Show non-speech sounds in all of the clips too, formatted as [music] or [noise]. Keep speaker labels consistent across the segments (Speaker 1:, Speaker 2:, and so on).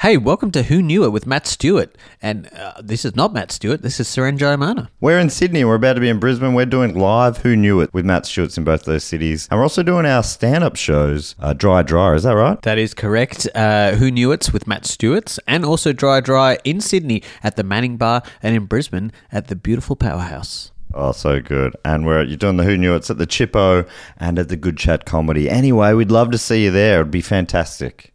Speaker 1: Hey, welcome to Who Knew It with Matt Stewart. And uh, this is not Matt Stewart, this is Seren Jayamana.
Speaker 2: We're in Sydney. We're about to be in Brisbane. We're doing live Who Knew It with Matt Schultz in both those cities. And we're also doing our stand up shows, uh, Dry Dry. Is that right?
Speaker 1: That is correct. Uh, Who Knew It's with Matt Stewart's and also Dry Dry in Sydney at the Manning Bar and in Brisbane at the beautiful Powerhouse.
Speaker 2: Oh, so good. And we're you're doing the Who Knew It's at the Chippo and at the Good Chat Comedy. Anyway, we'd love to see you there. It'd be fantastic.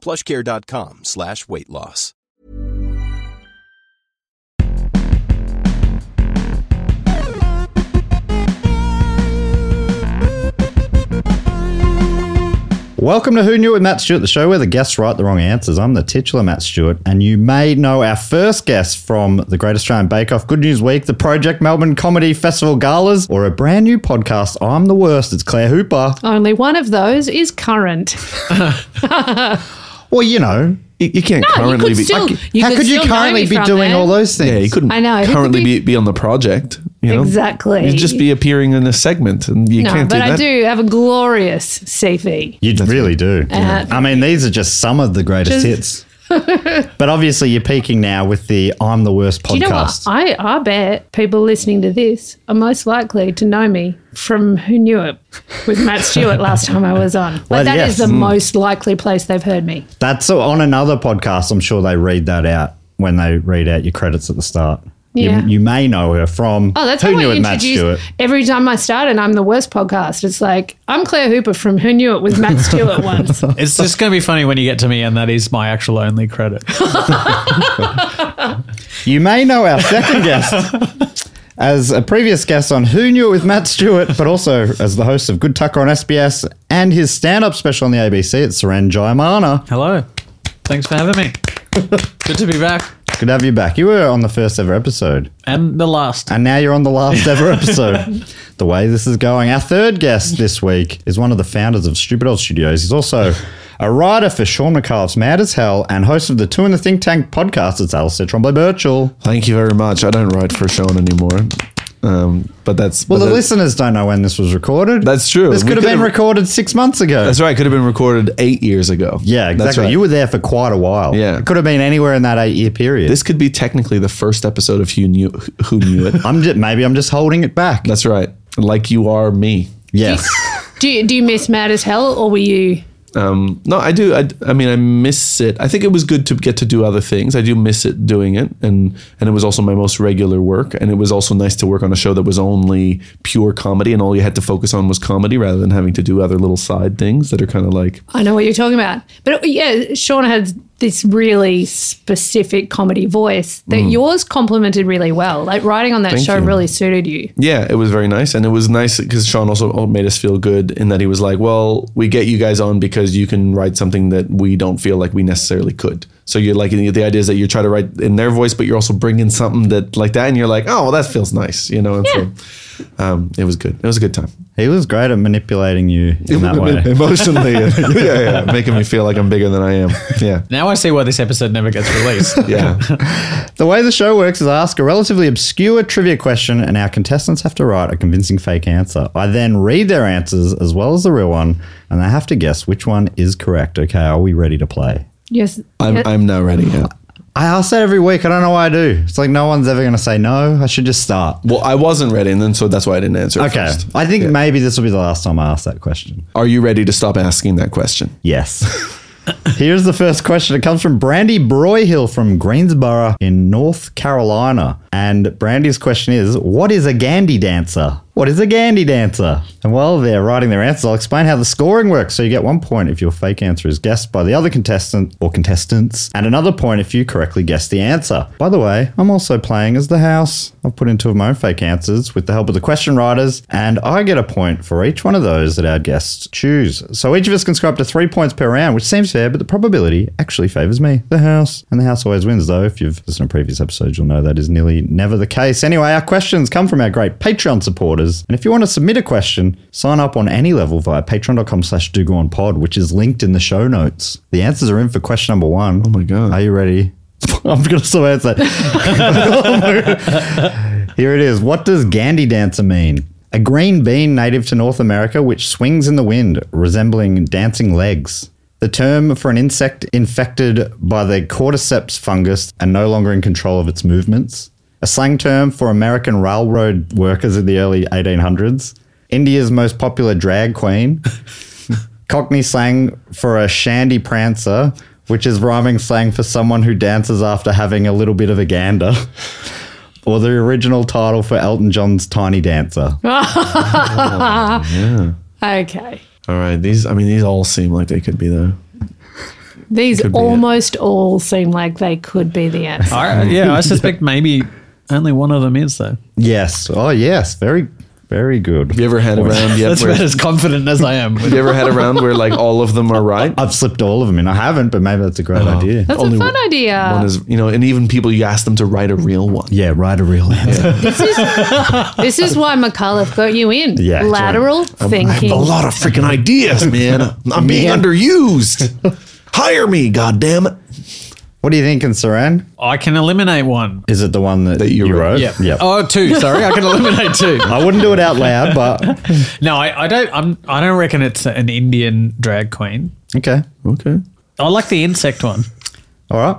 Speaker 3: plushcare.com slash weight loss.
Speaker 2: Welcome to Who Knew It with Matt Stewart, the show where the guests write the wrong answers. I'm the titular Matt Stewart, and you may know our first guest from the Great Australian Bake Off, Good News Week, the Project Melbourne Comedy Festival Galas, or a brand new podcast, I'm the Worst. It's Claire Hooper.
Speaker 4: Only one of those
Speaker 2: [laughs]
Speaker 4: is current.
Speaker 2: Well, you know,
Speaker 5: You, you can't
Speaker 4: No, you
Speaker 5: currently
Speaker 4: could
Speaker 5: be.
Speaker 4: still-
Speaker 5: I c-
Speaker 4: you
Speaker 2: how could you
Speaker 4: still know
Speaker 2: currently
Speaker 4: me
Speaker 2: be
Speaker 4: from
Speaker 2: doing
Speaker 4: there.
Speaker 2: all those things?
Speaker 5: yeah, you couldn't
Speaker 4: I know, who could
Speaker 5: currently
Speaker 4: be-
Speaker 5: be, be on the project. You know?
Speaker 4: Exactly.
Speaker 5: You'd just be appearing in a segment, and you
Speaker 4: No,
Speaker 5: can't
Speaker 4: but
Speaker 5: do that.
Speaker 4: I do have a glorious CV.
Speaker 2: You really do.
Speaker 4: Uh,
Speaker 2: I mean, these are just some of the greatest
Speaker 4: Just-
Speaker 2: hits. but obviously, you're peaking now with the I'm the Worst podcast.
Speaker 4: Do you know what? I, I bet people listening to this are most likely to know me from Who Knew It with Matt Stewart last time I was on. Like,
Speaker 2: Well,
Speaker 4: that is
Speaker 2: yes.
Speaker 4: the
Speaker 2: Mm.
Speaker 4: most likely place they've heard me.
Speaker 2: That's on another podcast. I'm sure they read that out when they read out your credits at the start. You-
Speaker 4: Yeah.
Speaker 2: You, may know her from
Speaker 4: Oh, that's
Speaker 2: Who
Speaker 4: how
Speaker 2: Knew
Speaker 4: I
Speaker 2: It, Matt
Speaker 4: introduce-
Speaker 2: Stewart.
Speaker 4: Every time I start and I'm the worst podcast, it's like, I'm Claire Hooper from Who Knew It with
Speaker 2: [laughs]
Speaker 4: Matt Stewart once.
Speaker 6: It's just going to be funny when you get to me, and that is my actual only credit.
Speaker 2: You may know our second guest
Speaker 4: [laughs]
Speaker 2: as a previous guest on Who Knew It with Matt Stewart, but also as the host of Good Tucker on SBS and his stand up special on the ABC. It's Seren Jayamana.
Speaker 6: [laughs] Hello. Thanks for having [laughs] me. Good to be back.
Speaker 2: Good to have you back. You were on the first ever episode.
Speaker 6: And the last.
Speaker 2: And now you're on the last
Speaker 5: [laughs]
Speaker 2: ever episode. the way this is going. Our third guest this week is one of the founders of Stupid Old Studios. He's also a writer for Sean McCarve's Mad as Hell and host of the Two in the Think Tank podcast. It's Alistair Trombley Birchall.
Speaker 5: Thank you very much. I don't write for Sean anymore, um, but that's
Speaker 2: Well,
Speaker 5: but
Speaker 2: the
Speaker 5: that-
Speaker 2: listeners don't know when this was recorded.
Speaker 5: That's true.
Speaker 2: This
Speaker 5: We
Speaker 2: could have been
Speaker 5: could've-
Speaker 2: recorded six months ago.
Speaker 5: That's right. Could have been recorded eight years ago.
Speaker 2: Yeah,
Speaker 5: That's
Speaker 2: exactly.
Speaker 5: right.
Speaker 2: You were there for quite a while.
Speaker 5: Yeah.
Speaker 2: It could have been anywhere in that eight year period.
Speaker 5: This could be technically the first episode of Who Knew Who Knew
Speaker 2: [laughs]
Speaker 5: It.
Speaker 2: I'm just, maybe I'm just holding it back.
Speaker 5: That's right. Like you are me. [laughs]
Speaker 2: yes.
Speaker 4: do, you, do you miss Matt as hell or were you?
Speaker 5: Um, no, I do. I, I mean, I miss it. I think it was good to get to do other things. I do miss it doing it, and and it was also my most regular work. And it was also nice to work on a show that was only pure comedy, and all you had to focus on was comedy rather than having to do other little side things that are kind of like
Speaker 4: I know what you're talking about. But yeah, Sean had this really specific comedy voice that yours complemented really well. Like writing on that
Speaker 5: Mm. Thank
Speaker 4: show
Speaker 5: you.
Speaker 4: really suited you.
Speaker 5: yeah, it was very nice, and it was nice because Sean also made us feel good in that he was like, "Well, we get you guys on because you can write something that we don't feel like we necessarily could." So you're like the idea is that you try to write in their voice, but you're also bringing something that like that, and you're like, "Oh, well, that feels nice," you know. And so um, it was good. It was a good time
Speaker 2: he was great at manipulating you in that way.
Speaker 5: [laughs] emotionally. yeah, yeah, making me feel like I'm bigger than I am. Yeah,
Speaker 6: Now I see why this episode never gets [laughs] released.
Speaker 5: yeah.
Speaker 2: The way the show works is I ask a relatively obscure trivia question, and our contestants have to write a convincing fake answer. I then read their answers as well as the real one, and they have to guess which one is correct. Okay, are we ready to play?
Speaker 4: Yes.
Speaker 5: I'm I'm now ready. Yeah.
Speaker 2: I ask that every week. I don't know why I do. It's like no one's ever going to say no. I should just start.
Speaker 5: Well, I wasn't ready, and then so that's why I didn't answer. it
Speaker 2: Okay.
Speaker 5: first.
Speaker 2: I think maybe this will be the last time I ask that question.
Speaker 5: Are you ready to stop asking that question?
Speaker 2: [laughs] Yes. Here's the first question. It comes from Brandy Broyhill from Greensboro in North Carolina. And Brandy's question is, what is a Gandhi dancer? What is a Gandhi dancer? And while they're writing their answers, I'll explain how the scoring works. So you get one point if your fake answer is guessed by the other contestant or contestants, and another point if you correctly guess the answer. By the way, I'm also playing as the house. I've put in two of my own fake answers with the help of the question writers, and I get a point for each one of those that our guests choose. So each of us can score up to three points per round, which seems fair, but the probability actually favors me, the house. And the house always wins, though. If you've listened to previous episodes, you'll know that is nearly never the case. Anyway, our questions come from our great Patreon supporters. And if you want to submit a question, sign up on any level via patreon.com slash pod, which is linked in the show notes. The answers are in for question number one. Oh
Speaker 5: my God.
Speaker 2: Are you ready? [laughs] I'm gonna still answer that. Here it is. What does Gandhi dancer mean? A green bean native to North America which swings in the wind, resembling dancing legs. The term for an insect infected by the cordyceps fungus and no longer in control of its movements. A slang term for American railroad workers in the early 1800s. India's most popular drag queen. Cockney slang for a shandy prancer, which is rhyming slang for someone who dances after having a little bit of a gander. [laughs] Or the original title for Elton John's Tiny Dancer.
Speaker 4: Okay.
Speaker 5: All right, these. I mean, these all seem like they could be there.
Speaker 4: These
Speaker 5: be it.
Speaker 4: almost all seem like they could be the answer.
Speaker 5: [laughs]
Speaker 6: I, yeah, I suspect maybe only one of them is though.
Speaker 2: Yes. Oh, yes. Very, very good.
Speaker 5: Have you ever had a round yet?
Speaker 6: That's
Speaker 5: where,
Speaker 6: about as confident as I am.
Speaker 5: have you ever had a round where like all of them are right?
Speaker 2: [laughs] I've slipped all of them in. I haven't, but maybe that's a great
Speaker 5: Uh-huh.
Speaker 2: idea.
Speaker 4: That's a fun idea.
Speaker 5: One is, you know, and even people you ask them to write a real one.
Speaker 2: Yeah, write a real answer. [laughs]
Speaker 4: This is this is why McAuliffe got you in.
Speaker 2: Yeah, that's
Speaker 4: Lateral thinking.
Speaker 5: A lot of freaking [laughs] ideas, man. I'm being underused. Hire me, goddamn it.
Speaker 2: What do you thinking, Saran?
Speaker 6: I can eliminate one.
Speaker 2: Is it the one that,
Speaker 5: That you
Speaker 2: you
Speaker 5: wrote.
Speaker 2: wrote?
Speaker 6: Yeah.
Speaker 2: Yep.
Speaker 6: Oh, two. Sorry, [laughs] I can eliminate two.
Speaker 2: I wouldn't do it out loud, but [laughs]
Speaker 6: No, I, I don't. I'm. I don't reckon it's an Indian drag queen.
Speaker 2: okay.
Speaker 5: Okay.
Speaker 6: I like the insect one.
Speaker 2: All right.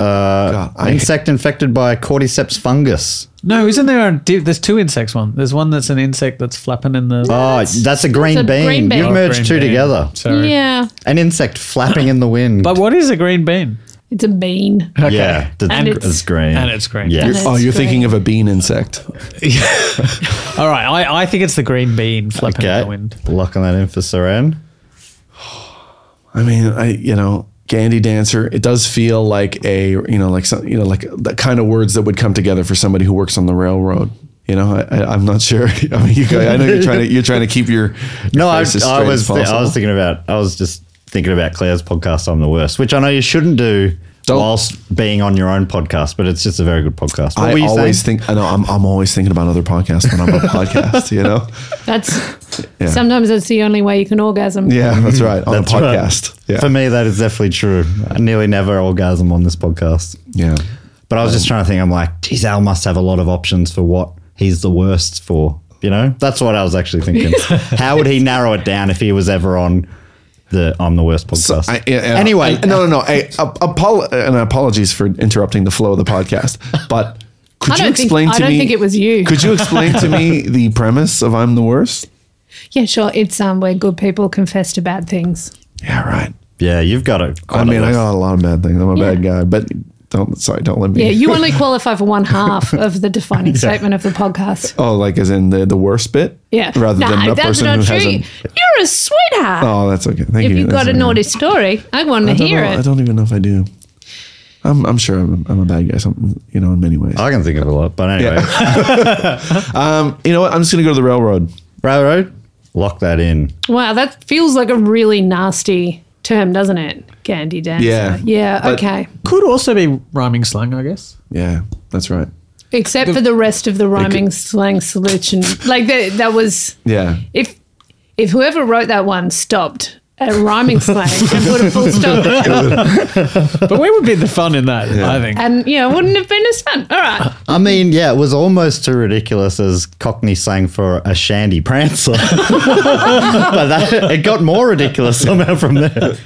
Speaker 2: Uh,
Speaker 5: God, I,
Speaker 2: Insect infected by cordyceps fungus.
Speaker 6: No, isn't there? A, di- there's two insects. One. There's one that's an insect that's flapping in the.
Speaker 2: Oh, that's, a green
Speaker 4: that's a
Speaker 2: bean.
Speaker 4: green bean.
Speaker 2: You've
Speaker 6: Oh,
Speaker 2: merged
Speaker 6: green
Speaker 2: two
Speaker 6: bean.
Speaker 2: together.
Speaker 6: Sorry.
Speaker 4: Yeah,
Speaker 2: An insect flapping in the wind.
Speaker 6: But Uh, what is a green bean?
Speaker 4: it's a bean.
Speaker 2: Yeah, the,
Speaker 4: And
Speaker 2: it's,
Speaker 4: it's-
Speaker 2: green.
Speaker 6: and it's green.
Speaker 2: Yeah.
Speaker 4: And
Speaker 5: oh,
Speaker 4: it's
Speaker 5: you're thinking
Speaker 4: green.
Speaker 5: of a bean insect.
Speaker 6: All right, I, I think it's the green bean flapping in the
Speaker 2: Okay.
Speaker 6: wind.
Speaker 2: Locking that in for Saran.
Speaker 5: I mean, I you know, Gandhi dancer. It does feel like a you know like some you know like the kind of words that would come together for somebody who works on the railroad. You know, I, I, I'm not sure. [laughs] I mean, you guys, I know you're trying to you're trying to keep your
Speaker 2: No, I,
Speaker 5: your face as
Speaker 2: I
Speaker 5: straight
Speaker 2: was
Speaker 5: as
Speaker 2: thi- I
Speaker 5: possible.
Speaker 2: was thinking about I was just thinking about Claire's podcast. I'm the worst, which I know you shouldn't do
Speaker 5: Don't-
Speaker 2: whilst being on your own podcast, but it's just a very good podcast. What
Speaker 5: I
Speaker 2: were you
Speaker 5: always
Speaker 2: saying?
Speaker 5: think I know I'm I'm always thinking about other podcasts when
Speaker 2: [laughs]
Speaker 5: I'm on a podcast. You know,
Speaker 4: That's
Speaker 5: Yeah.
Speaker 4: sometimes that's the only way you can orgasm.
Speaker 5: yeah, that's right on
Speaker 2: That's
Speaker 5: a
Speaker 2: right.
Speaker 5: podcast. Yeah,
Speaker 2: For me, that is definitely true. I nearly never orgasm on this podcast.
Speaker 5: yeah.
Speaker 2: But I was
Speaker 5: Um,
Speaker 2: just trying to think. I'm like, geez, Al must have a lot of options for what he's the worst for. You know, that's what I was actually
Speaker 5: [laughs]
Speaker 2: thinking. How would he narrow it down if he was ever on the I'm the worst
Speaker 5: So
Speaker 2: podcast?
Speaker 5: I, yeah, yeah.
Speaker 2: anyway,
Speaker 5: And- no, no, no. I, ap- apol- and apologies for interrupting the flow of the podcast, but could
Speaker 4: I
Speaker 5: you
Speaker 4: don't think-
Speaker 5: explain
Speaker 4: I
Speaker 5: to
Speaker 4: don't
Speaker 5: me?
Speaker 4: think it was you.
Speaker 5: Could you explain
Speaker 4: [laughs]
Speaker 5: to me the premise of "I'm the worst"?
Speaker 4: Yeah, sure. It's um where good people confess to bad things.
Speaker 5: Yeah, right.
Speaker 2: yeah, you've got it.
Speaker 5: I mean, I got a lot of bad things. I'm a bad guy, but don't. Sorry, don't let me.
Speaker 4: Yeah, you only qualify for one half of the defining statement of the podcast.
Speaker 5: [laughs] oh, like as in the the worst bit.
Speaker 4: Yeah,
Speaker 5: Rather
Speaker 4: No,
Speaker 5: than the person who hasn't.
Speaker 4: You're a sweetheart.
Speaker 5: Oh, that's okay. Thank
Speaker 4: if
Speaker 5: you.
Speaker 4: you've
Speaker 5: That's
Speaker 4: got a
Speaker 5: okay.
Speaker 4: naughty story, I want to
Speaker 5: I don't
Speaker 4: hear
Speaker 5: know- I
Speaker 4: it.
Speaker 5: don't even know if I do. I'm, I'm sure I'm, I'm a bad guy. Some, you know, in many ways.
Speaker 2: I can think of a lot, but anyway. [laughs]
Speaker 5: Um, you know what? I'm just gonna go to the railroad.
Speaker 2: Railroad, lock that in.
Speaker 4: Wow, that feels like a really nasty term, doesn't it? Gandhi dancer.
Speaker 5: Yeah.
Speaker 4: Yeah,
Speaker 5: But-
Speaker 4: okay.
Speaker 6: Could also be rhyming slang, I guess.
Speaker 5: Yeah, that's right.
Speaker 4: Except for the rest of the rhyming slang solution. Like that that was
Speaker 5: Yeah.
Speaker 4: if if whoever wrote that one stopped at rhyming slang and put a full stop
Speaker 5: [laughs]
Speaker 4: there,
Speaker 6: [laughs] But where would be the fun in that?
Speaker 4: [laughs]
Speaker 6: I think.
Speaker 4: and you know, it wouldn't have been as fun. All right.
Speaker 2: I mean, yeah, it was almost too ridiculous as Cockney sang for a shandy prancer. [laughs] but that, it got more ridiculous somehow from there.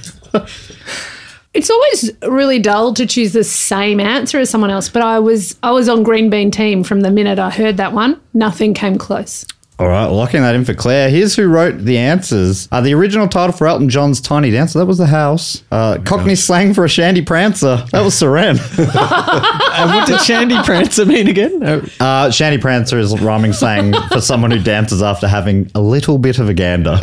Speaker 4: It's always really dull to choose the same answer as someone else, but I was I was on Green Bean team from the minute I heard that one. Nothing came close.
Speaker 2: All right, locking that in for Claire. Here's who wrote the answers. Uh, the original title for Elton John's Tiny Dancer, that was The House. Uh, Cockney slang for a shandy prancer, that was Seren.
Speaker 6: And Uh, what did Shandy Prancer mean again? Oh,
Speaker 2: Uh, shandy prancer is rhyming
Speaker 4: [laughs]
Speaker 2: slang for someone who dances after having a little bit of a
Speaker 4: [laughs]
Speaker 2: gander.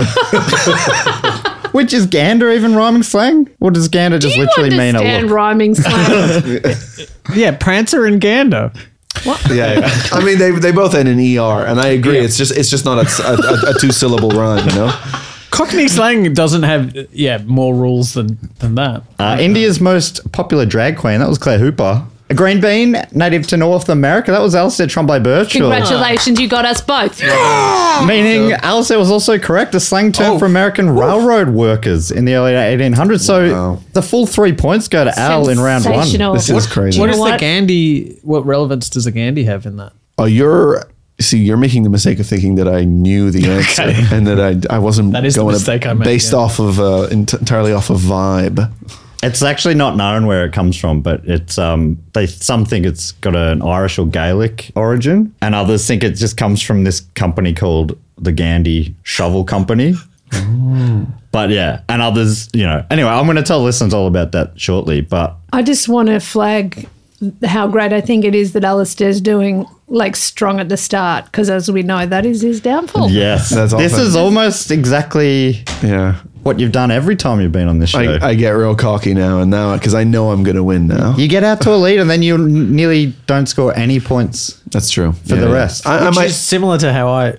Speaker 2: Which is gander even rhyming slang? Or does gander just
Speaker 4: Do you
Speaker 2: literally mean a
Speaker 4: understand
Speaker 2: look? [laughs]
Speaker 4: rhyming slang?
Speaker 6: yeah, Prancer and Gander.
Speaker 5: Yeah, yeah. I mean they they both end in er, and I agree. It's just it's just not a, a, a two syllable rhyme, you know.
Speaker 6: Cockney slang doesn't have uh, yeah more rules than than that.
Speaker 2: Uh, India's most popular drag queen, that was Claire Hooper. A green bean, native to North America, that was Alistair Tremblay Birchall.
Speaker 4: Congratulations, you got us both.
Speaker 2: Ah. Meaning Alistair was also correct, a slang term
Speaker 5: Oh.
Speaker 2: for American railroad workers in the early 1800s. So
Speaker 5: Wow.
Speaker 2: the full three points go to Al in round one.
Speaker 4: Sensational.
Speaker 5: This is crazy.
Speaker 6: What
Speaker 4: You
Speaker 6: is
Speaker 4: know
Speaker 6: the
Speaker 4: what?
Speaker 6: Gandhi? What relevance does the Gandhi have in that?
Speaker 5: Oh, you're see, you're making the mistake of thinking that I knew the answer and that I I wasn't
Speaker 6: That is the
Speaker 5: going
Speaker 6: mistake I made,
Speaker 5: based
Speaker 6: yeah.
Speaker 5: off of uh, ent- entirely off of vibe.
Speaker 2: It's actually not known where it comes from, but it's um they some think it's got an Irish or Gaelic origin, and others think it just comes from this company called the Gandhi Shovel Company.
Speaker 5: Oh.
Speaker 2: But yeah, and others, you know. Anyway, I'm going to tell listeners all about that shortly. But
Speaker 4: I just want to flag how great I think it is that Alistair's doing like strong at the start because, as we know, that is his downfall.
Speaker 2: yes,
Speaker 5: [laughs] That's
Speaker 2: this
Speaker 5: awesome.
Speaker 2: is almost exactly
Speaker 5: Yeah,
Speaker 2: what you've done every time you've been on this show.
Speaker 5: I, I get real cocky now and now because I know I'm going to win now.
Speaker 2: You get out to a lead and then you n- nearly don't score any points.
Speaker 5: That's true for
Speaker 2: the rest.
Speaker 5: I, I
Speaker 6: Which
Speaker 5: might.
Speaker 6: is similar to how I,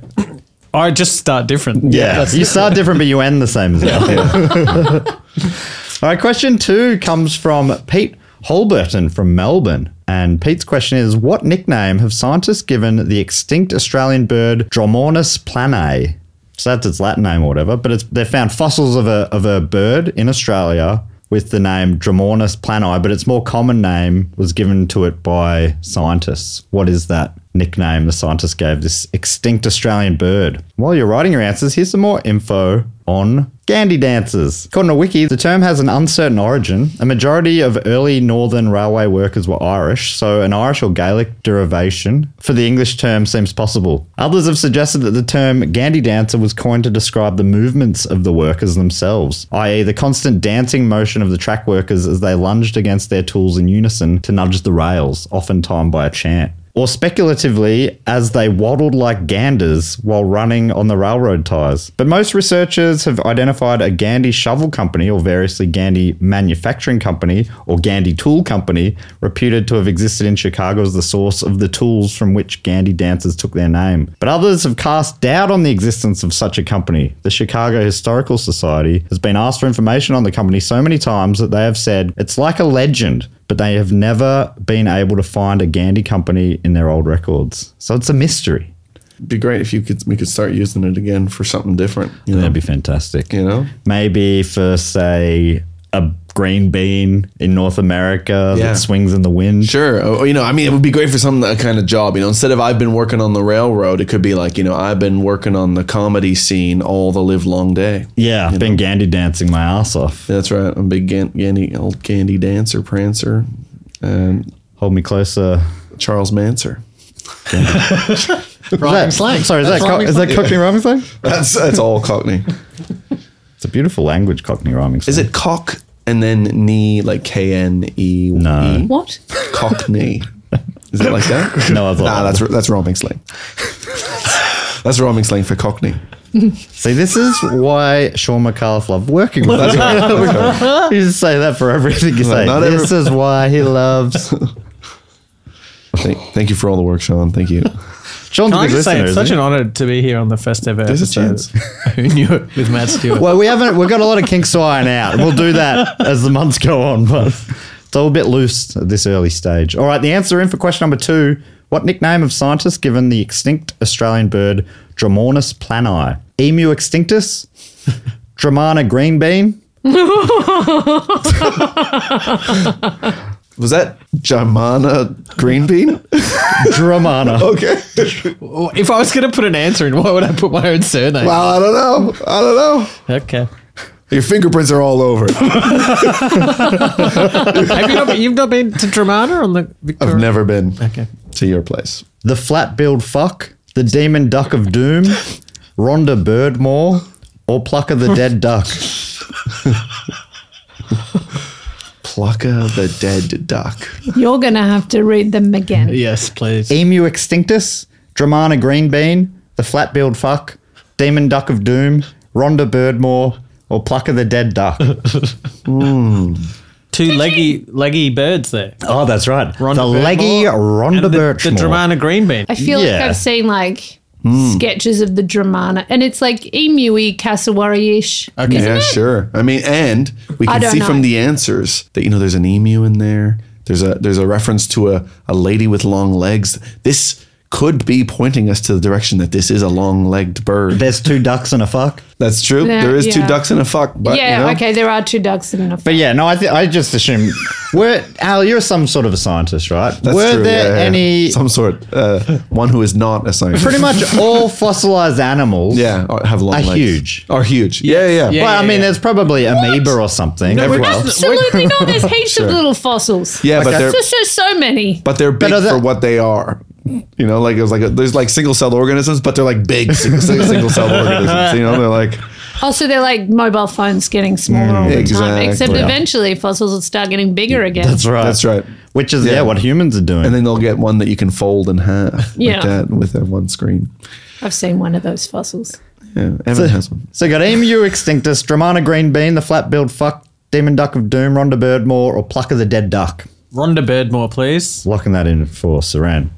Speaker 6: I just start different. That's-
Speaker 2: you start different, but you end the same as well. [laughs] All right, question two comes from Pete Holberton from Melbourne. And Pete's question is What nickname have scientists given the extinct Australian bird Dromornis planae? So that's its Latin name or whatever, but it's, they found fossils of a, of a bird in Australia with the name Dromornis planae, but its more common name was given to it by scientists. What is that nickname the scientists gave this extinct Australian bird? While you're writing your answers, here's some more info on Gandhi dances. According to Wiki, the term has an uncertain origin. A majority of early Northern Railway workers were Irish, so an Irish or Gaelic derivation for the English term seems possible. Others have suggested that the term Gandhi dancer was coined to describe the movements of the workers themselves, i.e., the constant dancing motion of the track workers as they lunged against their tools in unison to nudge the rails, often timed by a chant. Or speculatively, as they waddled like ganders while running on the railroad ties. But most researchers have identified a Gandhi shovel company, or variously Gandhi manufacturing company, or Gandhi tool company, reputed to have existed in Chicago as the source of the tools from which Gandhi dancers took their name. But others have cast doubt on the existence of such a company. The Chicago Historical Society has been asked for information on the company so many times that they have said it's like a legend but they have never been able to find a Gandhi company in their old records. So it's a mystery.
Speaker 5: It'd be great if you could we could start using it again for something different. You know,
Speaker 2: That'd be fantastic.
Speaker 5: you know.
Speaker 2: Maybe for say a green bean in North America
Speaker 5: Yeah.
Speaker 2: that swings in the wind.
Speaker 5: Sure. Oh, you know, I mean, it would be great for some that kind of job. You know, instead of I've been working on the railroad, it could be like, you know, I've been working on the comedy scene all the live long day.
Speaker 2: Yeah, I've been Gandhi dancing my ass off.
Speaker 5: That's right. I'm a big gan- Gandy, old Gandy dancer, prancer, and
Speaker 2: Hold me closer.
Speaker 5: Charles Manser.
Speaker 2: Is that- Sorry, is that, co- is that Cockney rhyming slang?
Speaker 5: That's that's all Cockney.
Speaker 2: It's a beautiful language, Cockney rhyming slang.
Speaker 5: Is it cock and then knee like K N E?
Speaker 2: No.
Speaker 4: What?
Speaker 5: Cockney. Is it like that?
Speaker 2: No, I thought-
Speaker 5: nah, that's that's roaming slang. that's roaming slang for Cockney.
Speaker 2: See, this is why Sean McAuliffe loved working with us.
Speaker 5: [laughs]
Speaker 2: [laughs] You just say that for everything you say.
Speaker 5: Not every-
Speaker 2: this is why he
Speaker 5: [laughs]
Speaker 2: loves.
Speaker 5: Thank, thank you for all the work, Sean. Thank you.
Speaker 2: Sean's
Speaker 6: Can
Speaker 2: a
Speaker 6: I
Speaker 2: good
Speaker 6: just say
Speaker 2: listener.
Speaker 6: it's
Speaker 2: isn't
Speaker 6: such
Speaker 2: he?
Speaker 6: an honor to be here on the first ever
Speaker 5: There's a
Speaker 6: episode
Speaker 5: chance.
Speaker 6: of Who knew it [laughs] with Matt Stewart?
Speaker 2: Well, we haven't. We've got a lot of kinks to iron out. We'll do that as the months go on, but it's all a bit loose at this early stage. All right, the answer in for question number two: What nickname have scientists given the extinct Australian bird Dromornis planae? Emu extinctus, Dromana green bean,
Speaker 5: Was that Jamana Green [laughs] Bean?
Speaker 2: Dromana.
Speaker 5: okay.
Speaker 6: Oh, if I was going to put an answer in, why would I put my own surname?
Speaker 5: Well, I don't know. I don't know.
Speaker 6: okay.
Speaker 5: Your fingerprints are all over. [laughs] it.
Speaker 6: Have you not, you've not
Speaker 5: Oh.
Speaker 6: been to Dramana on the Victoria?
Speaker 5: I've never been
Speaker 6: Okay.
Speaker 5: to your place.
Speaker 2: The flat-billed fuck, The Demon Duck of Doom, Rhonda Birdmore, or Plucker the Dead Duck?
Speaker 5: Plucker the dead duck.
Speaker 4: You're going to have to read them again.
Speaker 7: Yes, please.
Speaker 2: Emu Extinctus, Dramana Green Bean, The Flat-Billed Fuck, Demon Duck of Doom, Rhonda Birdmore, or Plucker the Dead Duck?
Speaker 7: Two leggy leggy birds there.
Speaker 2: [laughs] oh, that's right.
Speaker 7: Rhonda
Speaker 2: the
Speaker 7: Birdmore
Speaker 2: leggy Rhonda
Speaker 7: and the, the
Speaker 2: Birchmore.
Speaker 7: Dramana green bean.
Speaker 4: I feel like
Speaker 2: Yeah. Hmm.
Speaker 4: I've seen like sketches of the Dramana, and it's like emuy, cassowary ish.
Speaker 5: Okay. Yeah, sure. I mean, and we
Speaker 4: I
Speaker 5: can
Speaker 4: don't
Speaker 5: see
Speaker 4: know.
Speaker 5: from the answers that you know there's an emu in there. There's a there's a reference to a, a lady with long legs. This could be pointing us to the direction that this is a long-legged bird.
Speaker 2: There's two ducks and a fuck.
Speaker 5: That's true.
Speaker 4: Yeah,
Speaker 5: there is two
Speaker 4: yeah.
Speaker 5: ducks and a fuck. But,
Speaker 4: yeah,
Speaker 5: you know,
Speaker 4: okay, there are two ducks in a
Speaker 2: But yeah, no, I th- I just assume. Were Al, you're some sort of a scientist, right?
Speaker 5: That's
Speaker 2: Were
Speaker 5: true,
Speaker 2: there
Speaker 5: yeah, yeah.
Speaker 2: any?
Speaker 5: [laughs] some sort uh, one who is not a scientist?
Speaker 2: Pretty much all fossilized animals.
Speaker 5: [laughs] Yeah, or have long
Speaker 2: Are
Speaker 5: legs.
Speaker 2: huge.
Speaker 5: Are huge. Yeah, yeah.
Speaker 2: Well,
Speaker 5: Yeah,
Speaker 2: I
Speaker 6: yeah,
Speaker 2: mean,
Speaker 6: yeah.
Speaker 2: there's probably amoeba or something. Well,
Speaker 4: Absolutely
Speaker 2: [laughs]
Speaker 4: not. There's heaps of little fossils.
Speaker 5: but they're
Speaker 4: So, so, so many.
Speaker 5: but they're big
Speaker 2: are they-
Speaker 5: for what they are. You know, like it was like a, there's like single celled organisms, but they're like big single
Speaker 2: [laughs]
Speaker 5: celled organisms. You know, they're like
Speaker 4: Also, they're like mobile phones getting smaller all the
Speaker 5: exactly.
Speaker 4: time. Except
Speaker 5: Yeah.
Speaker 4: eventually, fossils will start getting bigger again.
Speaker 2: That's right.
Speaker 5: That's right.
Speaker 2: Which is yeah,
Speaker 5: Yeah.
Speaker 2: what humans are doing.
Speaker 5: and then they'll get one that you can fold in half.
Speaker 4: Yeah.
Speaker 5: Like that with that one screen.
Speaker 4: I've seen one of those fossils.
Speaker 5: Yeah. Evan has one.
Speaker 2: so you got emu extinctus, Dramana green bean, the flat-billed fuck, demon duck of doom, Rhonda Birdmore, or Plucker the dead duck.
Speaker 6: Rhonda Birdmore, please.
Speaker 2: Locking that in for Saran.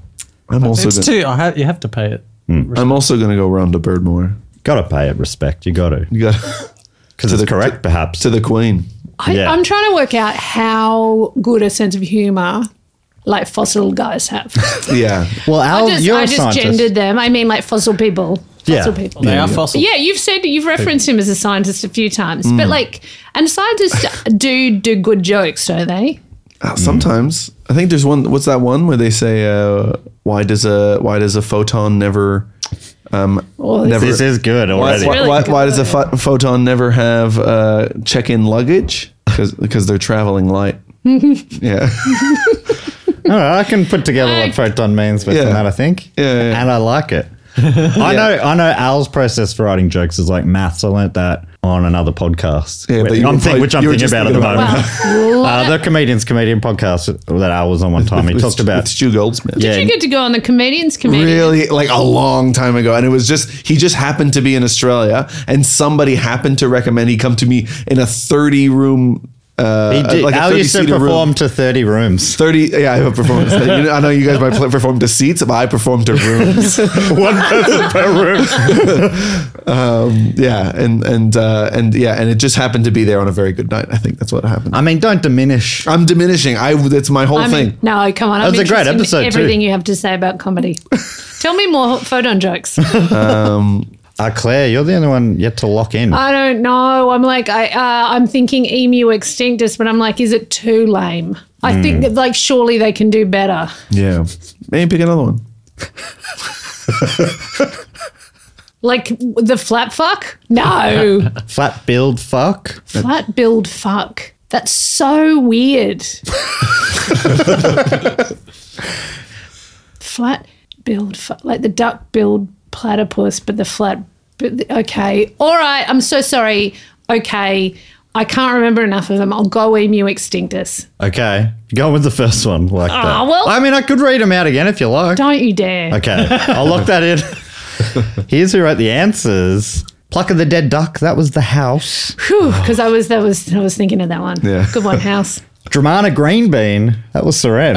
Speaker 5: I'm also
Speaker 6: It's
Speaker 5: gonna,
Speaker 6: two. I ha- you have to pay it.
Speaker 5: I'm also gonna go round to Birdmore.
Speaker 2: Gotta pay it respect. You got to
Speaker 5: You got [laughs]
Speaker 2: because it's correct, perhaps.
Speaker 5: to the Queen.
Speaker 4: I,
Speaker 2: Yeah.
Speaker 4: I'm trying to work out how good a sense of humor like fossil
Speaker 2: [laughs]
Speaker 4: guys have.
Speaker 5: Yeah.
Speaker 2: well,
Speaker 4: I
Speaker 2: Al,
Speaker 4: just,
Speaker 2: Oh, you're a
Speaker 4: I just
Speaker 2: scientist.
Speaker 4: gendered them. I mean, like fossil people.
Speaker 2: Yeah.
Speaker 4: Fossil people.
Speaker 6: They are fossil.
Speaker 4: Yeah, you've said you've referenced him as a scientist a few times,
Speaker 2: Hmm.
Speaker 4: but like, and scientists do do good jokes, don't they?
Speaker 5: Uh,
Speaker 2: Mm-hmm.
Speaker 5: Sometimes I think there's one. What's that one where they say, uh, "Why does a why does a photon never
Speaker 4: Or
Speaker 5: never
Speaker 2: This is good already.
Speaker 5: Why,
Speaker 4: really
Speaker 5: why,
Speaker 4: good
Speaker 5: why does a pho- photon never have uh, check-in
Speaker 2: [laughs]
Speaker 5: luggage? Because they're traveling light. yeah,
Speaker 2: All right, I can put together what
Speaker 4: I-
Speaker 2: photon means based on
Speaker 5: Yeah.
Speaker 2: that. I think.
Speaker 5: Yeah, yeah.
Speaker 2: And I like [laughs] it. I know. I know. Al's process for writing jokes is like maths. I learnt that on another podcast.
Speaker 5: Yeah, but
Speaker 2: which,
Speaker 5: you
Speaker 2: I'm
Speaker 5: were
Speaker 2: think-
Speaker 5: probably-
Speaker 2: which I'm
Speaker 5: you were
Speaker 2: thinking
Speaker 5: just
Speaker 2: about at the
Speaker 5: thinking
Speaker 2: moment.
Speaker 5: about
Speaker 2: [laughs]
Speaker 4: Well,
Speaker 2: Uh, the comedians comedian podcast that Al was on one
Speaker 5: [laughs]
Speaker 2: time. He
Speaker 5: With-
Speaker 2: talked about
Speaker 5: with Stu Goldsmith.
Speaker 2: yeah,
Speaker 4: Did you get to go on the comedians committee?
Speaker 5: Really, like a long time ago, and it was just he just happened to be in Australia, and somebody happened to recommend he come to me in a thirty-room, uh,
Speaker 2: he did,
Speaker 5: like a
Speaker 2: Al used to
Speaker 5: thirty-seater
Speaker 2: perform
Speaker 5: room.
Speaker 2: to thirty
Speaker 5: [laughs]
Speaker 2: rooms.
Speaker 5: Thirty, yeah, I have a
Speaker 2: [laughs]
Speaker 5: performance. You know, I know you guys might play, perform to seats, but I perform to rooms.
Speaker 2: one person per room.
Speaker 5: Um, yeah, and and uh, and yeah, and it just happened to be there on a very good night. I think that's what happened.
Speaker 2: I mean, don't diminish.
Speaker 5: I'm diminishing. I that's my whole
Speaker 4: I
Speaker 5: thing.
Speaker 4: mean, no, come on.
Speaker 2: That
Speaker 4: I'm
Speaker 2: was a great
Speaker 4: interested in
Speaker 2: episode, too.
Speaker 4: Everything you have to say about
Speaker 2: [laughs]
Speaker 4: comedy. Tell me more photon jokes.
Speaker 2: Uh, Claire, you're the only one yet to lock in.
Speaker 4: I don't know. I'm like, I, uh, I'm thinking emu extinctus, but I'm like, is it too lame? I think that, like, surely they can do better.
Speaker 5: Hmm. Yeah. Maybe pick another one.
Speaker 4: [laughs] Like the flat fuck?
Speaker 5: [laughs]
Speaker 4: No.
Speaker 2: Flat build fuck.
Speaker 4: flat build fuck. That's so
Speaker 2: [laughs]
Speaker 4: weird. flat build fuck. Like the duck build platypus, but the flat. But, okay. All right. I'm so sorry. Okay. I can't remember enough of them. I'll go emu extinctus.
Speaker 2: Okay, go with the first one like
Speaker 4: Ah,
Speaker 2: that.
Speaker 4: well-
Speaker 2: I mean, I could read them out again if you like.
Speaker 4: Don't you dare.
Speaker 2: Okay, I'll lock that in. Here's who wrote the answers. Pluck of the Dead Duck, that was the house.
Speaker 4: Because I was, that was, I was thinking of that one.
Speaker 5: Yeah.
Speaker 4: Good
Speaker 2: [laughs]
Speaker 4: one, house.
Speaker 2: Dramana Green Bean, that was Seren.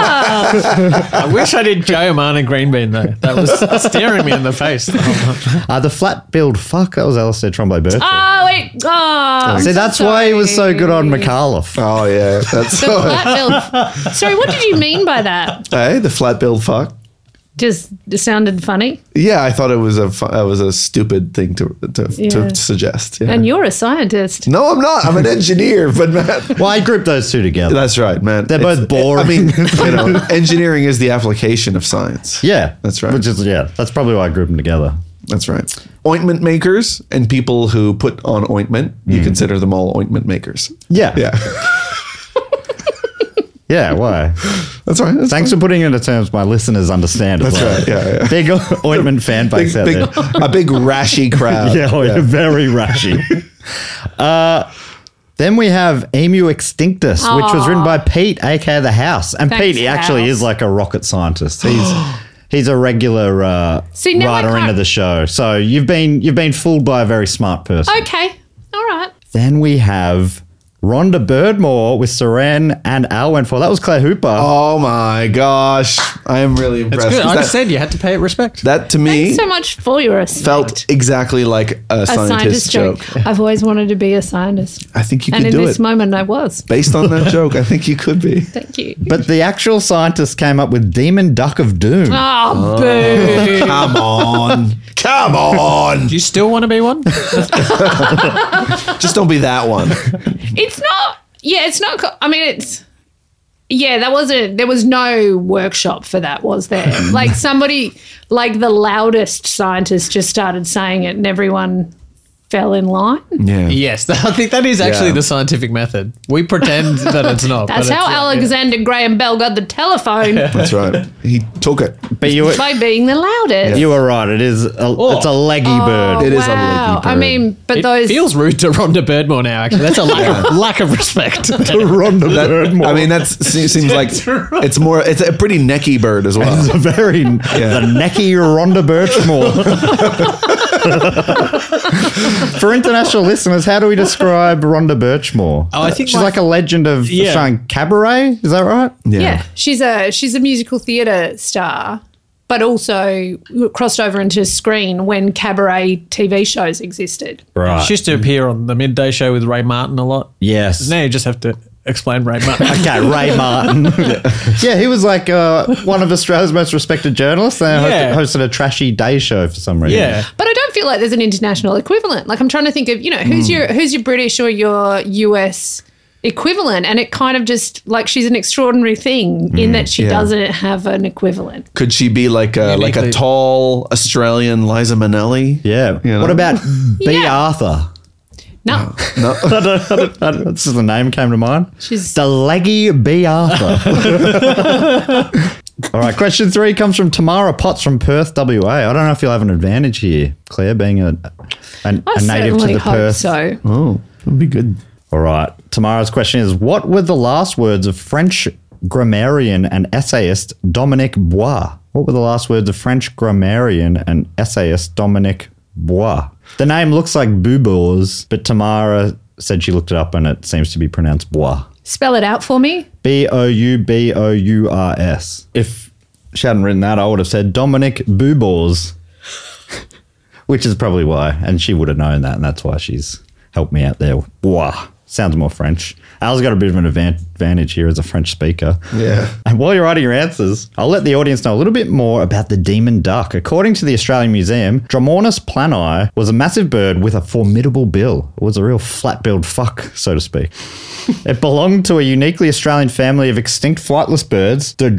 Speaker 6: I wish I did Giovanna Green Bean though. That was staring me in the face.
Speaker 2: [laughs] uh, the Flat Billed Fuck, that was Alistair Trombley Birch.
Speaker 4: Oh wait. Oh, I'm
Speaker 2: See,
Speaker 4: so
Speaker 2: that's why he was so good on
Speaker 4: sorry.
Speaker 2: McAuliffe.
Speaker 5: Oh yeah.
Speaker 4: [laughs]
Speaker 5: That's
Speaker 2: [laughs]
Speaker 4: The flat build. Sorry, what did you mean by that?
Speaker 5: hey, the flat billed fuck.
Speaker 4: Just it sounded funny.
Speaker 5: Yeah, I thought it was a fu- it was a stupid thing to to,
Speaker 4: Yeah.
Speaker 5: to suggest. Yeah.
Speaker 4: And you're a scientist.
Speaker 5: no, I'm not. I'm an engineer,
Speaker 4: [laughs]
Speaker 5: but Matt.
Speaker 2: Well, I grouped those two together.
Speaker 5: That's right, man.
Speaker 2: They're both boring.
Speaker 5: I mean, you know, engineering is the application of
Speaker 2: [laughs]
Speaker 5: science.
Speaker 2: yeah.
Speaker 5: That's right.
Speaker 2: Which is, yeah, that's probably why I grouped them together.
Speaker 5: That's right. Ointment makers and people who put on
Speaker 2: Mm.
Speaker 5: ointment, you consider them all ointment makers.
Speaker 2: Yeah.
Speaker 5: Yeah.
Speaker 2: Yeah,
Speaker 5: [laughs]
Speaker 2: why?
Speaker 5: [laughs] That's all right. That's
Speaker 2: Thanks for putting it into terms my listeners understand. as
Speaker 5: That's
Speaker 2: well.
Speaker 5: right, yeah, yeah.
Speaker 2: Big
Speaker 5: [laughs]
Speaker 2: o- ointment fan
Speaker 5: Big,
Speaker 2: base out
Speaker 5: big,
Speaker 2: there.
Speaker 5: [laughs] a big
Speaker 2: [laughs]
Speaker 5: rashy crowd.
Speaker 2: yeah, oh, yeah, very [laughs] rushy. uh, then we have Emu Extinctus, which was written by Pete, aka The House. And
Speaker 4: Thanks,
Speaker 2: Pete he actually
Speaker 4: House.
Speaker 2: is like a rocket
Speaker 4: [gasps]
Speaker 2: scientist. He's he's a regular uh,
Speaker 4: See, now I
Speaker 2: writer
Speaker 4: can't-
Speaker 2: into the show. So you've been you've been fooled by a very smart person.
Speaker 4: Okay. All right.
Speaker 2: Then we have Rhonda Birdmore with Saran and Al went for. That was Claire Hooper.
Speaker 5: Oh my gosh. I am really impressed.
Speaker 6: Good.
Speaker 5: 'Cause
Speaker 6: I
Speaker 5: That,
Speaker 6: said you had to pay it respect.
Speaker 5: that to me
Speaker 4: Thanks so much for your respect.
Speaker 5: felt exactly like a,
Speaker 4: a
Speaker 5: scientist, joke.
Speaker 4: I've always wanted to be a scientist.
Speaker 5: I think you
Speaker 4: And
Speaker 5: could
Speaker 4: in
Speaker 5: do
Speaker 4: this
Speaker 5: it.
Speaker 4: moment, I was.
Speaker 5: Based on that joke, I think you could be.
Speaker 4: Thank you.
Speaker 2: But the actual scientist came up with Demon Duck of Doom.
Speaker 4: Oh, boo.
Speaker 5: Come on. Come on.
Speaker 6: Do you still want to be one?
Speaker 5: Just don't be
Speaker 2: [laughs]
Speaker 5: that one.
Speaker 4: it's not, yeah, it's not, co- I mean, it's, yeah, that wasn't, there was no workshop for that, was
Speaker 5: [laughs]
Speaker 4: there? like somebody, like the loudest scientist just started saying it and everyone fell in line.
Speaker 5: Yeah.
Speaker 6: [laughs] yes, [laughs] I think that is actually
Speaker 5: Yeah.
Speaker 6: the scientific method. We pretend that it's [laughs] not.
Speaker 4: That's
Speaker 6: but
Speaker 4: how
Speaker 6: it's-
Speaker 4: Alexander Graham Bell got the telephone
Speaker 5: [laughs] That's right. He took it.
Speaker 2: But you were,
Speaker 4: by being the loudest.
Speaker 2: you were right. It is a, it's a leggy
Speaker 4: Oh.
Speaker 2: bird.
Speaker 5: It is a
Speaker 4: wow. I
Speaker 5: leggy bird.
Speaker 4: mean, but
Speaker 6: It
Speaker 4: those
Speaker 6: feels rude to Rhonda Birdmore now. Actually, that's a lack, of, lack of respect.
Speaker 2: Rhonda
Speaker 5: That-
Speaker 2: Birdmore.
Speaker 5: I
Speaker 2: [laughs]
Speaker 5: mean, that seems like it's more, it's a pretty necky bird as well.
Speaker 2: [laughs] It's a very the necky Rhonda [laughs] Birchmore. For international listeners, how do we describe Rhonda Birchmore?
Speaker 6: Oh, I think
Speaker 2: she's
Speaker 6: my-
Speaker 2: like a legend of
Speaker 6: Yeah.
Speaker 2: Australian cabaret. Is that right?
Speaker 4: Yeah. she's a she's a musical theatre star, but also crossed over into screen when cabaret TV shows existed.
Speaker 2: Right.
Speaker 6: She used to appear on the midday show with Ray Martin a lot.
Speaker 2: yes.
Speaker 6: Now you just have to explain Ray
Speaker 2: [laughs]
Speaker 6: Martin.
Speaker 2: Okay,
Speaker 6: [laughs]
Speaker 2: Ray Martin. yeah, he was like uh, one of Australia's most respected journalists. They ho-
Speaker 6: Yeah.
Speaker 2: hosted a trashy day show for some reason.
Speaker 6: yeah.
Speaker 4: But I don't feel like there's an international equivalent. Like I'm trying to think of, you know,
Speaker 2: Hmm.
Speaker 4: who's your who's your British or your US equivalent and it kind of just like she's an extraordinary thing
Speaker 2: Hmm.
Speaker 4: in that she
Speaker 5: yeah.
Speaker 4: doesn't have an equivalent.
Speaker 5: Could she be like a, like a
Speaker 6: Uniquely-
Speaker 5: tall Australian Liza Minnelli?
Speaker 2: Yeah.
Speaker 5: You know?
Speaker 2: What
Speaker 6: [laughs]
Speaker 2: about B.
Speaker 4: Yeah.
Speaker 2: Arthur?
Speaker 4: No.
Speaker 2: I don't- That's just the name came to mind.
Speaker 4: She's-
Speaker 2: the leggy B.
Speaker 4: [laughs]
Speaker 2: Arthur. All right, question three comes from Tamara Potts from Perth, WA. I don't know if you'll have an advantage here, Claire, being a, an,
Speaker 4: I
Speaker 2: a native to
Speaker 4: certainly
Speaker 2: the
Speaker 4: hope
Speaker 2: Perth.
Speaker 4: so.
Speaker 5: Oh, that'd be good.
Speaker 2: All right, Tamara's question is What were the last words of French grammarian and essayist Dominic Bois? What were the last words of French grammarian and essayist Dominic Bois? The name looks like Bubors, but Tamara said she looked it up and it seems to be pronounced Bois.
Speaker 4: Spell it out for me.
Speaker 2: B O U B O U R S. If she hadn't written that, I would have said Dominic Bubors, [laughs] which is probably why. And she would have known that, and that's why she's helped me out there. Wow. Sounds more French. Al's got a bit of an advan- advantage here as a French speaker.
Speaker 5: Yeah.
Speaker 2: And while you're writing your answers, I'll let the audience know a little bit more about the demon duck. According to the Australian Museum, Dromornis plani was a massive bird with a formidable bill. It was a real flat-billed fuck, so to speak. [laughs] it belonged to a uniquely Australian family of extinct flightless birds, the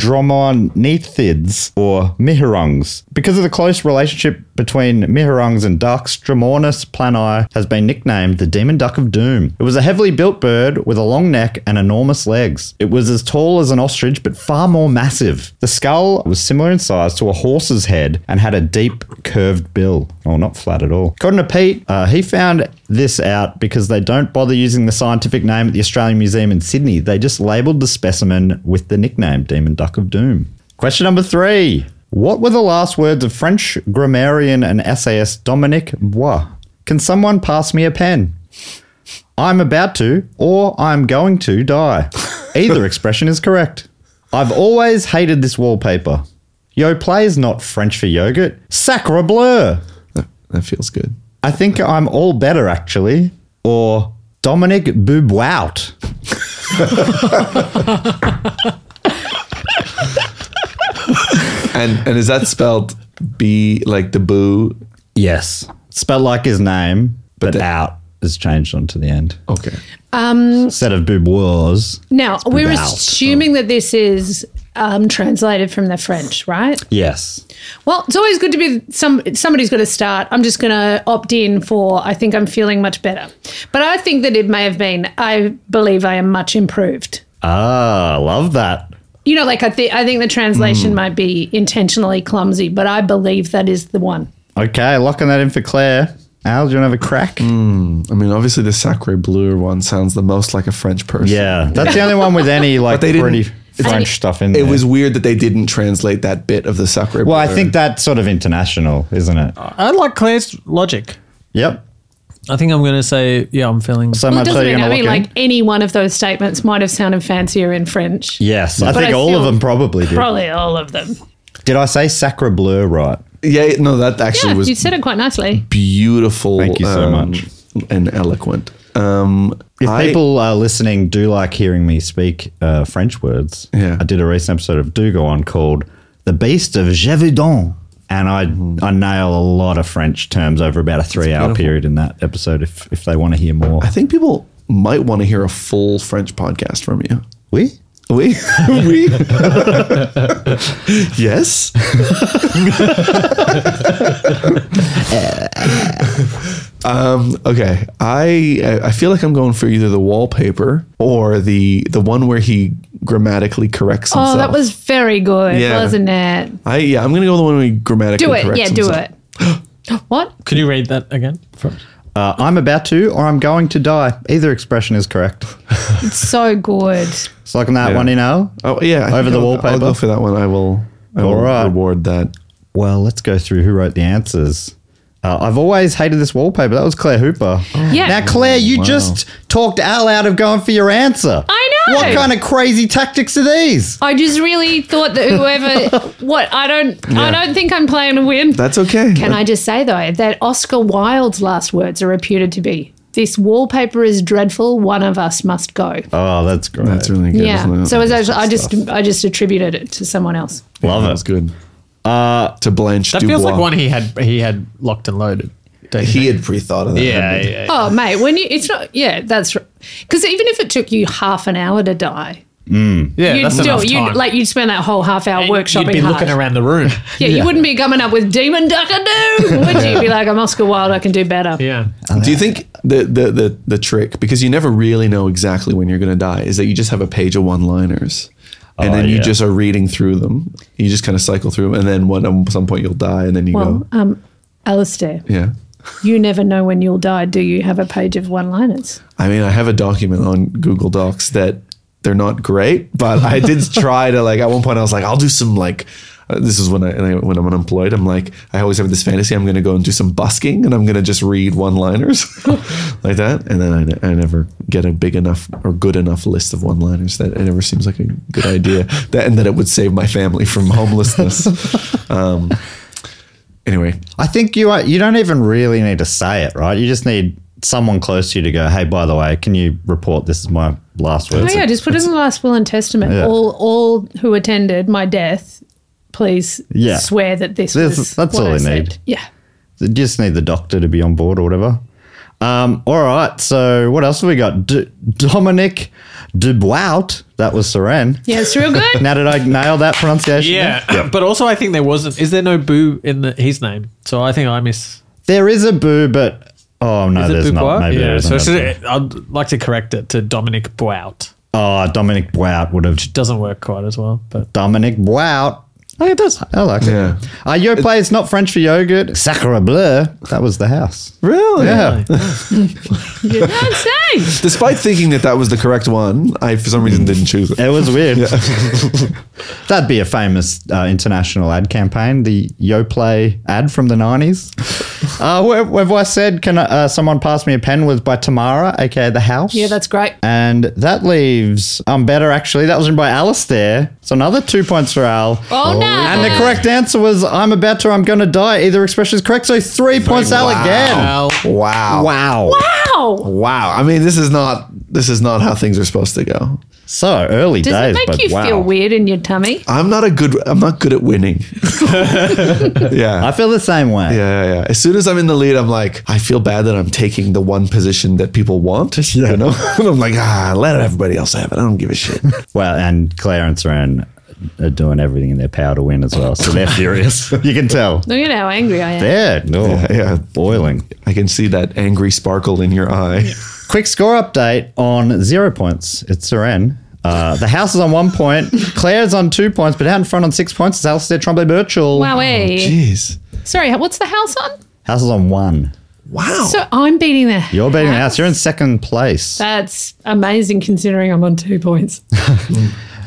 Speaker 2: Dromonethids or Mihurungs. Because of the close relationship between Mihurungs and ducks, Dromornis plani has been nicknamed the demon duck of doom. It was a heavily built bird with a long neck and enormous legs. It was as tall as an ostrich, but far more massive. The skull was similar in size to a horse's head and had a deep curved bill. Oh, not flat at all. According to Pete, uh, he found this out because they don't bother using the scientific name at the Australian Museum in Sydney. They just labelled the specimen with the nickname Demon Duck of Doom. Question number three. What were the last words of French grammarian and essayist Dominique Bois? Can someone pass me a pen? I'm about to or I'm going to die. Either expression is correct. I've always hated this wallpaper. Yo play is not French for yogurt. Sacre bleu.
Speaker 5: That, that feels good.
Speaker 2: I think I'm all better actually. Or Dominic Boubout.
Speaker 5: And and is that spelled B like the boo?
Speaker 2: Yes. Spelled like his name, but,
Speaker 5: the-
Speaker 2: out is changed onto the end.
Speaker 5: Okay.
Speaker 2: Instead of Boubois.
Speaker 4: Now, we're
Speaker 2: without,
Speaker 4: assuming that this is um, translated from the French, right?
Speaker 2: Yes.
Speaker 4: Well, it's always good to be some somebody's got to start. I'm just going to opt in for I think I'm feeling much better. But I think that it may have been I believe I am much improved.
Speaker 2: Ah, love that.
Speaker 4: You know, like I think I think the translation might be intentionally clumsy, but I believe that is the one.
Speaker 2: Okay, locking that in for Claire. Al, do you want to have a crack?
Speaker 5: I mean, obviously the Sacre Bleu one sounds the most like a French person.
Speaker 2: Yeah, that's the only one with any like
Speaker 5: they didn't-
Speaker 2: pretty
Speaker 5: it's-
Speaker 2: French stuff in there.
Speaker 5: It was weird that they didn't translate that bit of the Sacre Bleu.
Speaker 2: Well, I think that's sort of international, isn't it?
Speaker 5: Ah.
Speaker 7: I like Claire's logic.
Speaker 2: Yep.
Speaker 7: I think I'm going to say, yeah, I'm feeling.
Speaker 2: So
Speaker 4: Well, it
Speaker 2: much so
Speaker 4: doesn't
Speaker 2: you're
Speaker 4: mean,
Speaker 2: gonna lock
Speaker 4: I mean,
Speaker 2: in.
Speaker 4: like any one of those statements might have sounded fancier in French.
Speaker 2: yes, I
Speaker 4: But
Speaker 2: think
Speaker 4: I
Speaker 2: all of
Speaker 4: still-
Speaker 2: them probably did.
Speaker 4: Probably all of them.
Speaker 2: Did I say Sacre Bleu right?
Speaker 5: Yeah, no, that actually
Speaker 4: Yeah,
Speaker 5: was
Speaker 4: you said it quite nicely.
Speaker 5: beautiful. um,
Speaker 2: Thank you so much.
Speaker 5: And eloquent. Um,
Speaker 2: If
Speaker 5: I-
Speaker 2: people uh, listening do like hearing me speak uh, French words,
Speaker 5: Yeah.
Speaker 2: I did a recent episode of Do Go On called "The Beast of Gévaudan," and I I nail a lot of French terms over about a three hour period in that episode. If if they want to hear more,
Speaker 5: I think people might want to hear a full French podcast from you.
Speaker 2: we
Speaker 5: We, [laughs] we,
Speaker 2: [laughs]
Speaker 5: yes. um, okay, I I feel like I'm going for either the wallpaper or the the one where he grammatically corrects himself.
Speaker 4: Oh, that was very good,
Speaker 5: Yeah.
Speaker 4: wasn't it?
Speaker 5: I yeah. I'm gonna go the one where he grammatically
Speaker 4: Do it.
Speaker 5: corrects
Speaker 4: Yeah, do
Speaker 5: himself.
Speaker 4: it. [gasps] what?
Speaker 7: Could you read that again?
Speaker 2: uh, I'm about to or I'm going to die. Either expression is correct.
Speaker 4: So good.
Speaker 2: It's like on that one, you know.
Speaker 5: Oh yeah, I
Speaker 2: Over
Speaker 5: think
Speaker 2: the
Speaker 5: I'll- I'll
Speaker 2: wallpaper?
Speaker 5: go for that one. I will. I
Speaker 2: All
Speaker 5: will
Speaker 2: right.
Speaker 5: reward that.
Speaker 2: Well, let's go through who wrote the answers. Uh, I've always hated this wallpaper. That was Claire Hooper.
Speaker 4: [gasps] Yeah.
Speaker 2: Now, Claire, you just talked Al out of going for your answer.
Speaker 4: I know.
Speaker 2: What kind of crazy tactics are these?
Speaker 4: I just really thought that
Speaker 5: [laughs]
Speaker 4: whoever what I don't I don't think I'm playing to win.
Speaker 5: That's okay.
Speaker 4: Can I just say though that Oscar Wilde's last words are reputed to be this wallpaper is dreadful. One of us must go.
Speaker 2: Oh, that's great.
Speaker 5: That's really good. isn't
Speaker 4: yeah.
Speaker 5: it?
Speaker 4: So it was, I just I just attributed it to someone else.
Speaker 2: Love
Speaker 5: that
Speaker 2: it.
Speaker 5: was good. Uh, to Blanche
Speaker 6: That
Speaker 5: Dubois.
Speaker 6: feels like one he had he had locked and loaded. Don't you
Speaker 5: He
Speaker 6: think?
Speaker 5: had pre-thought of that.
Speaker 6: yeah,
Speaker 5: hadn't he?
Speaker 6: yeah.
Speaker 4: Oh mate, when you it's not yeah that's because even if it took you half an hour to die,
Speaker 5: Mm.
Speaker 6: Yeah,
Speaker 4: you'd
Speaker 6: that's
Speaker 4: still
Speaker 6: enough
Speaker 4: you'd
Speaker 6: time.
Speaker 4: like you'd spend that whole half hour
Speaker 6: And
Speaker 4: workshopping
Speaker 6: You'd be
Speaker 4: Oh, hard.
Speaker 6: looking around the room.
Speaker 4: Yeah, you wouldn't be coming up with demon ducker do, would you? You'd be like, I'm Oscar Wilde, I can do better.
Speaker 6: yeah.
Speaker 5: Do you think the, the the the trick because you never really know exactly when you're going to die is that you just have a page of one-liners
Speaker 6: Oh,
Speaker 5: and then you
Speaker 2: yeah.
Speaker 5: just are reading through them. You just kind of cycle through them and then one at some point you'll die and then you
Speaker 4: Well,
Speaker 5: go
Speaker 4: um, Alistair,
Speaker 5: yeah.
Speaker 4: you never know when you'll die, do you? Have a page of one liners.
Speaker 5: I mean, I have a document on Google Docs that they're not great, but I did try to like at one point I was like, I'll do some like uh, this is when I, and I when I'm unemployed. I'm like, I always have this fantasy. I'm going to go and do some busking, and I'm going to just read one-liners [laughs] like that, and then I, ne- I never get a big enough or good enough list of one-liners that it never seems like a good idea. That and that it would save my family from homelessness. um, anyway,
Speaker 2: I think you are, you don't even really need to say it, right? You just need someone close to you to go, hey, by the way, can you report this is my last
Speaker 4: Oh
Speaker 2: words?
Speaker 4: yeah, just put it in the last will and testament.
Speaker 2: Yeah.
Speaker 4: All all who attended my death, please
Speaker 2: Yeah.
Speaker 4: swear that this,
Speaker 2: This-
Speaker 4: was
Speaker 2: that's
Speaker 4: what
Speaker 2: all
Speaker 4: I
Speaker 2: they
Speaker 4: said.
Speaker 2: need.
Speaker 4: Yeah.
Speaker 2: You just need the doctor to be on board or whatever. Um, all right, so what else have we got? D- Dominic Dubout. That was Seren.
Speaker 4: Yeah, it's real
Speaker 2: [laughs]
Speaker 4: good.
Speaker 2: Now, did I nail that pronunciation?
Speaker 6: Yeah. But also, I think there wasn't. Is there no boo in the, his name? So I think I miss.
Speaker 2: There is a boo, but oh no,
Speaker 6: Is
Speaker 2: there's
Speaker 6: it
Speaker 2: not.
Speaker 6: Bois?
Speaker 2: Maybe there
Speaker 6: yeah.
Speaker 2: isn't.
Speaker 6: So should
Speaker 2: That's
Speaker 6: it, I'd like to correct it to Dominic Bout.
Speaker 2: all. oh, Dominic Bout would have.
Speaker 6: Doesn't work quite as well, but
Speaker 2: Dominic Bout. Oh, it does. I like it.
Speaker 5: Yeah.
Speaker 2: Uh, your place not French for yogurt. Sacre bleu. That was the house.
Speaker 5: really,
Speaker 2: Yeah.
Speaker 4: you don't say.
Speaker 5: Despite thinking that that was the correct one, I for some reason didn't choose it.
Speaker 2: It was weird. [laughs] That'd be a famous uh, international ad campaign, the YoPlay ad from the [laughs] 90s. Uh, where, where have I said, can uh, someone pass me a pen was by Tamara, aka The House?
Speaker 4: Yeah, that's great.
Speaker 2: And that leaves I'm Better, actually. That was written by Alistair. So another two points for Al.
Speaker 4: Oh, no.
Speaker 2: And the correct answer was I'm About to, I'm Gonna Die. Either expression is correct. So three points, Al, again.
Speaker 5: Wow.
Speaker 2: Wow.
Speaker 4: Wow.
Speaker 5: Wow. I mean, this is not this is not how things are supposed to go.
Speaker 2: So early
Speaker 4: Does
Speaker 2: days,
Speaker 4: it
Speaker 2: but
Speaker 4: make you
Speaker 2: wow.
Speaker 4: feel weird in your tummy?
Speaker 5: I'm not a good I'm not good at winning.
Speaker 2: I
Speaker 5: yeah.
Speaker 2: feel the same way.
Speaker 5: Yeah, yeah, yeah. As soon as I'm in the lead, I'm like, I feel bad that I'm taking the one position that people want. You know? [laughs] and I'm like, ah, let everybody else have it. I don't give a shit.
Speaker 2: Well, and Claire and Saran are doing everything in their power to win as well. So [laughs] they're furious. you can tell.
Speaker 4: Look at how angry I
Speaker 2: [laughs]
Speaker 4: am.
Speaker 2: They're no,
Speaker 5: yeah.
Speaker 2: boiling.
Speaker 5: I can see that angry sparkle in your eye.
Speaker 2: Quick score update on zero points. It's Saran. Uh, the house is on one point. Claire's on two points, but out in front on six points is Alistair Trombley Birchall.
Speaker 4: Wowee.
Speaker 5: [laughs] Jeez.
Speaker 4: Sorry, what's the house on?
Speaker 2: House is on one.
Speaker 5: Wow.
Speaker 4: So I'm beating the
Speaker 2: Oh. You're beating the house. You're in second place.
Speaker 4: That's amazing considering I'm on two points.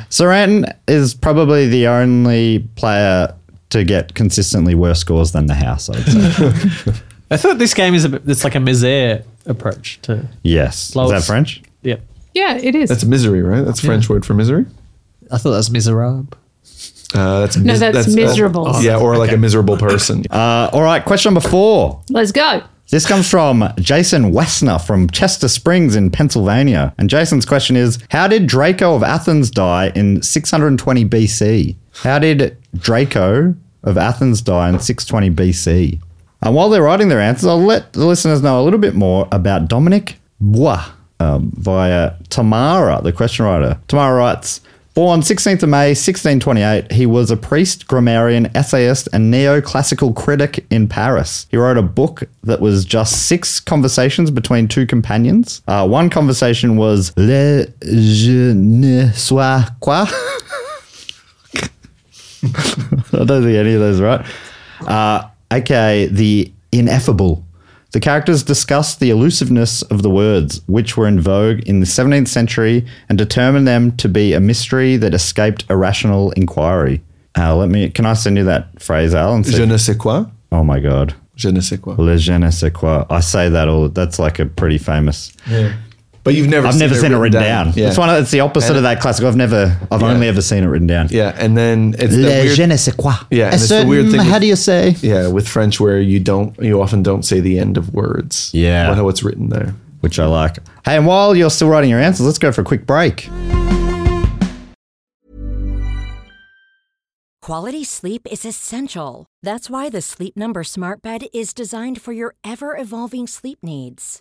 Speaker 2: Saranton is probably the only player to get consistently worse scores than the house, I would say.
Speaker 7: I thought this game is a bit, it's like a misère approach to.
Speaker 2: yes. Is that
Speaker 7: Lowest.
Speaker 2: French?
Speaker 7: Yeah.
Speaker 4: Yeah, it is.
Speaker 5: that's misery, right? That's French word for misery.
Speaker 7: I thought that was miserable.
Speaker 5: Uh, that's mis-
Speaker 4: that's miserable.
Speaker 5: uh, yeah, or like a miserable person.
Speaker 2: Uh, all right, question number four.
Speaker 4: Let's go.
Speaker 2: This comes from Jason Wessner from Chester Springs in Pennsylvania. And Jason's question is How did Draco of Athens die in 620 BC? How did Draco of Athens die in 620 BC? And while they're writing their answers, I'll let the listeners know a little bit more about Dominic Bois um, via Tamara, the question writer. Tamara writes, Born 16th of May, 1628, he was a priest, grammarian, essayist, and neoclassical critic in Paris. He wrote a book that was just six conversations between two companions. Uh, one conversation was Le Je ne sais quoi. I don't think any of those are right. Uh, okay, the ineffable. The characters discussed the elusiveness of the words, which were in vogue in the 17th century, and determined them to be a mystery that escaped irrational inquiry. Uh, let me. Can I send you that phrase, Al? And see-
Speaker 5: Je ne sais quoi.
Speaker 2: oh my god,
Speaker 5: Je ne sais quoi.
Speaker 2: le je ne sais quoi. I say that all. That's like a pretty famous.
Speaker 5: But you've never
Speaker 2: I've never seen it written down.
Speaker 5: Yeah.
Speaker 2: It's one. Of, it's the opposite of that classic. I've never. I've only ever seen it written down.
Speaker 5: yeah, and then it's the
Speaker 2: Le
Speaker 5: weird,
Speaker 2: je ne sais quoi.
Speaker 5: Yeah, and
Speaker 2: a
Speaker 5: it's the
Speaker 2: certain,
Speaker 5: weird thing
Speaker 2: How
Speaker 5: with-
Speaker 2: do you say?
Speaker 5: yeah, with French where you don't you often don't say the end of words.
Speaker 2: Yeah.
Speaker 5: Well, how it's written there.
Speaker 2: which I like. Hey, and while you're still writing your answers, let's go for a quick break.
Speaker 8: Quality sleep is essential. That's why the Sleep Number Smart Bed is designed for your ever evolving sleep needs.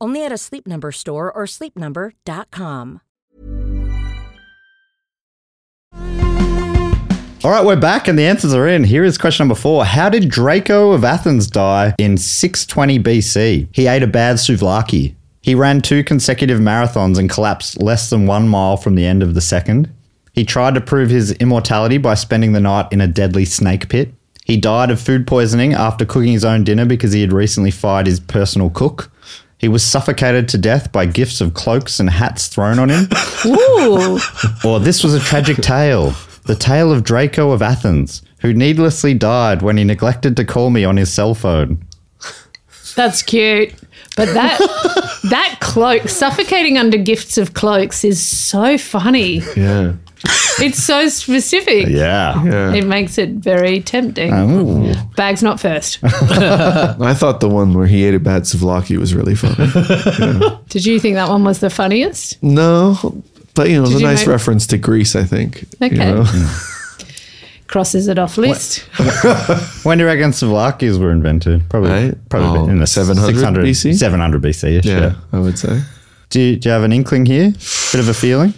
Speaker 8: Only at a Sleep Number store or sleepnumber.com.
Speaker 2: All right, we're back and the answers are in. Here is question number four How did Draco of Athens die in 620 BC? He ate a bad souvlaki. He ran two consecutive marathons and collapsed less than one mile from the end of the second. He tried to prove his immortality by spending the night in a deadly snake pit. He died of food poisoning after cooking his own dinner because he had recently fired his personal cook. He was suffocated to death by gifts of cloaks and hats thrown on him.
Speaker 4: Ooh.
Speaker 2: Or this was a
Speaker 5: [laughs]
Speaker 2: tragic tale. The tale of Draco of Athens, who needlessly died when he neglected to call me on his cell phone.
Speaker 4: That's cute. But that that cloak suffocating under gifts of cloaks is so funny.
Speaker 5: Yeah.
Speaker 4: It's so specific.
Speaker 2: Yeah. Um,
Speaker 4: It makes it very tempting. Bags not first.
Speaker 5: I thought the one where he ate a bad souvlaki was
Speaker 2: [laughs]
Speaker 5: really funny.
Speaker 4: Did you think that one was the funniest?
Speaker 5: no. But you know, it's a
Speaker 4: you
Speaker 5: nice
Speaker 4: make-
Speaker 5: reference to Greece, I think. you
Speaker 4: Okay.
Speaker 5: know?
Speaker 2: Mm,
Speaker 4: Crosses it off list.
Speaker 2: When do you reckon Slovakias were invented? Probably,
Speaker 5: Right.
Speaker 2: probably
Speaker 5: Oh,
Speaker 2: in the
Speaker 5: 700
Speaker 2: 600
Speaker 5: BC?
Speaker 2: 700 BC. -ish,
Speaker 5: Yeah,
Speaker 2: Yeah.
Speaker 5: I would say.
Speaker 2: Do, you, do you have an inkling here? Bit of a feeling?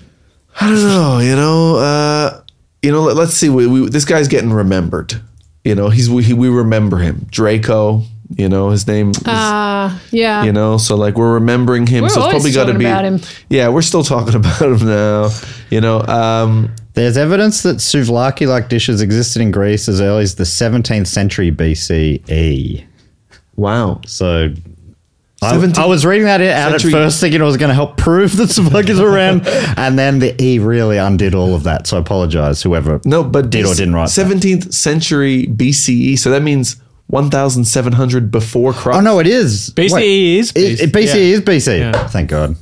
Speaker 5: I don't know, you know, uh, you know, let, let's see. We, we, this guy's getting remembered. You know, he's we, he, we remember him. Draco, you know, his name is
Speaker 4: Uh, yeah.
Speaker 5: you know so like we're remembering him
Speaker 4: We're
Speaker 5: so it's
Speaker 4: always
Speaker 5: probably got to
Speaker 4: talking
Speaker 5: be
Speaker 4: about him.
Speaker 5: yeah we're still talking [laughs] about him now you know um
Speaker 2: There's evidence that souvlaki like dishes existed in Greece as early as the 17th century E. BCE.
Speaker 5: wow
Speaker 2: So I,
Speaker 5: 17th
Speaker 2: I was reading that out
Speaker 5: century-
Speaker 2: at first thinking it was going to help prove that Slovakia's were
Speaker 5: [laughs]
Speaker 2: around. And then the E really undid all of that. So I apologize, whoever
Speaker 5: no but
Speaker 2: did or didn't write. that.
Speaker 5: 17th century bce so that means 1700 before christ
Speaker 2: Oh, no, it is.
Speaker 7: BCE
Speaker 2: Wait.
Speaker 7: E
Speaker 2: E,
Speaker 7: is E.
Speaker 2: It, it- BCE
Speaker 7: Yeah.
Speaker 2: is BC. Thank God.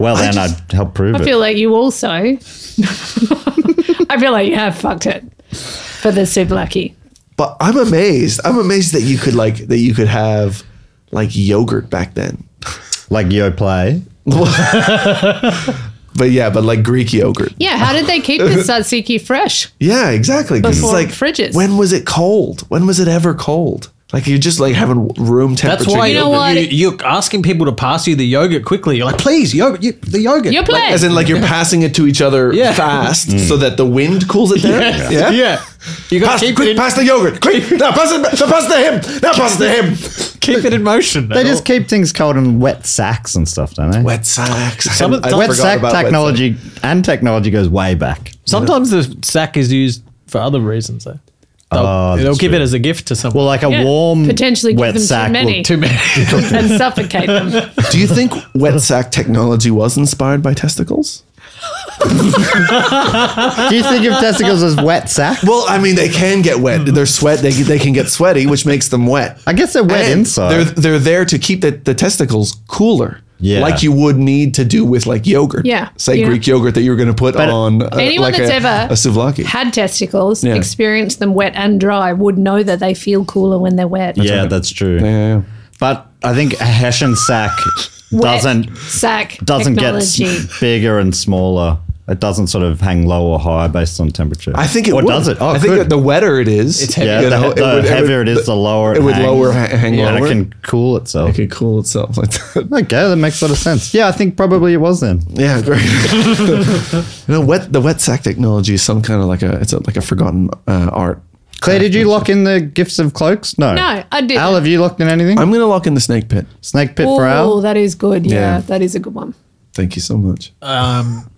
Speaker 2: Well, then I'd help prove
Speaker 4: I
Speaker 2: it.
Speaker 4: feel like you also. [laughs] I feel like you have fucked it for the super lucky.
Speaker 5: but i'm amazed i'm amazed that you could like that you could have like yogurt back then
Speaker 2: like Yo Play.
Speaker 5: But yeah, but like Greek yogurt.
Speaker 4: Yeah, how did they keep the tzatziki fresh?
Speaker 5: Yeah, exactly. 'Cause
Speaker 4: Before
Speaker 5: it's like
Speaker 4: fridges.
Speaker 5: When was it cold? When was it ever cold? Like you're just like having room temperature.
Speaker 7: That's why
Speaker 4: You know
Speaker 5: yogurt.
Speaker 4: what?
Speaker 7: You, are asking people to pass you the yogurt quickly. You're like, please, yogurt, you, the yogurt.
Speaker 4: You're playing.
Speaker 5: As in, like you're passing it to each other fast so that the wind cools it down.
Speaker 7: [laughs]
Speaker 5: Yeah.
Speaker 7: yeah. You got
Speaker 5: Pass,
Speaker 7: to keep, it
Speaker 5: quick,
Speaker 7: in-
Speaker 5: pass the yogurt. Quick, now pass it. Now pass it to him. Now pass it to him.
Speaker 7: keep it in motion.
Speaker 2: They just keep things cold in wet sacks and stuff, don't they?
Speaker 5: Wet sacks.
Speaker 7: Some of-
Speaker 5: I- I
Speaker 2: Wet sack
Speaker 5: forgot about wet
Speaker 2: technology and technology goes way back.
Speaker 7: Sometimes the sack is used for other reasons. Though. They'll,
Speaker 2: Oh, that's
Speaker 7: they'll give
Speaker 2: true.
Speaker 7: it as a gift to someone.
Speaker 2: Well, like a
Speaker 4: Yeah,
Speaker 2: warm
Speaker 4: potentially give
Speaker 2: wet
Speaker 4: them too
Speaker 2: sack.
Speaker 4: many.
Speaker 2: will-
Speaker 7: too
Speaker 4: [laughs]
Speaker 7: many.
Speaker 4: and
Speaker 2: [laughs]
Speaker 4: suffocate them.
Speaker 5: sacks. Do you think [laughs] wet sack technology was inspired by testicles?
Speaker 2: Do you think of
Speaker 4: [laughs]
Speaker 2: testicles as wet sack?
Speaker 5: Well, I mean, they can get wet. Their sweat, they, they can get sweaty, which makes them wet.
Speaker 2: I guess they're wet
Speaker 5: And
Speaker 2: inside.
Speaker 5: They're they're there to keep the, the testicles cooler.
Speaker 2: Yeah.
Speaker 5: Like you would need to do with like yogurt.
Speaker 4: Yeah.
Speaker 5: Say
Speaker 4: Yeah.
Speaker 5: Greek yogurt that you're going to put on uh,
Speaker 4: Anyone
Speaker 5: like
Speaker 4: that's
Speaker 5: a,
Speaker 4: ever
Speaker 5: a souvlaki.
Speaker 4: Had testicles,
Speaker 5: Yeah.
Speaker 4: experienced them wet and dry, would know that they feel cooler when they're wet.
Speaker 2: yeah, that's true.
Speaker 5: yeah.
Speaker 2: But I think a Hessian sack
Speaker 4: Wet
Speaker 2: doesn't
Speaker 4: sack
Speaker 2: doesn't
Speaker 4: technology.
Speaker 2: get s- bigger and smaller. It doesn't sort of hang low or high based on temperature.
Speaker 5: I think it
Speaker 2: or
Speaker 5: would.
Speaker 2: does it? Oh,
Speaker 5: I think that the wetter it is, it's
Speaker 2: yeah, the, the heavier it is, the lower it,
Speaker 5: it would
Speaker 2: hangs.
Speaker 5: lower ha- hang
Speaker 2: and
Speaker 5: lower.
Speaker 2: it can cool itself.
Speaker 5: [laughs] It could cool itself like that.
Speaker 2: Okay, that makes a lot of sense. Yeah, I think probably it was then. [laughs]
Speaker 5: yeah, great. you know, wet the wet sack technology is some kind of like a it's a, like a forgotten uh, art.
Speaker 2: Claire, did you lock in the gifts of cloaks? No.
Speaker 4: No, I didn't.
Speaker 2: Al, have you locked in anything?
Speaker 5: I'm gonna lock in the snake pit.
Speaker 2: Snake pit for
Speaker 4: Oh,
Speaker 2: Al?
Speaker 4: that is good. Yeah,
Speaker 5: Yeah.
Speaker 4: that is a good one.
Speaker 5: Thank you so much.
Speaker 7: Um,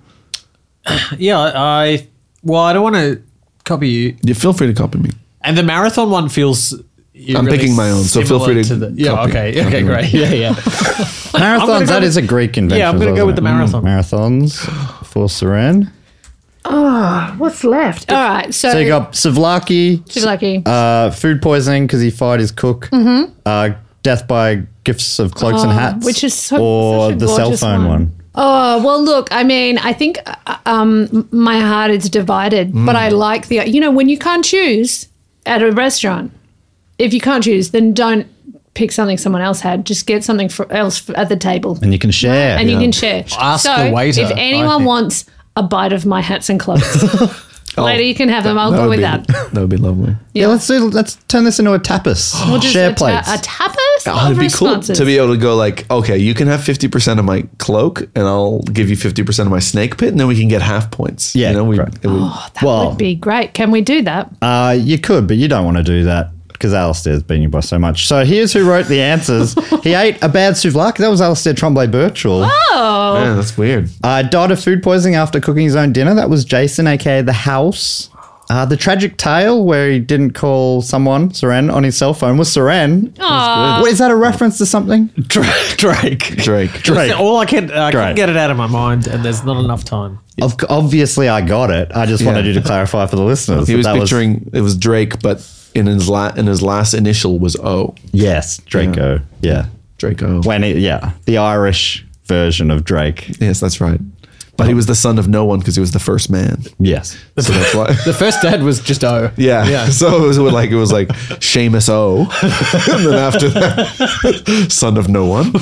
Speaker 7: [clears throat] yeah, I, I. Well, I don't want to copy you.
Speaker 5: You feel free to copy me.
Speaker 7: And the marathon one feels.
Speaker 5: I'm picking my own, so feel
Speaker 7: similar
Speaker 5: free to
Speaker 7: the, yeah.
Speaker 5: copy.
Speaker 7: Okay. Okay. Great. Yeah. Yeah.
Speaker 5: [laughs]
Speaker 2: Marathons,
Speaker 7: go
Speaker 2: that
Speaker 7: with-
Speaker 2: is a Greek convention.
Speaker 7: Yeah, I'm gonna go with the
Speaker 2: wasn't it? Mm.
Speaker 7: marathon.
Speaker 2: Marathons for Saran.
Speaker 4: What's left? All right, so,
Speaker 2: So you got Savlaki,
Speaker 4: she's lucky.
Speaker 2: uh, food poisoning because he fired his cook, uh, death by gifts of cloaks and hats,
Speaker 4: Mm-hmm. Oh, which is so-
Speaker 2: or
Speaker 4: such a
Speaker 2: the cell
Speaker 4: gorgeous
Speaker 2: phone one.
Speaker 4: one. Oh, well, look, I mean, I think uh, um, my heart is divided,
Speaker 2: Hmm.
Speaker 4: but I like the, you know, when you can't choose at a restaurant, if you can't choose, then don't pick something someone else had. Just get something for else at the table
Speaker 2: and you can share.
Speaker 4: and you can share.
Speaker 7: Ask
Speaker 4: so
Speaker 7: the waiter,
Speaker 4: If
Speaker 7: I
Speaker 4: anyone
Speaker 7: think.
Speaker 4: wants a bite of my hats and clothes, later you can have them. I'll
Speaker 5: That
Speaker 4: go
Speaker 5: would
Speaker 4: with
Speaker 5: be-
Speaker 4: that.
Speaker 5: [laughs] That would be lovely.
Speaker 2: yeah, let's do, let's turn this into a tapas.
Speaker 4: [gasps] Just
Speaker 2: share
Speaker 4: a, ta-
Speaker 2: plates.
Speaker 4: a tapas
Speaker 5: Oh,
Speaker 4: of
Speaker 5: it'd be cool
Speaker 4: responses.
Speaker 5: to be able to go like, okay, you can have 50% of my cloak and I'll give you 50% of my snake pit and then we can get half points.
Speaker 2: Yeah,
Speaker 5: You know, we,
Speaker 2: correct.
Speaker 5: it would-
Speaker 4: Oh, that would be great. Can we do that?
Speaker 2: Uh, you could, but you don't want to do that because Alistair's beating you by so much. So here's who wrote the
Speaker 4: [laughs]
Speaker 2: answers. he ate a bad souvlaki. That was Alistair Tremblay Birchall.
Speaker 4: Ah!
Speaker 5: yeah, that's weird.
Speaker 2: Uh, died of food poisoning after cooking his own dinner. That was Jason, aka The House. Uh, the tragic tale where he didn't call someone, Seren, on his cell phone was Seren. Wait, Is that a reference to something?
Speaker 7: Drake. Drake.
Speaker 5: Drake.
Speaker 2: Drake.
Speaker 7: All I can I
Speaker 2: Great.
Speaker 7: can get it out of my mind, and there's not enough time.
Speaker 2: Of, obviously, I got it. I just wanted
Speaker 5: Yeah.
Speaker 2: you to clarify for the listeners.
Speaker 5: He
Speaker 2: that
Speaker 5: was
Speaker 2: that
Speaker 5: picturing it was Drake, but in his la- in his last initial was O.
Speaker 2: yes, Draco. Yeah.
Speaker 5: Drake O.
Speaker 2: When it, yeah, the Irish version of Drake.
Speaker 5: Yes, that's right. But he was the son of no one because he was the first man.
Speaker 2: Yes.
Speaker 5: So
Speaker 2: [laughs]
Speaker 5: that's why.
Speaker 7: The first dad was just oh. O.
Speaker 5: Yeah. [laughs] So it was like it was like Seamus O. [laughs] and then after that, [laughs] son of no one.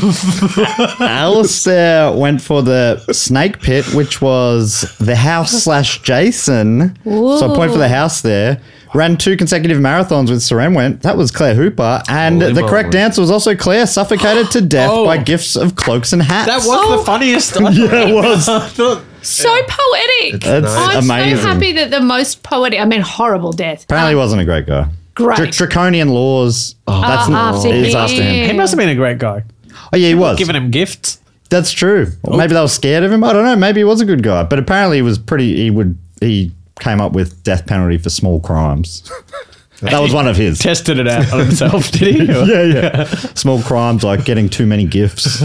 Speaker 2: Alistair went for the snake pit, which was the house slash Jason. So a point for the house there. Ran two consecutive marathons with Seren went. That was Claire Hooper. And
Speaker 5: Holy
Speaker 2: the correct
Speaker 5: moly.
Speaker 2: answer was also Claire suffocated to death by gifts of cloaks and hats.
Speaker 7: Oh. That was
Speaker 4: Oh.
Speaker 7: the funniest.
Speaker 5: [laughs]
Speaker 7: I
Speaker 2: yeah, [laughs]
Speaker 7: [laughs]
Speaker 2: it was.
Speaker 7: thought
Speaker 4: So poetic.
Speaker 2: That's
Speaker 4: I'm
Speaker 2: amazing.
Speaker 4: so happy that the most poetic, I mean, horrible death.
Speaker 2: Apparently, he wasn't a great guy.
Speaker 4: Great. ah,
Speaker 2: Dra- draconian laws.
Speaker 7: Oh.
Speaker 2: that's not.
Speaker 4: after
Speaker 2: it is after
Speaker 7: he
Speaker 2: him.
Speaker 4: him.
Speaker 7: must have been a great guy.
Speaker 2: Oh yeah, he was.
Speaker 7: Giving him gifts.
Speaker 2: That's true. Or maybe they were scared of him. I don't know. Maybe he was a good guy, but apparently he was pretty. He would. He came up with death penalty for small crimes. that was one of his.
Speaker 7: Tested it out on himself, [laughs] did he?
Speaker 2: [laughs] Yeah, yeah. Small crimes like getting too many gifts.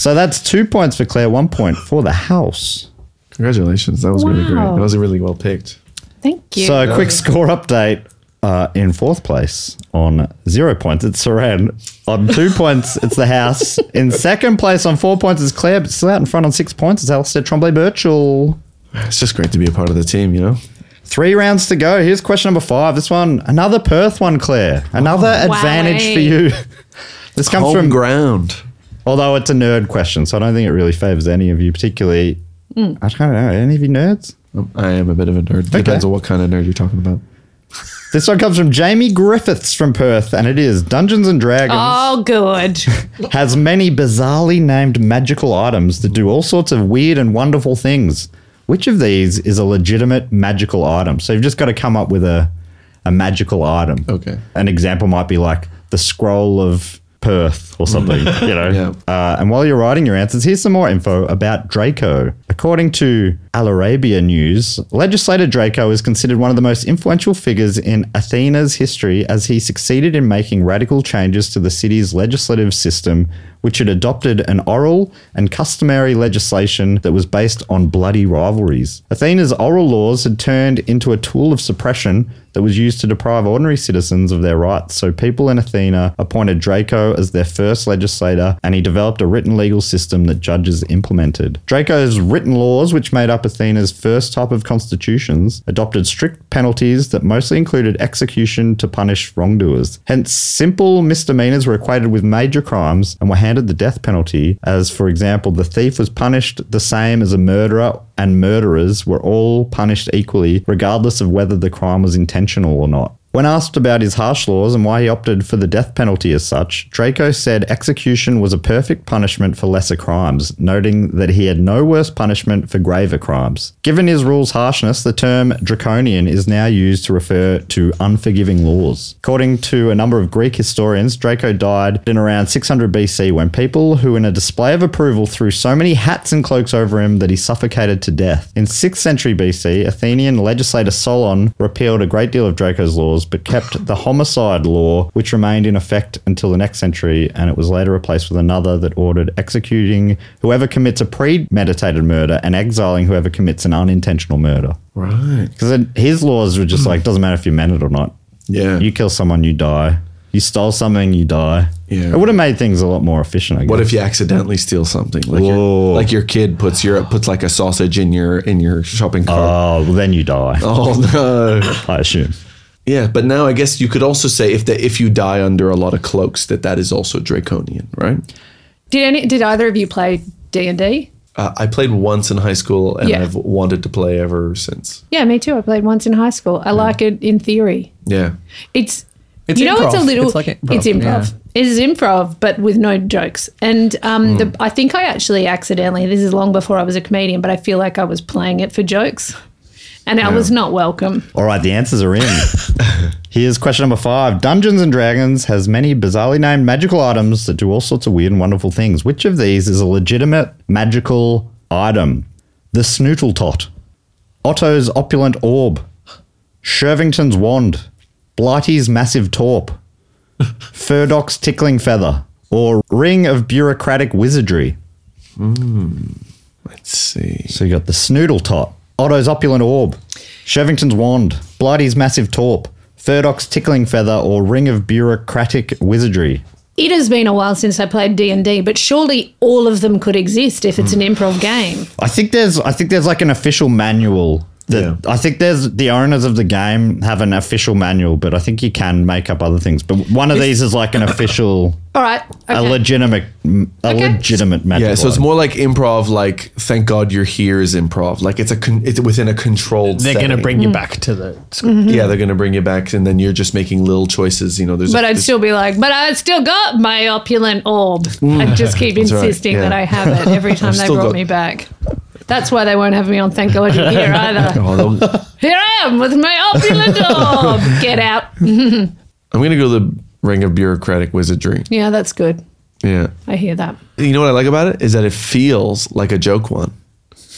Speaker 2: so that's two points for Claire. One point for the house.
Speaker 5: Congratulations. That was really great.
Speaker 4: Wow.
Speaker 5: That was really well picked.
Speaker 4: Thank you.
Speaker 2: So a quick score update. Uh, in fourth place on zero points, it's Saran. On
Speaker 4: [laughs]
Speaker 2: two points, it's the house. In second place on four points is Claire, but still out in front on six points is Alistair Trombley Birchall.
Speaker 5: It's just great to be a part of the team, you know?
Speaker 2: Three rounds to go. Here's question number five. This one, another Perth one, Claire. Another advantage for
Speaker 4: Wowee.
Speaker 2: you. [laughs] This comes
Speaker 5: Home
Speaker 2: from
Speaker 5: ground.
Speaker 2: Although it's a nerd question, so I don't think it really favors any of you particularly.
Speaker 4: Hmm.
Speaker 2: I don't know. Any of you nerds?
Speaker 5: I am a bit of a nerd. Depends on what kind of nerd you're talking about.
Speaker 2: This one comes from Jamie Griffiths from Perth, and it is Dungeons and Dragons
Speaker 4: Oh, good.
Speaker 2: has many bizarrely named magical items that do all sorts of weird and wonderful things. Which of these is a legitimate magical item? So you've just got to come up with a, a magical item.
Speaker 5: Okay.
Speaker 2: An example might be like the scroll of Perth or something, you know. Uh, and while you're writing your answers, here's some more info about Draco. According to Al Arabia News, legislator Draco is considered one of the most influential figures in Athena's history as he succeeded in making radical changes to the city's legislative system, which had adopted an oral and customary legislation that was based on bloody rivalries. Athena's oral laws had turned into a tool of suppression that was used to deprive ordinary citizens of their rights. So people in Athena appointed Draco as their first legislator, and he developed a written legal system that judges implemented. Draco's written laws, which made up Athena's first type of constitutions, adopted strict penalties that mostly included execution to punish wrongdoers. Hence, simple misdemeanors were equated with major crimes and were handed the death penalty, as, for example, the thief was punished the same as a murderer and murderers were all punished equally, regardless of whether the crime was intentional or not. When asked about his harsh laws and why he opted for the death penalty as such, Draco said execution was a perfect punishment for lesser crimes, noting that he had no worse punishment for graver crimes. Given his rule's harshness, the term draconian is now used to refer to unforgiving laws. According to a number of Greek historians, Draco died in around 600 BC when people who, in a display of approval, threw so many hats and cloaks over him that he suffocated to death. In 6th century BC, Athenian legislator Solon repealed a great deal of Draco's laws but kept the homicide law, which remained in effect until the next century, and it was later replaced with another that ordered executing whoever commits a premeditated murder and exiling whoever commits an unintentional murder.
Speaker 5: Right.
Speaker 2: Because his laws were just like, doesn't matter if you meant it or not.
Speaker 5: Hmm. Yeah.
Speaker 2: You kill someone, you die. You stole something, you die.
Speaker 5: Yeah.
Speaker 2: It would have made things a lot more efficient, I guess.
Speaker 5: What if you accidentally steal something? Like,
Speaker 2: Whoa.
Speaker 5: your, like your kid puts your puts like a sausage in your in your shopping cart.
Speaker 2: Oh, well, then you die,
Speaker 5: oh [laughs] no.
Speaker 2: I assume.
Speaker 5: Yeah, but now I guess you could also say if that if you die under a lot of cloaks, that that is also draconian, right?
Speaker 4: Did any? Did either of you play D and D?
Speaker 5: Uh, I played once in high school, and
Speaker 4: Yeah.
Speaker 5: I've wanted to play ever since.
Speaker 4: Yeah, me too. I played once in high school. I like it in theory.
Speaker 5: Yeah,
Speaker 4: It's,
Speaker 6: It's
Speaker 4: you know it's a
Speaker 6: improv.
Speaker 4: little
Speaker 6: It's
Speaker 4: it's
Speaker 6: like improv,
Speaker 4: improv. It's improv. but with no jokes. And um,
Speaker 6: Mm.
Speaker 4: the, I think I actually accidentally. This is long before I was a comedian, but I feel like I was playing it for jokes, and I was not welcome.
Speaker 2: All right, the answers are in. Here's question number five. Dungeons and Dragons has many bizarrely named magical items that do all sorts of weird and wonderful things. Which of these is a legitimate magical item? The Snootle Tot, Otto's opulent orb, Shervington's wand, Blighty's massive torp, Furdoc's tickling feather, or Ring of Bureaucratic Wizardry.
Speaker 5: let's see.
Speaker 2: So you got the Snoodle Tot, Otto's opulent orb, Shevington's wand, Blighty's massive torp, Furdoc's tickling feather, or ring of bureaucratic wizardry.
Speaker 4: It has been a while since I played D and D, but surely all of them could exist if
Speaker 6: Hmm.
Speaker 4: it's an improv game.
Speaker 2: I think there's, I think there's like an official manual. That
Speaker 5: Yeah.
Speaker 2: I think there's the owners of the game have an official manual, but I think you can make up other things. But one of these is like an official,
Speaker 4: All right,
Speaker 2: a
Speaker 4: okay.
Speaker 2: legitimate, a
Speaker 4: Okay.
Speaker 2: legitimate magic.
Speaker 5: Yeah, so it's more like improv. Like, thank God you're here is improv. Like it's a con- it's within a controlled.
Speaker 7: They're going to
Speaker 5: setting. Mm-hmm.
Speaker 7: bring you back to the.
Speaker 5: Yeah, they're gonna bring you back, and then you're just making little choices. You know, there's.
Speaker 4: But
Speaker 5: a,
Speaker 4: I'd still be like, but I've still got my opulent orb. I'd just
Speaker 5: [laughs]
Speaker 4: keep
Speaker 5: Mm. right,
Speaker 4: insisting that
Speaker 5: yeah.
Speaker 4: I have it
Speaker 5: [laughs]
Speaker 4: every time they
Speaker 5: still
Speaker 4: brought
Speaker 5: got-
Speaker 4: me back. That's why they won't have me on Thank God You're
Speaker 5: [laughs]
Speaker 4: Here either.
Speaker 5: Although-
Speaker 4: Here I am with my opulent orb. Get out.
Speaker 5: I'm gonna go the ring of bureaucratic wizardry.
Speaker 4: Yeah, that's good.
Speaker 5: Yeah,
Speaker 4: I hear that.
Speaker 5: you know what I like about it is that it feels like a joke one.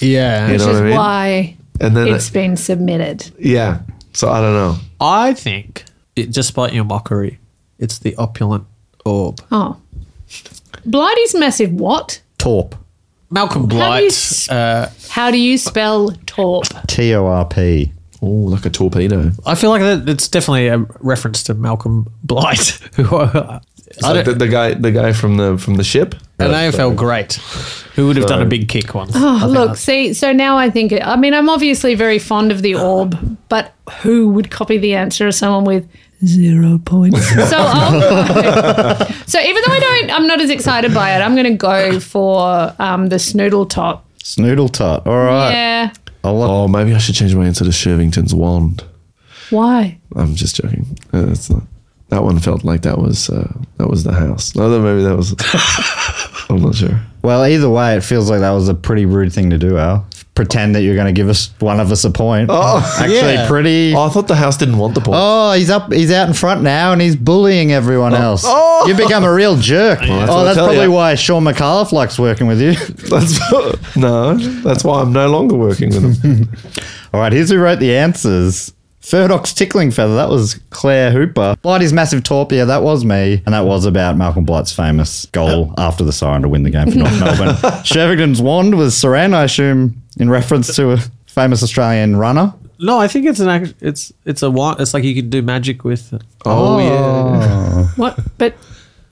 Speaker 7: Yeah.
Speaker 5: You
Speaker 4: Which
Speaker 5: know what
Speaker 4: is
Speaker 5: I mean?
Speaker 4: why
Speaker 5: And then
Speaker 4: it's been submitted.
Speaker 5: yeah, so I don't know.
Speaker 7: I think, it, despite your mockery, it's the opulent orb.
Speaker 4: Oh. Blighty's massive what?
Speaker 2: torp,
Speaker 7: Malcolm
Speaker 4: How do you,
Speaker 7: Blight.
Speaker 4: s- how do you spell torp?
Speaker 2: T O R P.
Speaker 5: Oh, like a torpedo.
Speaker 7: I feel like that, it's definitely a reference to Malcolm Blight, [laughs] who uh,
Speaker 5: It's like the, the guy, the guy from the from the ship.
Speaker 7: an AFL great, who would have done a big kick once.
Speaker 4: Oh, look, see, so now I think, I mean, I'm obviously very fond of the orb, but who would copy the answer of someone with zero points. so I'll, [laughs] so even though I don't, I'm not as excited by it. I'm going to go for um, the snoodle top.
Speaker 2: Snoodle tot. All right.
Speaker 4: Yeah.
Speaker 2: I'll look.
Speaker 5: Oh, maybe I should change my answer to Shervington's wand.
Speaker 4: Why?
Speaker 5: I'm just joking. Uh, that's not. That one felt like that was uh, that was the house. No, then maybe that was. I'm not sure.
Speaker 2: Well, either way, it feels like that was a pretty rude thing to do, Al. Pretend that you're going to give us one of us a point. Oh, actually, pretty.
Speaker 5: Oh, I thought the house didn't want the point.
Speaker 2: Oh, he's up. He's out in front now, and he's bullying everyone else. Oh. You become a real
Speaker 5: [laughs]
Speaker 2: jerk.
Speaker 5: that's what
Speaker 2: oh,
Speaker 5: I
Speaker 2: that's
Speaker 5: tell
Speaker 2: probably
Speaker 5: ya.
Speaker 2: why Sean McAuliffe likes working with you. [laughs]
Speaker 5: [laughs] That's no. That's why I'm no longer working with him.
Speaker 2: All right, here's who wrote the answers. Furdock's tickling feather. That was Claire Hooper. Blighty's massive torp. Yeah, that was me, and that was about Malcolm Blight's famous goal after the siren to win the game for
Speaker 7: [laughs]
Speaker 2: North Melbourne. Shervington's wand was Saran, I assume, in reference to a famous Australian runner.
Speaker 7: No, I think it's an act. It's it's a want. It's like you could do magic with. It.
Speaker 5: Oh, yeah.
Speaker 4: What? But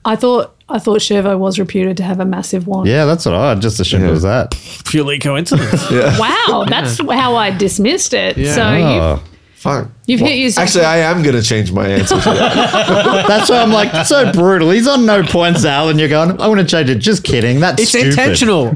Speaker 4: I thought I thought Shervo was reputed to have a massive wand.
Speaker 2: Yeah, that's what I just assumed it was that.
Speaker 7: Purely coincidence.
Speaker 5: [laughs]
Speaker 4: Wow, that's how I dismissed it. So
Speaker 2: Oh.
Speaker 5: Fuck.
Speaker 4: you've, you've hit your
Speaker 5: Actually, I am gonna change my answer. to that.
Speaker 2: Oh. That's why I'm like so brutal. He's on no points, Al, and you're going. I want to change it. Just kidding. That's
Speaker 7: it's
Speaker 2: stupid.
Speaker 7: intentional.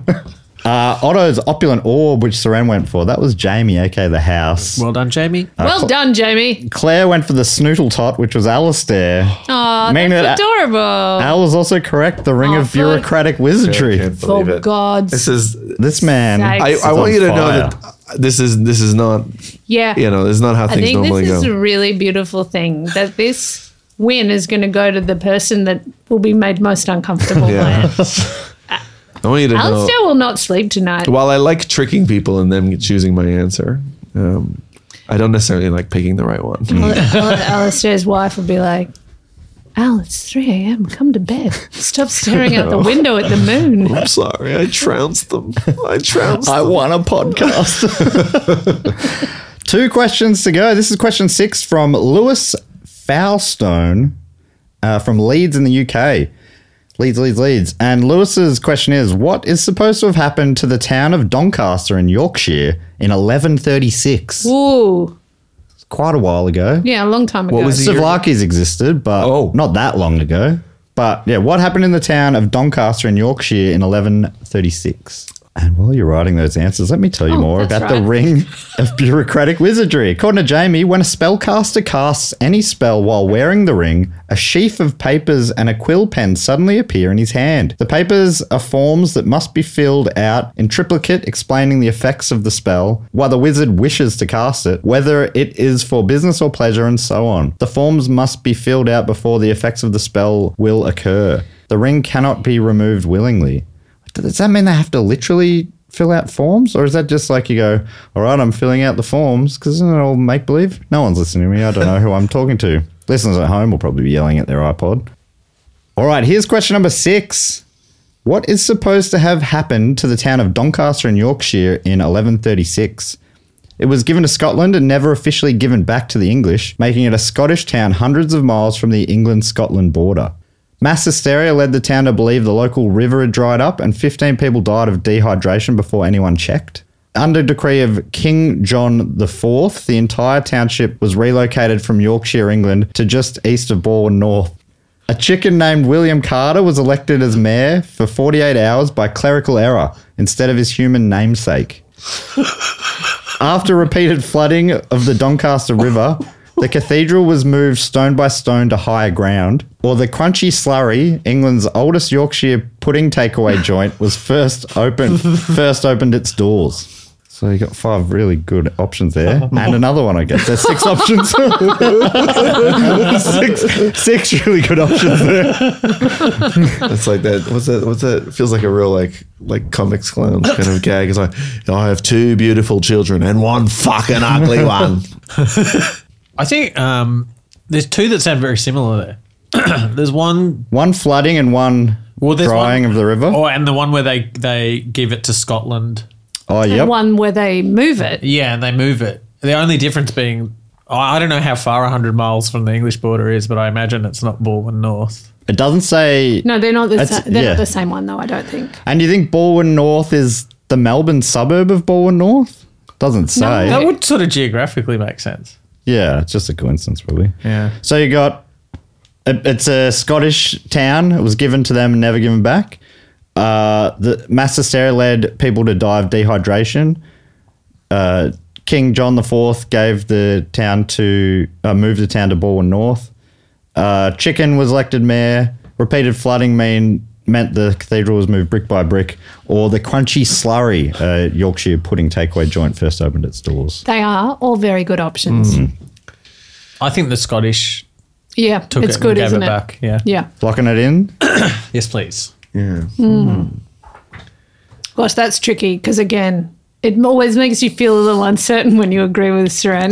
Speaker 2: Uh, Otto's opulent orb, which Saran went for, that was Jamie. Okay, the house.
Speaker 7: well done, Jamie.
Speaker 4: well done, Jamie.
Speaker 2: Claire went for the snootle tot, which was Alistair.
Speaker 4: Oh,
Speaker 2: Meaning
Speaker 4: that's
Speaker 2: that-
Speaker 4: adorable.
Speaker 2: Al was also correct. The ring
Speaker 4: Oh,
Speaker 2: of
Speaker 4: fuck.
Speaker 2: bureaucratic wizardry.
Speaker 5: Can't believe
Speaker 4: For
Speaker 5: it. This
Speaker 4: God's
Speaker 5: is.
Speaker 2: this man.
Speaker 4: sake.
Speaker 5: I, I want you to know that this is this is not
Speaker 4: yeah.
Speaker 5: you know this is not how
Speaker 4: I
Speaker 5: things
Speaker 4: think
Speaker 5: normally
Speaker 4: this is
Speaker 5: go.
Speaker 4: a really beautiful thing that this win is going to go to the person that will be made most uncomfortable
Speaker 5: [laughs] Yeah.
Speaker 4: by it.
Speaker 5: [laughs] I want you to know.
Speaker 4: Alistair will not sleep tonight.
Speaker 5: While I like tricking people and them choosing my answer, um, I don't necessarily like picking the right one.
Speaker 4: Al- Alistair's wife will be like, Al, it's 3 a.m. Come to bed. Stop staring
Speaker 5: [laughs]
Speaker 4: out the window at the moon.
Speaker 5: [laughs] I'm sorry, I trounced them.
Speaker 2: [laughs]
Speaker 5: I trounced.
Speaker 2: I
Speaker 5: them.
Speaker 2: want a
Speaker 5: [laughs]
Speaker 2: podcast. [laughs] Two questions to go. This is question six from Lewis Foulstone uh, from Leeds in the UK. Leeds, Leeds, Leeds. And Lewis's question is What is supposed to have happened to the town of Doncaster in Yorkshire in 1136?
Speaker 4: Ooh.
Speaker 2: Quite a while ago.
Speaker 4: Yeah, a long time ago.
Speaker 5: was the- year-
Speaker 2: Slovakia's existed, but
Speaker 5: Oh.
Speaker 2: not that long ago. But yeah, what happened in the town of Doncaster in Yorkshire in 1136? And while you're writing those answers, let me tell you
Speaker 4: Oh,
Speaker 2: more
Speaker 4: that's
Speaker 2: about the
Speaker 4: right.
Speaker 2: ring
Speaker 4: [laughs]
Speaker 2: of bureaucratic wizardry. According to Jamie, when a spellcaster casts any spell while wearing the ring, a sheaf of papers and a quill pen suddenly appear in his hand. The papers are forms that must be filled out in triplicate explaining the effects of the spell, while the wizard wishes to cast it, whether it is for business or pleasure, and so on. The forms must be filled out before the effects of the spell will occur. The ring cannot be removed willingly. Does that mean they have to literally fill out forms, or is that just like you go, all right, I'm filling out the forms because isn't it all make believe? No one's listening to me. I don't know who I'm talking to. Listeners at home will probably be yelling at their iPod. All right, here's question number six. What is supposed to have happened to the town of Doncaster in Yorkshire in 1136? It was given to Scotland and never officially given back to the English, making it a Scottish town hundreds of miles from the England Scotland border. Mass hysteria led the town to believe the local river had dried up, and 15 people died of dehydration before anyone checked. Under decree of King John IV, the entire township was relocated from Yorkshire, England, to just east of Balwyn North. A chicken named William Carter was elected as mayor for 48 hours by clerical error instead of his human namesake. After repeated flooding of the Doncaster River, the cathedral was moved stone by stone to higher ground, while the crunchy slurry, England's oldest Yorkshire pudding takeaway joint, was first opened first opened its doors. So you got five really good options there, and another one I guess. There's six options. [laughs] six, six really good options there.
Speaker 5: It's like that. What's that? What's that? Feels like a real like like comics clown kind of gag. It's like I have two beautiful children and one
Speaker 2: [laughs]
Speaker 5: fucking ugly one.
Speaker 7: I think um, there's two that sound very similar there. [clears throat] there's one.
Speaker 2: One flooding and one
Speaker 7: Well, there's
Speaker 2: drying
Speaker 7: one,
Speaker 2: of the river.
Speaker 7: Oh, and the one where they they give it to Scotland.
Speaker 2: Oh,
Speaker 4: the
Speaker 2: yep.
Speaker 4: one where they move it.
Speaker 7: Yeah, and they move it. The only difference being, I I don't know how far 100 miles from the English border is, but I imagine it's not Baldwin North.
Speaker 2: It doesn't say.
Speaker 4: No, they're not the
Speaker 2: That's-
Speaker 4: sa- they're
Speaker 2: yeah.
Speaker 4: not the same one though. I don't think.
Speaker 2: And you think Balwyn North is the Melbourne suburb of Balwyn North? Doesn't say.
Speaker 4: No.
Speaker 7: That would sort of geographically make sense.
Speaker 2: Yeah, it's just a coincidence, probably.
Speaker 7: Yeah.
Speaker 2: So you got it- it's a Scottish town. It was given to them, and never given back. Uh, the mass hysteria led people to die of dehydration. Uh, King John IV gave the town to uh, moved the town to Baldwin North. Uh, Chicken was elected mayor. Repeated flooding mean meant the cathedral was moved brick by brick. Or the crunchy slurry, uh, Yorkshire pudding takeaway joint, first opened its doors.
Speaker 4: They are all very good options.
Speaker 5: Hmm.
Speaker 7: I think the Scottish
Speaker 4: Yeah,
Speaker 7: took
Speaker 4: it's
Speaker 7: it and
Speaker 4: good,
Speaker 7: gave
Speaker 4: isn't
Speaker 7: it,
Speaker 4: it?
Speaker 7: back. Yeah.
Speaker 4: Yeah.
Speaker 2: Locking it in.
Speaker 7: Yes, please.
Speaker 4: Gosh, that's tricky because again, it always makes you feel a little uncertain when you agree with
Speaker 5: [laughs]
Speaker 4: Saran.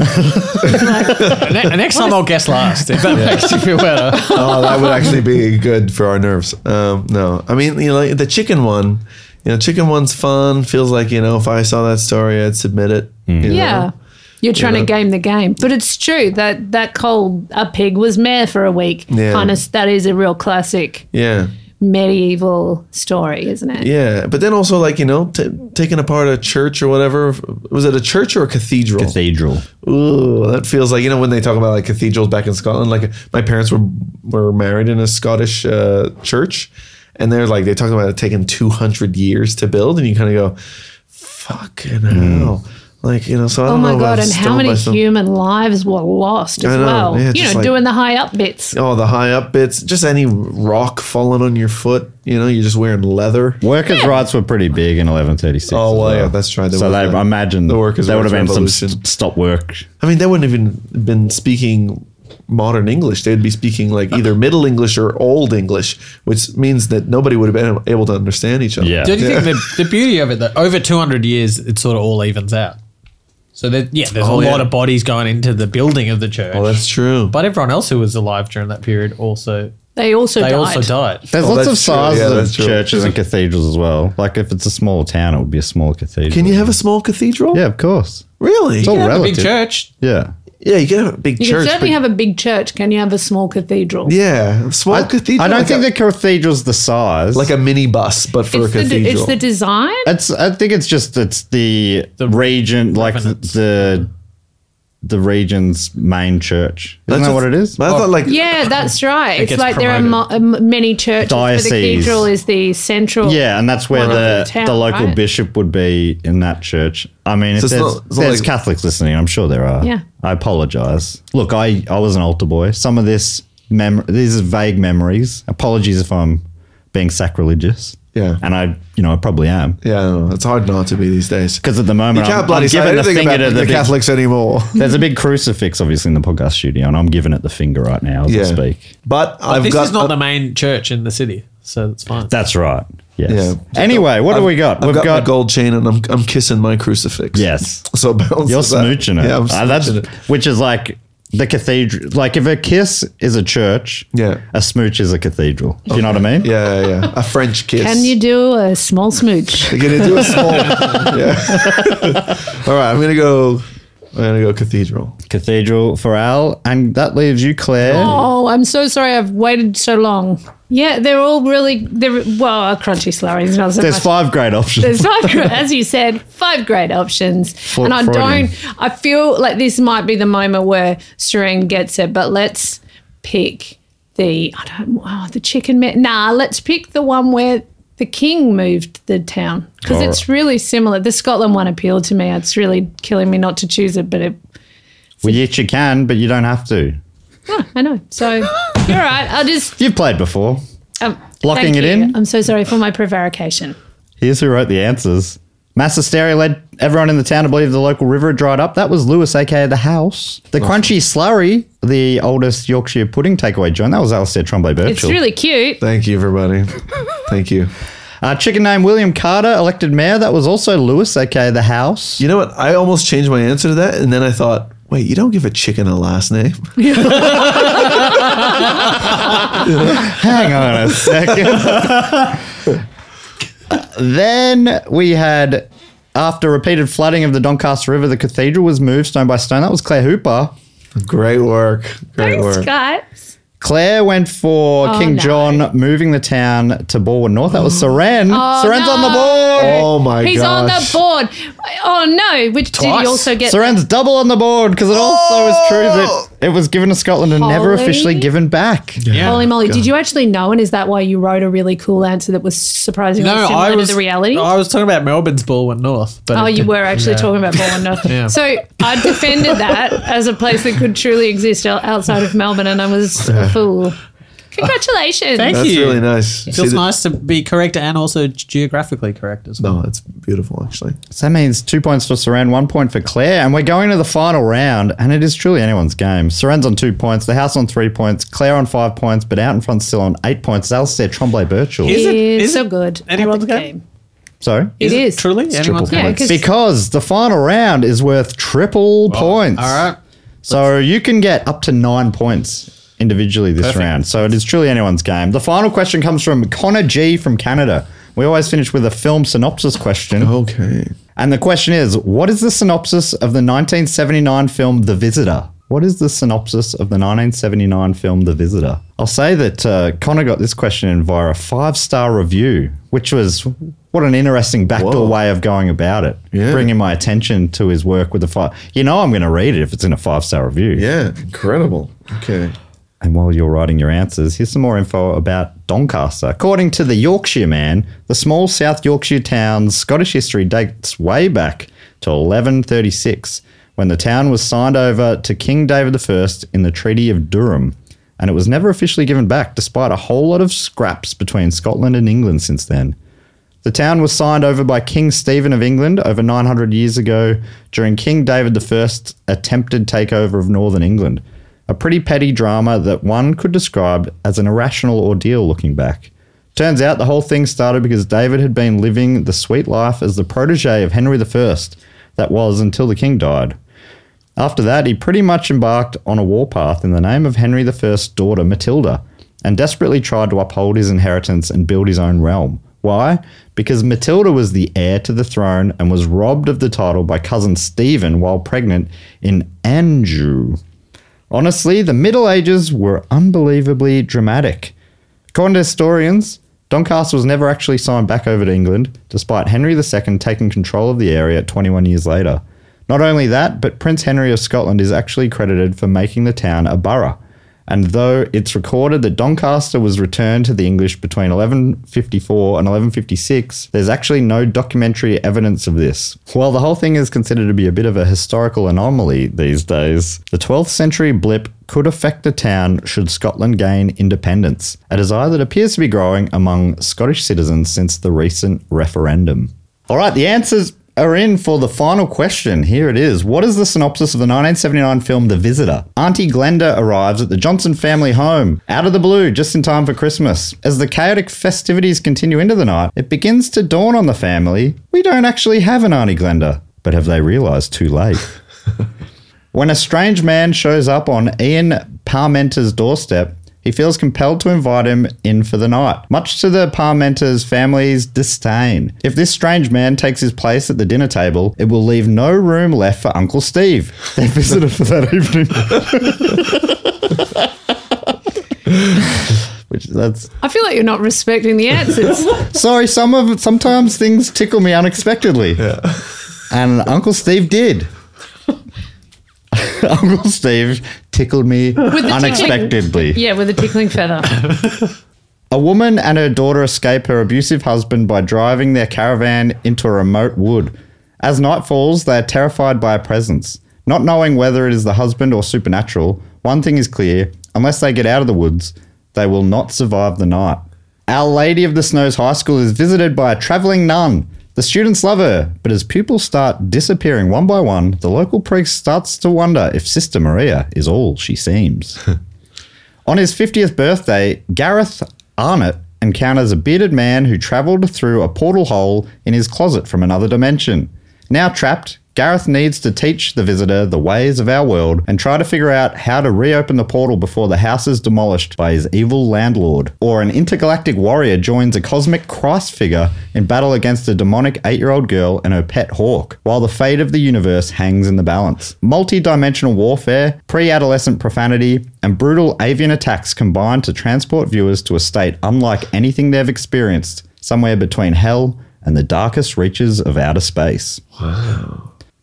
Speaker 7: Ne- next time I'll guess last. If [laughs] that makes you feel better.
Speaker 5: oh, that would actually be good for our nerves. Um, no, I mean, you know, like the chicken one. You know, chicken one's fun. Feels like you know, if I saw that story, I'd submit it. you know?
Speaker 4: yeah. You're trying to game the game, but it's true that that cold a pig was mayor for a week.
Speaker 5: Yeah.
Speaker 4: Kind of that is a real classic
Speaker 5: yeah,
Speaker 4: medieval story, isn't it?
Speaker 5: yeah. But then also like you know, t- taking apart a church or whatever. Was it a church or a cathedral?
Speaker 2: Cathedral.
Speaker 5: Ooh, that feels like you know when they talk about like cathedrals back in Scotland. Like my parents were were married in a Scottish uh, church, and they're like they talk about it taking two hundred years to build, and you kind of go, "Fucking hell!" Like you know, so I
Speaker 4: Oh
Speaker 5: don't
Speaker 4: my
Speaker 5: know
Speaker 4: god!
Speaker 5: about
Speaker 4: And how
Speaker 5: stone by
Speaker 4: many
Speaker 5: stone.
Speaker 4: human lives were lost
Speaker 5: I
Speaker 4: as
Speaker 5: know,
Speaker 4: well?
Speaker 5: yeah,
Speaker 4: you
Speaker 5: just
Speaker 4: know,
Speaker 5: like-
Speaker 4: doing the high up bits.
Speaker 5: Oh, the high up bits, just any rock falling on your foot. You know, you're just wearing leather.
Speaker 2: Workers' rights were pretty big in 1136.
Speaker 5: Oh,
Speaker 2: as
Speaker 5: well, yeah, that's right. There
Speaker 2: so
Speaker 5: was
Speaker 2: they,
Speaker 5: that.
Speaker 2: I imagine
Speaker 5: The workers'
Speaker 2: there would have
Speaker 5: rights
Speaker 2: been some
Speaker 5: revolution.
Speaker 2: st- stop work.
Speaker 5: I mean, they wouldn't even been speaking modern English. They'd be speaking like either Middle English or Old English, which means that nobody would have been able to understand each other.
Speaker 2: Yeah.
Speaker 7: Don't you think the, the beauty of it though? Over two hundred years, it sort of all evens out. So that yeah, Oh, there's
Speaker 5: Oh,
Speaker 7: a
Speaker 5: yeah.
Speaker 7: lot of bodies going into the building of the church,
Speaker 5: Well, that's true.
Speaker 7: but everyone else who was alive during that period also
Speaker 4: They also
Speaker 7: they
Speaker 4: died.
Speaker 7: also died.
Speaker 2: There's
Speaker 5: Oh,
Speaker 2: lots of
Speaker 5: that's true. Yeah,
Speaker 2: sizes of
Speaker 5: that's true.
Speaker 2: churches and cathedrals as well. Like if it's a small town, it would be a small cathedral.
Speaker 5: Can you have a small cathedral?
Speaker 2: Yeah, of course.
Speaker 5: Really?
Speaker 2: It's all
Speaker 5: yeah.
Speaker 7: A big
Speaker 2: relative.
Speaker 7: church.
Speaker 2: Yeah.
Speaker 5: you can have a big
Speaker 4: You
Speaker 5: church.
Speaker 4: can certainly
Speaker 5: but-
Speaker 4: have a big church. Can you have a small cathedral?
Speaker 5: yeah, small
Speaker 2: I,
Speaker 5: cathedral.
Speaker 2: I don't
Speaker 5: like
Speaker 2: think
Speaker 5: a,
Speaker 2: the cathedral's the size.
Speaker 5: like a mini bus, but for
Speaker 4: it's,
Speaker 5: a
Speaker 4: the, de-
Speaker 5: cathedral.
Speaker 4: it's the design.
Speaker 2: it's. I think it's just it's the, region, like the, the region's main church. Isn't that what it is?
Speaker 5: I thought like
Speaker 4: Yeah, that's right. It's
Speaker 7: gets
Speaker 4: like there are
Speaker 7: promoted.
Speaker 4: mo- um, many churches,
Speaker 2: Diocese.
Speaker 4: but the cathedral is the central.
Speaker 2: Yeah, and that's where
Speaker 4: One of
Speaker 2: the,
Speaker 4: the town,
Speaker 2: the local
Speaker 4: right?
Speaker 2: bishop would be in that church. I mean,
Speaker 5: So
Speaker 2: if
Speaker 5: it's
Speaker 2: there's,
Speaker 5: not- it's not
Speaker 2: there's
Speaker 5: like-
Speaker 2: Catholics listening, I'm sure there are.
Speaker 4: Yeah.
Speaker 2: I apologize. Look, I, I was an altar boy. Some of this, mem- these are vague memories. Apologies if I'm being sacrilegious.
Speaker 5: Yeah.
Speaker 2: And I, you know, I probably am.
Speaker 5: yeah, I don't know. it's hard not to be these days.
Speaker 2: Because at the
Speaker 5: You
Speaker 2: moment,
Speaker 5: can't
Speaker 2: I'm, I'm
Speaker 5: bloody say
Speaker 2: giving the
Speaker 5: anything
Speaker 2: finger
Speaker 5: about
Speaker 2: to
Speaker 5: the,
Speaker 2: the, big-
Speaker 5: Catholics
Speaker 2: [laughs]
Speaker 5: anymore.
Speaker 2: There's a big crucifix, obviously, in the podcast studio, and I'm giving it the finger right now as I
Speaker 5: Yeah,
Speaker 2: speak.
Speaker 5: but I've
Speaker 7: this
Speaker 5: got
Speaker 7: is not
Speaker 5: a-
Speaker 7: the main church in the city, so it's fine.
Speaker 2: That's right. Yes.
Speaker 5: Yeah.
Speaker 2: Anyway, what do we got?
Speaker 5: I've got, my gold chain and I'm, I'm kissing my crucifix.
Speaker 2: Yes.
Speaker 5: So it balances
Speaker 2: You're
Speaker 5: out.
Speaker 2: smooching it.
Speaker 5: Yeah, I'm
Speaker 2: Uh, that's,
Speaker 5: smooching it.
Speaker 2: Which is like the cathedral. Like if a kiss is a church,
Speaker 5: Yeah.
Speaker 2: a smooch is a cathedral. Do you know what I mean?
Speaker 5: Yeah, yeah, yeah. A French kiss.
Speaker 4: Can you do a small smooch?
Speaker 5: You're gonna do a small. yeah. [laughs] All right, I'm gonna go. I'm gonna go cathedral.
Speaker 2: Cathedral for Al. And that leaves you, Claire.
Speaker 4: oh, I'm so sorry. I've waited so long. Yeah, they're all really. They're well, a crunchy slurry is not so
Speaker 2: There's
Speaker 4: much.
Speaker 2: five great options.
Speaker 4: There's five, gr- as you said, five great options. and I
Speaker 2: Freudian.
Speaker 4: don't. I feel like this might be the moment where Serene gets it, but let's pick the. I don't. Oh, the chicken. Ma- nah, let's pick the one where the king moved the town because
Speaker 2: All
Speaker 4: it's really similar. The Scotland one appealed to me. It's really killing me not to choose it, but it.
Speaker 2: well, yes, you can, but you don't have to.
Speaker 4: oh, I know.
Speaker 2: [laughs]
Speaker 4: So you're right. I'll just
Speaker 2: You've played before.
Speaker 4: um,
Speaker 2: Locking
Speaker 4: thank
Speaker 2: it
Speaker 4: you.
Speaker 2: in?
Speaker 4: I'm so sorry for my prevarication.
Speaker 2: Here's who wrote the answers. Mass hysteria led everyone in the town to believe the local river had dried up. That was Lewis, aka the house. The crunchy slurry, the oldest Yorkshire pudding takeaway joint. That was Alistair Tremblay Birchall.
Speaker 4: It's really cute.
Speaker 5: Thank you, everybody. Thank you.
Speaker 2: Uh, chicken named William Carter, elected mayor. That was also Lewis, aka the House.
Speaker 5: You know what? I almost changed my answer to that, and then I thought, wait, you don't give a chicken a last name.
Speaker 2: [laughs]
Speaker 5: [laughs]
Speaker 2: Hang on a second. [laughs] then we had, after repeated flooding of the Doncaster River, the cathedral was moved stone by stone. That was Claire Hooper.
Speaker 5: Great work. Great
Speaker 4: Thanks,
Speaker 5: work.
Speaker 4: guys.
Speaker 2: Claire went for
Speaker 4: Oh,
Speaker 2: King
Speaker 4: no.
Speaker 2: John moving the town to Borwin North. That was Soren.
Speaker 4: Oh,
Speaker 2: Soren's on the board.
Speaker 5: Oh my god.
Speaker 4: He's on the board. Oh no! Which did he also get?
Speaker 2: Soren's double on the board because it also is true that it was given to Scotland and never
Speaker 4: Holy.
Speaker 2: officially given back.
Speaker 4: Holy moly! Did you actually know? And is that why you wrote a really cool answer that was surprisingly
Speaker 7: No,
Speaker 4: similar
Speaker 7: I was
Speaker 4: to the reality?
Speaker 7: I was talking about Melbourne's ball went north, but
Speaker 4: Oh,
Speaker 7: it
Speaker 4: you
Speaker 7: didn't-
Speaker 4: were actually talking about Bournemouth.
Speaker 5: [laughs]
Speaker 4: North. So I defended that as a place that could truly exist o- outside of Melbourne, and I was a fool. Congratulations!
Speaker 7: Thank
Speaker 5: That's
Speaker 7: you.
Speaker 5: really nice.
Speaker 7: It feels
Speaker 5: See,
Speaker 7: nice to be correct and also geographically correct as well.
Speaker 5: No, that's Oh, beautiful actually.
Speaker 2: So that means two points for Soren, one point for Claire, and we're going to the final round, and it is truly anyone's game. Soren's on two points, the house on three points, Claire on five points, but out in front still on eight points. Alistair Tremblay Birchall.
Speaker 7: Is it-
Speaker 4: It's
Speaker 7: is
Speaker 4: so
Speaker 7: it
Speaker 4: good. at
Speaker 7: anyone's
Speaker 4: the
Speaker 7: game?
Speaker 2: Sorry.
Speaker 4: It is.
Speaker 7: truly anyone's
Speaker 4: triple
Speaker 7: game?
Speaker 4: points. 'cause-
Speaker 2: because the final round is worth triple points.
Speaker 7: Oh, All right.
Speaker 2: So you can get up to nine points individually this round. So it is truly anyone's game. The final question comes from Connor G from Canada. We always finish with a film synopsis question.
Speaker 7: Oh,
Speaker 5: Okay.
Speaker 2: And the question is, what is the synopsis of the 1979 film The Visitor? What is the synopsis of the 1979 film The Visitor? I'll say that uh, Connor got this question in via a five star review, which was what an interesting backdoor
Speaker 5: Whoa.
Speaker 2: way of going about it.
Speaker 5: Yeah.
Speaker 2: Bringing my attention to his work with a five. You know, I'm going to read it if it's in a five star review.
Speaker 5: Yeah, incredible. Okay.
Speaker 2: And while you're writing your answers, here's some more info about Doncaster. According to the Yorkshire Man, the small South Yorkshire town's Scottish history dates way back to 1136, when the town was signed over to King David I in the Treaty of Durham, and it was never officially given back, despite a whole lot of scraps between Scotland and England since then. The town was signed over by King Stephen of England over 900 years ago during King David I's attempted takeover of northern England. A pretty petty drama that one could describe as an irrational ordeal looking back. Turns out the whole thing started because David had been living the sweet life as the protege of Henry I, that was until the king died. After that, he pretty much embarked on a warpath in the name of Henry I's daughter, Matilda, and desperately tried to uphold his inheritance and build his own realm. Why? Because Matilda was the heir to the throne and was robbed of the title by cousin Stephen while pregnant in Anjou. Honestly, the Middle Ages were unbelievably dramatic. According to historians, Doncaster was never actually signed back over to England, despite Henry II taking control of the area 21 years later. Not only that, but Prince Henry of Scotland is actually credited for making the town a borough. And though it's recorded that Doncaster was returned to the English between 1154 and 1156, there's actually no documentary evidence of this. While the whole thing is considered to be a bit of a historical anomaly these days, the 12th century blip could affect the town should Scotland gain independence, a desire that appears to be growing among Scottish citizens since the recent referendum. All right, the answers are in for the final question. Here it is. What is the synopsis of the 1979 film The Visitor? Auntie Glenda arrives at the Johnson family home out of the blue just in time for Christmas. As the chaotic festivities continue into the night, it begins to dawn on the family we don't actually have an Auntie Glenda. But have they realized too late? [laughs] When a strange man shows up on Ian Parmenter's doorstep, he feels compelled to invite him in for the night, much to the Parmenter's family's disdain. If this strange man takes his place at the dinner table, it will leave no room left for Uncle Steve, [laughs] their visitor for that evening. [laughs] Which that's
Speaker 4: I feel like you're not respecting the
Speaker 5: [laughs]
Speaker 4: answers.
Speaker 2: sorry. Some of sometimes things tickle me unexpectedly, and Uncle Steve did. [laughs] Uncle Steve tickled me
Speaker 4: tickling-
Speaker 2: unexpectedly.
Speaker 4: yeah, with a tickling feather.
Speaker 2: A woman and her daughter escape her abusive husband by driving their caravan into a remote wood. As night falls, they are terrified by a presence. Not knowing whether it is the husband or supernatural, one thing is clear unless they get out of the woods, they will not survive the night. Our Lady of the Snows High School is visited by a traveling nun. The students love her, but as pupils start disappearing one by one, the local priest starts to wonder if Sister Maria is all she seems. On his 50th birthday, Gareth Arnott encounters a bearded man who traveled through a portal hole in his closet from another dimension. Now trapped, Gareth needs to teach the visitor the ways of our world and try to figure out how to reopen the portal before the house is demolished by his evil landlord. Or an intergalactic warrior joins a cosmic Christ figure in battle against a demonic eight year old girl and her pet hawk, while the fate of the universe hangs in the balance. Multi dimensional warfare, pre adolescent profanity, and brutal avian attacks combine to transport viewers to a state unlike anything they've experienced, somewhere between hell and the darkest reaches of outer space.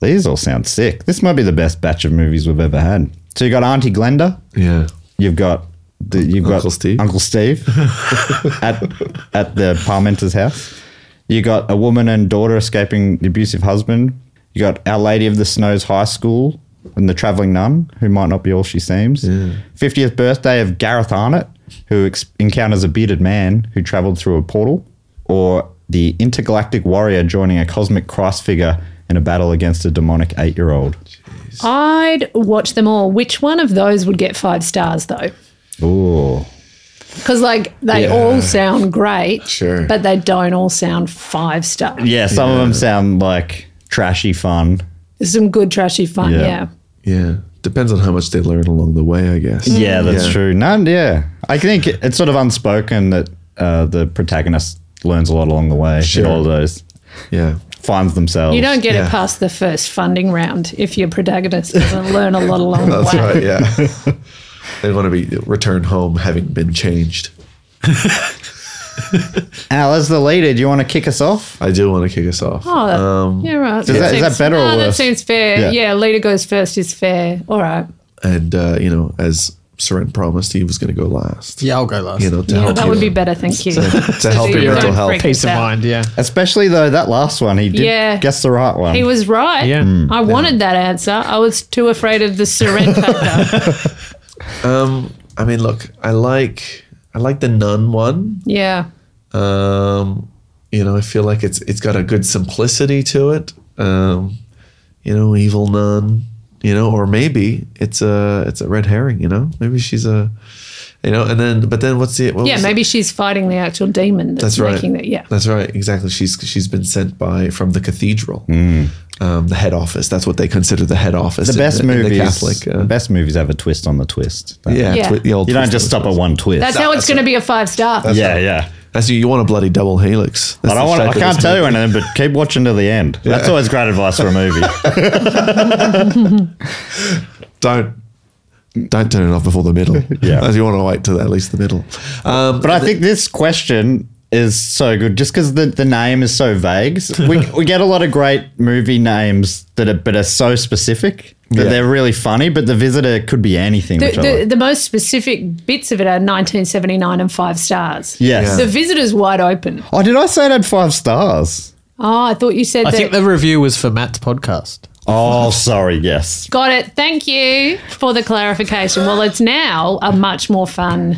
Speaker 2: These all sound sick. This might be the best batch of movies we've ever had. So you got Auntie Glenda.
Speaker 5: Yeah.
Speaker 2: You've got the, you've got
Speaker 5: Uncle Steve.
Speaker 2: Uncle Steve at at the Parmenter's house. You got a woman and daughter escaping the abusive husband. You got Our Lady of the Snows High School and the traveling nun, who might not be all she seems. Fiftieth birthday of Gareth Arnott, who ex- encounters a bearded man who travelled through a portal, or the intergalactic warrior joining a cosmic Christ figure in a battle against a demonic eight-year-old.
Speaker 4: I'd watch them all. Which one of those would get five stars though?
Speaker 2: Ooh.
Speaker 4: Because like they
Speaker 5: Yeah.
Speaker 4: all sound great,
Speaker 5: Sure.
Speaker 4: but they don't all sound five star.
Speaker 2: Yeah, some of them sound like trashy fun.
Speaker 4: There's some good trashy fun.
Speaker 2: Yeah.
Speaker 4: Yeah.
Speaker 5: Yeah. Depends on how much they learn along the way, I guess.
Speaker 2: Yeah, that's
Speaker 5: Yeah.
Speaker 2: true. No, yeah, I think it- it's sort of unspoken that uh, the protagonist learns a lot along the way.
Speaker 5: Sure.
Speaker 2: In all of those
Speaker 5: Yeah.
Speaker 2: finds themselves.
Speaker 4: You don't get
Speaker 5: Yeah.
Speaker 4: it past the first funding round if your protagonist doesn't learn a lot along the
Speaker 5: That's
Speaker 4: way.
Speaker 5: right. Yeah.
Speaker 4: [laughs]
Speaker 5: they want to be return home having been changed.
Speaker 2: Al, as the leader, do you want to kick us off?
Speaker 5: I do want to kick us off.
Speaker 4: Oh, that, yeah, right.
Speaker 2: that- is that
Speaker 4: seems-
Speaker 2: better or
Speaker 4: no,
Speaker 2: worse?
Speaker 4: That seems fair.
Speaker 2: Yeah.
Speaker 4: Yeah. leader goes first is fair. All right.
Speaker 5: And, uh, you know, as Soren promised, he was going to go last.
Speaker 6: Yeah, I'll go last.
Speaker 5: You know, to
Speaker 4: Yeah,
Speaker 5: help
Speaker 4: that
Speaker 5: you.
Speaker 4: would be better. Thank you.
Speaker 5: [laughs] to help your
Speaker 4: Don't
Speaker 5: mental
Speaker 4: freak
Speaker 5: health.
Speaker 6: Peace of
Speaker 4: out.
Speaker 6: mind, yeah.
Speaker 2: Especially though that last one, he did
Speaker 4: Yeah.
Speaker 2: guess the right one.
Speaker 4: He was right.
Speaker 6: Yeah.
Speaker 4: I wanted that answer. I was too afraid of the surrender factor.
Speaker 5: Um, I mean, look, I like I like the nun one.
Speaker 4: yeah.
Speaker 5: Um, you know, I feel like it's it's got a good simplicity to it. Um, you know, evil nun. You know, or maybe it's a it's a red herring. You know, maybe she's a, you know, and then but then what's the what
Speaker 4: Yeah,
Speaker 5: was-
Speaker 4: maybe she's fighting the actual demon that's,
Speaker 5: That's right.
Speaker 4: making that. Yeah.
Speaker 5: That's right. Exactly. She's she's been sent by from the cathedral, um, the head office. That's what they consider the head office.
Speaker 2: Hmm. the
Speaker 5: in
Speaker 2: best
Speaker 5: in the
Speaker 2: movies.
Speaker 5: Catholic. uh,
Speaker 2: the best movies have a twist on the twist.
Speaker 5: yeah.
Speaker 4: Yeah.
Speaker 5: twi- the old
Speaker 2: you don't
Speaker 5: twist
Speaker 2: just stop
Speaker 5: on the
Speaker 2: at one twist.
Speaker 4: That's how it's going to be a five star.
Speaker 2: yeah, yeah.
Speaker 5: That's you. You want a bloody double helix.
Speaker 2: I don't want. I can't tell you anything, but keep watching to the end. That's always great advice for a movie.
Speaker 5: Don't don't turn it off before the middle.
Speaker 2: [laughs] Yeah.
Speaker 5: As you want to wait till at least the middle. Um,
Speaker 2: But I think this question is so good just because the, the name is so
Speaker 6: [laughs]
Speaker 2: vague. We, we get a lot of great movie names that are but are so specific that
Speaker 5: Yeah.
Speaker 2: they're really funny, but the visitor could be anything.
Speaker 4: The,
Speaker 2: which I
Speaker 4: the,
Speaker 2: like.
Speaker 4: the most specific bits of it are 1979 and five stars.
Speaker 2: Yes.
Speaker 4: The visitor's wide open.
Speaker 2: Oh, did I say it had five stars?
Speaker 4: Oh, I thought you said
Speaker 6: I
Speaker 4: that.
Speaker 6: think the review was for Matt's podcast.
Speaker 2: Oh, sorry. Yes.
Speaker 4: Got it. Thank you for the clarification. Well, it's now a much more fun.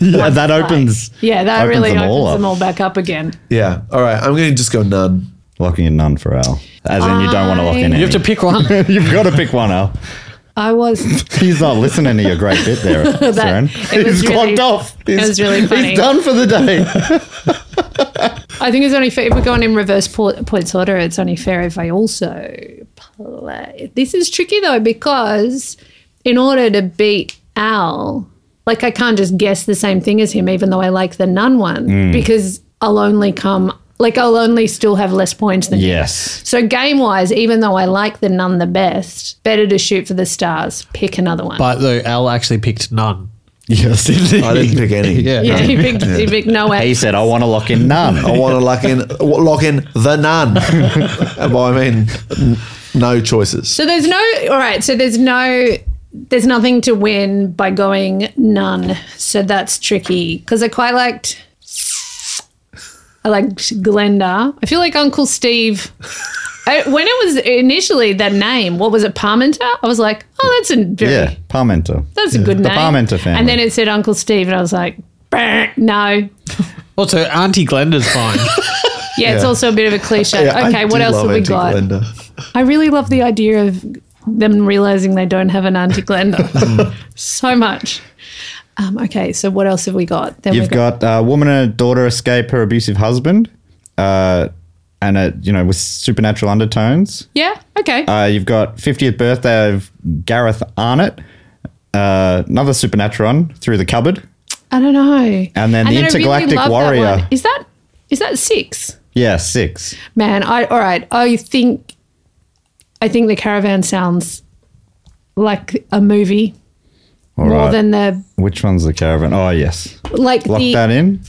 Speaker 2: Yeah, [laughs] that opens.
Speaker 4: Yeah, that
Speaker 2: Opens
Speaker 4: really
Speaker 2: them
Speaker 4: opens
Speaker 2: all up.
Speaker 4: them all back up again.
Speaker 5: yeah. All right. I'm going to just go none.
Speaker 2: Locking in none for Al. As in, you don't want to lock in
Speaker 6: You have to pick [laughs] one.
Speaker 2: pick. You've got to pick one, Al.
Speaker 4: I was.
Speaker 2: He's not listening to your great bit
Speaker 4: [laughs]
Speaker 2: there, Saren.
Speaker 4: it was
Speaker 2: He's
Speaker 4: really-
Speaker 2: clocked off. He's,
Speaker 4: was really
Speaker 2: [laughs]
Speaker 4: funny.
Speaker 2: He's done for the
Speaker 4: [laughs]
Speaker 2: day.
Speaker 4: I think it's only fair if we're going in reverse po- points order. It's only fair if I also play. This is tricky though because in order to beat Al, like I can't just guess the same thing as him, even though I like the nun one because I'll only come like I'll only still have less points than him.
Speaker 2: yes.
Speaker 4: So game wise, even though I like the nun the best, better to shoot for the stars. Pick another one. [laughs]
Speaker 6: But though Al actually picked none.
Speaker 2: Yes.
Speaker 5: I didn't pick
Speaker 2: [laughs]
Speaker 5: any.
Speaker 6: Yeah.
Speaker 4: yeah, he picked, he picked no
Speaker 2: He
Speaker 4: way.
Speaker 2: said, I want to lock in none.
Speaker 5: I want to lock in lock in the none. well, I mean, n- no choices.
Speaker 4: So there's no all right. So there's no there's nothing to win by going none. So that's tricky because I quite liked. I liked Glenda. I feel like Uncle Steve. [laughs] I, when it was initially that name, what was it, Parmenter? I was like, oh, that's a
Speaker 2: [laughs]
Speaker 4: very,
Speaker 2: Yeah, Parmenter.
Speaker 4: that's a good
Speaker 2: The
Speaker 4: name.
Speaker 2: Parmenter family.
Speaker 4: And then it said Uncle Steve, and I was like, "Brr, no,
Speaker 6: Also, Auntie Glenda's fine.
Speaker 4: Yeah, it's also a bit of a cliche.
Speaker 5: Yeah, I
Speaker 4: okay, what
Speaker 5: do
Speaker 4: else
Speaker 5: love
Speaker 4: have we
Speaker 5: Auntie
Speaker 4: got?
Speaker 5: Glenda.
Speaker 4: I really love the idea of them realizing they don't have an
Speaker 2: [laughs]
Speaker 4: Auntie Glenda. so much. Um, okay, so what else have we got? Then
Speaker 2: You've
Speaker 4: we've got,
Speaker 2: got a woman and a daughter escape her abusive husband. Uh, and it, you know, with supernatural undertones.
Speaker 4: Yeah. Okay.
Speaker 2: Uh, you've got 50th birthday of Gareth Arnott, uh, another Supernaturon through the cupboard.
Speaker 4: I don't know.
Speaker 2: And then the
Speaker 4: I
Speaker 2: Intergalactic
Speaker 4: love that
Speaker 2: Warrior.
Speaker 4: one. Is that is that six?
Speaker 2: Yeah, six.
Speaker 4: Man, I all right. I think I think the caravan sounds like a movie
Speaker 2: All right.
Speaker 4: more than the
Speaker 2: Which one's the caravan? Oh, yes.
Speaker 4: like
Speaker 2: Lock
Speaker 4: the
Speaker 2: that in.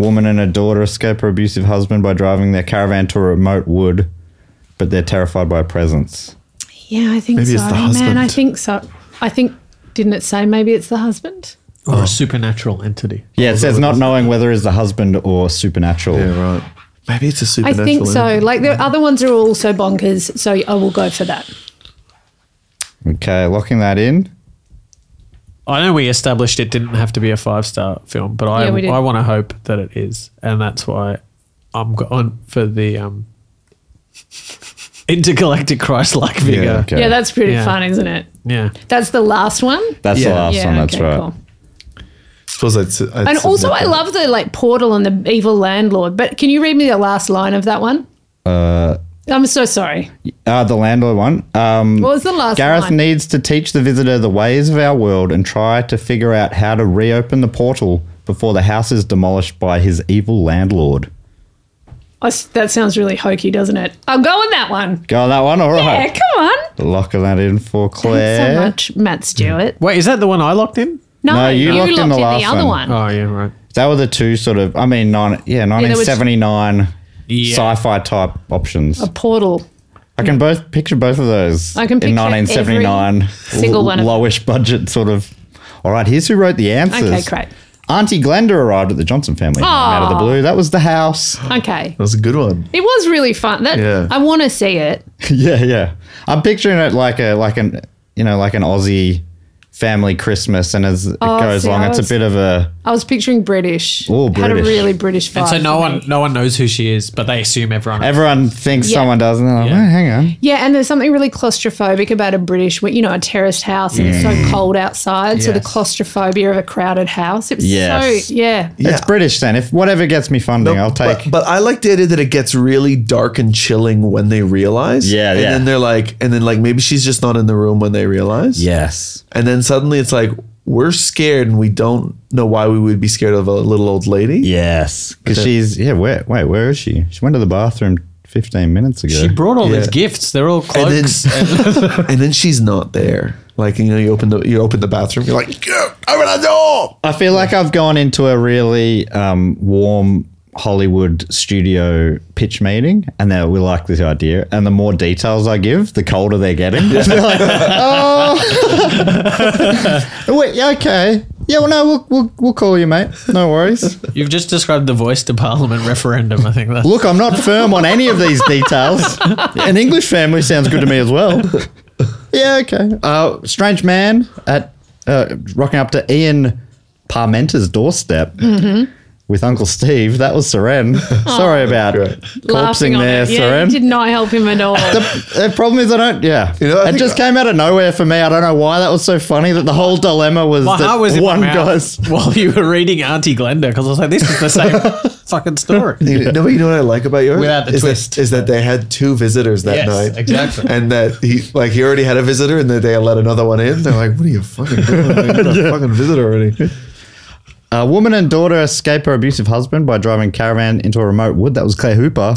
Speaker 2: Woman and her daughter escape her abusive husband by driving their caravan to a remote wood, but they're terrified by presence.
Speaker 4: yeah. I think
Speaker 5: Maybe
Speaker 4: so.
Speaker 5: it's the
Speaker 4: Man, I
Speaker 5: husband.
Speaker 4: think so. I think didn't it say maybe it's the husband?
Speaker 6: [laughs] Or a supernatural entity.
Speaker 2: Yeah, it says not knowing whether it's the husband or supernatural.
Speaker 5: right. Maybe it's a
Speaker 4: I
Speaker 5: supernatural.
Speaker 4: think so.
Speaker 5: entity.
Speaker 4: Like the other ones are all so bonkers. So I will go for that.
Speaker 2: Okay, locking that in.
Speaker 6: I know we established it didn't have to be a five star film, but I
Speaker 4: Yeah, we did.
Speaker 6: I want to hope that it is, and that's why I'm going for the um, [laughs] intergalactic Christ-like figure. Yeah,
Speaker 2: Okay.
Speaker 4: Yeah, that's pretty
Speaker 6: Yeah.
Speaker 4: fun, isn't it? That's the last one.
Speaker 2: That's the last
Speaker 4: yeah,
Speaker 2: one. That's
Speaker 4: okay,
Speaker 2: right.
Speaker 4: cool.
Speaker 5: Suppose that's, that's
Speaker 4: And also, I
Speaker 5: subjective.
Speaker 4: love the like portal and the evil landlord. But can you read me the last line of that one? Uh, I'm so sorry.
Speaker 2: Uh, the landlord one.
Speaker 4: What was the last
Speaker 2: Gareth
Speaker 4: line?
Speaker 2: needs to teach the visitor the ways of our world and try to figure out how to reopen the portal before the house is demolished by his evil landlord.
Speaker 4: I s- that sounds really hokey, doesn't it? I'm going that one.
Speaker 2: Go on that one, all
Speaker 4: Yeah,
Speaker 2: right.
Speaker 4: come on.
Speaker 2: Locking that in for
Speaker 4: Thanks so
Speaker 2: Claire.
Speaker 4: much, Matt Stewart.
Speaker 6: Wait, is that the one I locked in?
Speaker 4: No,
Speaker 2: No,
Speaker 4: you, locked, in the,
Speaker 2: last
Speaker 4: other
Speaker 2: one.
Speaker 4: one.
Speaker 6: Oh yeah, right.
Speaker 2: That were the two sort of, I mean, nine, yeah,
Speaker 4: there was-
Speaker 2: 1979
Speaker 6: Yeah.
Speaker 2: sci-fi type options.
Speaker 4: Portal.
Speaker 2: I can both picture both of those.
Speaker 4: Hmm. I can
Speaker 2: in
Speaker 4: picture
Speaker 2: 1979
Speaker 4: every single one of them.
Speaker 2: lowish budget sort of. All right, here's who wrote the answers.
Speaker 4: Okay, great.
Speaker 2: Auntie Glenda arrived at the Johnson family home out of the
Speaker 4: Aw.
Speaker 2: blue. That was the house.
Speaker 4: Okay,
Speaker 5: That's a good one.
Speaker 4: it was really fun. That
Speaker 5: Yeah.
Speaker 4: I want to see it.
Speaker 2: [laughs] yeah, yeah. I'm picturing it like a like an you know like an Aussie family Christmas, and as it
Speaker 4: Oh,
Speaker 2: goes
Speaker 4: see,
Speaker 2: along,
Speaker 4: I
Speaker 2: it's a
Speaker 4: was-
Speaker 2: bit of a
Speaker 4: I was picturing British.
Speaker 2: Ooh,
Speaker 4: Had a
Speaker 2: British.
Speaker 4: really British vibe.
Speaker 6: And so no
Speaker 4: for
Speaker 6: one
Speaker 4: me.
Speaker 6: no one knows who she is, but they assume everyone.
Speaker 2: everyone thinks
Speaker 4: Yeah.
Speaker 2: someone does, and they're like,
Speaker 6: Yeah.
Speaker 2: "Oh, hang on,
Speaker 4: Yeah, and there's something really claustrophobic about a British, you know, a terraced house, and it's
Speaker 2: Mm.
Speaker 4: so cold outside. So the
Speaker 6: Yes.
Speaker 4: claustrophobia of a crowded house. It was
Speaker 2: Yes.
Speaker 4: so yeah.
Speaker 2: it's British." Then if whatever gets me funding, I'll take.
Speaker 5: But, but I like the idea that it gets really dark and chilling when they realize.
Speaker 2: Yeah,
Speaker 5: And
Speaker 2: yeah.
Speaker 5: then they're like, and then like maybe she's just not in the room when they realize.
Speaker 2: yes,
Speaker 5: And then suddenly it's like we're scared and we don't know why we would be scared of a little old lady.
Speaker 2: yes, because she's yeah. Where, wait, where is she? She went to the bathroom 15 minutes ago.
Speaker 6: She brought all
Speaker 5: Yeah.
Speaker 6: these gifts. They're all
Speaker 5: And then,
Speaker 6: cloaks.
Speaker 5: [laughs] and then she's not there. Like you know, you open the you open the bathroom. You're like, "Yeah, open the door.
Speaker 2: I feel like I've gone into a really um, warm Hollywood studio pitch meeting, and they we like this idea. And the more details I give, the colder they're getting. [laughs] they're like, oh, [laughs] wait, yeah, okay, yeah, well, no, we'll, we'll we'll call you, mate. No worries.
Speaker 6: You've just described the voice to Parliament referendum. I think that's
Speaker 2: Look, I'm not firm on any of these details. An English family sounds good to me as well. Yeah, okay. Uh, strange man at uh, rocking up to Ian Parmenter's doorstep
Speaker 6: Mm-hmm.
Speaker 2: with Uncle Steve. That was Seren.
Speaker 6: Oh.
Speaker 2: Sorry about
Speaker 4: Laughing
Speaker 2: corpsing
Speaker 4: on
Speaker 2: there,
Speaker 4: it. Yeah,
Speaker 2: Seren.
Speaker 4: you did not help him at all.
Speaker 2: the problem is, I don't. Yeah,
Speaker 5: You know,
Speaker 2: it
Speaker 5: I think-
Speaker 2: just came out of nowhere for me. I don't know why that was so funny. That the whole dilemma was
Speaker 6: My
Speaker 2: that
Speaker 6: heart was in
Speaker 2: one
Speaker 6: my mouth
Speaker 2: guy's.
Speaker 6: [laughs] while you were reading Auntie Glenda because I was like, this is
Speaker 2: [laughs]
Speaker 6: the same fucking story.
Speaker 5: No, but you know what I like about yours
Speaker 6: Without the
Speaker 5: is
Speaker 6: twist.
Speaker 5: That, is that they had two visitors that
Speaker 6: Yes,
Speaker 5: night,
Speaker 6: exactly.
Speaker 5: and that he like he already had a visitor, and then they let another one in. They're like, "What are you fucking doing? You got a fucking visitor already."
Speaker 2: A woman and daughter escape her abusive husband by driving caravan into a remote wood. That was Claire Hooper.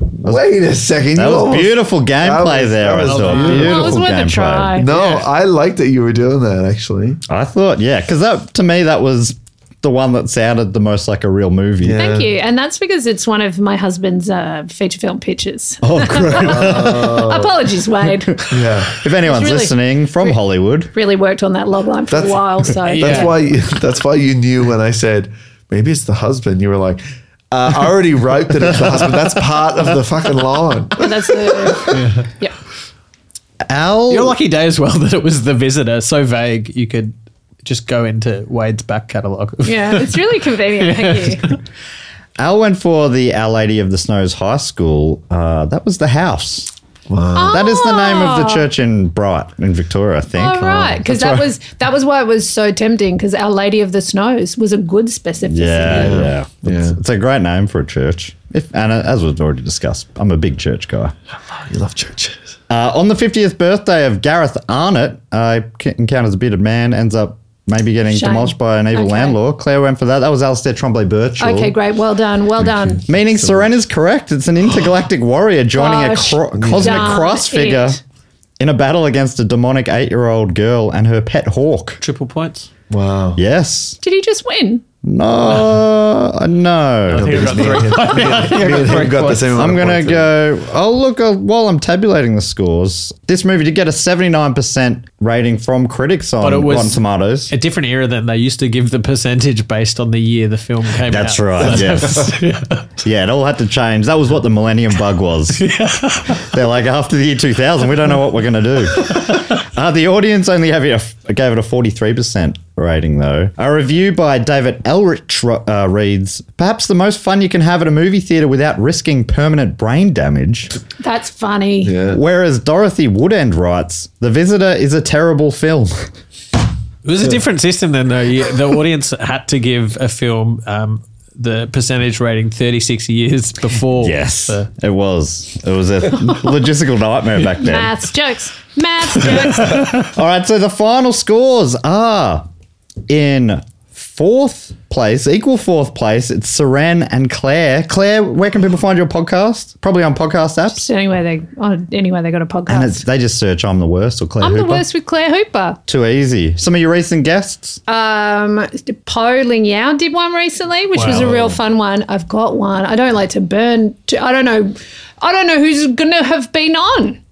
Speaker 5: Wait a second,
Speaker 2: That
Speaker 5: you
Speaker 2: was
Speaker 5: almost-
Speaker 2: beautiful gameplay
Speaker 5: was-
Speaker 2: there.
Speaker 5: that was
Speaker 2: That
Speaker 5: beautiful.
Speaker 4: Well, it was worth a try.
Speaker 5: No, I like that you were doing that actually.
Speaker 2: I thought, yeah, because that to me that was the one that sounded the most like a real movie.
Speaker 4: Thank you, and that's because it's one of my husband's uh, feature film pitches.
Speaker 2: Oh,
Speaker 4: [laughs]
Speaker 2: great! Oh.
Speaker 4: Apologies, Wade.
Speaker 5: Yeah.
Speaker 2: if anyone's
Speaker 4: It's really-
Speaker 2: listening from Hollywood,
Speaker 4: really worked on that log line for a
Speaker 5: That's-
Speaker 4: while. So
Speaker 5: That's why you, [laughs] that's why you knew when I said maybe it's the husband. You were like, uh, I already wrote that it's the husband. That's part of the
Speaker 4: [laughs]
Speaker 5: fucking line.
Speaker 4: that's the yeah.
Speaker 2: Al,
Speaker 6: Your lucky day as well [laughs] that it was the visitor, so vague you could just go into Wade's back catalogue.
Speaker 4: Yeah, it's really convenient. Thank you.
Speaker 2: Al went for the Our Lady of the Snows High School. Uh, that was the house. That is the name of the church in Bright in Victoria, I think.
Speaker 4: All Ah. Oh, right, because that was that was why it was so tempting. Because Our Lady of the Snows was a good specificity.
Speaker 2: Yeah, yeah. It's, it's a great name for a church. If, and uh, as we've already discussed, I'm a big church guy.
Speaker 5: You love churches.
Speaker 2: Uh, on the 50th birthday of Gareth Arnott, uh, c- encounters a bearded man, ends up maybe getting
Speaker 4: Shame.
Speaker 2: demolished by an evil
Speaker 4: Okay.
Speaker 2: landlord. Claire went for that. That was Alistair Trombley Birchall.
Speaker 4: Okay, great. Well done. Well done.
Speaker 2: Meaning Serena's correct. It's an intergalactic warrior joining
Speaker 4: Gosh,
Speaker 2: a cro- cosmic
Speaker 4: darn
Speaker 2: cross
Speaker 4: it.
Speaker 2: figure in a battle against a demonic eight year old girl and her pet hawk.
Speaker 6: [laughs] Triple points.
Speaker 5: Wow.
Speaker 2: Yes.
Speaker 4: Did he just win?
Speaker 2: No. No.
Speaker 5: You've got the same amount
Speaker 2: I'm
Speaker 5: of
Speaker 2: going
Speaker 5: points.
Speaker 2: to go. Oh, look, uh, while I'm tabulating the scores, this movie did get a 79% rating from critics on
Speaker 6: But it was-
Speaker 2: Rotten Tomatoes.
Speaker 6: A different era than they used to give the percentage based on the year the film came out.
Speaker 2: That's
Speaker 6: [laughs]
Speaker 2: right. Yes. yeah, it all had to change. That was what the millennium bug
Speaker 6: [laughs]
Speaker 2: was. They're like, after the year 2000, we don't know what we're going to
Speaker 6: [laughs]
Speaker 2: do. Uh, the audience only have it a, gave it a 43% rating, though. A review by David Elrich uh, reads Perhaps the most fun you can have at a movie theater without risking permanent brain damage.
Speaker 4: That's funny.
Speaker 2: Whereas Dorothy Woodend writes The Visitor is a terrible [laughs] film.
Speaker 6: It was a different system then, though. You, the audience had to give a film um, the percentage rating 36 years before. the-
Speaker 2: It was. It was a [laughs] logistical nightmare back then.
Speaker 4: Maths jokes.
Speaker 2: [laughs]
Speaker 4: Maths jokes.
Speaker 2: All right, so the final scores are in fourth place, equal fourth place. It's Saran and Claire. Claire, where can people find your podcast? Probably on podcast apps.
Speaker 4: So anyway, they on, anyway they got a
Speaker 2: And it's,
Speaker 4: podcast.
Speaker 2: they just search "I'm the worst" or Claire
Speaker 4: I'm
Speaker 2: Hooper.
Speaker 4: the worst with Claire Hooper.
Speaker 2: Too easy. Some of your recent guests.
Speaker 4: Um, Poe Ling Yao did one recently, which was a real fun one. I've got one. I don't like to burn. To, I don't know. I don't know who's going to have been on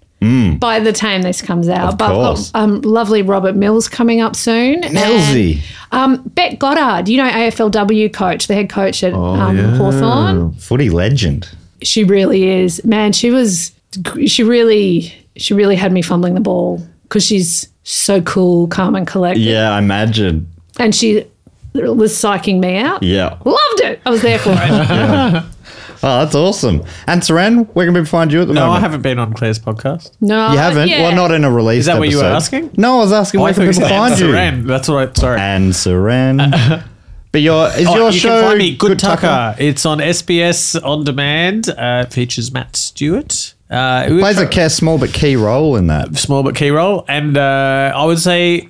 Speaker 4: by the time this comes out. but I've got,
Speaker 2: Hmm. course.
Speaker 4: um, lovely Robert Mills coming up soon. and,
Speaker 2: Millsy.
Speaker 4: um, Bet Goddard, you know AFLW coach, the head coach
Speaker 2: Oh,
Speaker 4: at um, Hawthorn
Speaker 2: Footy legend.
Speaker 4: she really is man she was she really she really had me fumbling the ball because she's so cool calm and collected
Speaker 2: Yeah, I imagine.
Speaker 4: and she was psyching me out
Speaker 2: Yeah. Oh,
Speaker 4: loved it i was there for it
Speaker 2: that's awesome. And Saran, where can people find you at the
Speaker 6: No, I
Speaker 2: moment?
Speaker 6: haven't been on Claire's podcast.
Speaker 4: no
Speaker 2: You haven't?
Speaker 4: Uh, yeah.
Speaker 2: Well, not in a release.
Speaker 6: that what you were
Speaker 2: episode.
Speaker 6: asking? Oh,
Speaker 2: No, I was asking where
Speaker 6: I thought
Speaker 2: can
Speaker 6: you
Speaker 2: people
Speaker 6: said
Speaker 2: find you.
Speaker 6: Saran. That's all right. Sorry.
Speaker 2: and
Speaker 6: [laughs]
Speaker 2: Saran. But your is
Speaker 6: Oh,
Speaker 2: your
Speaker 6: you
Speaker 2: show
Speaker 6: can find me, Good, Tucker. It's on SBS On Demand. Uh, it features Matt Stewart. Uh, who
Speaker 2: Plays a ca- small but key role in that.
Speaker 6: small but key role. And uh, I would say,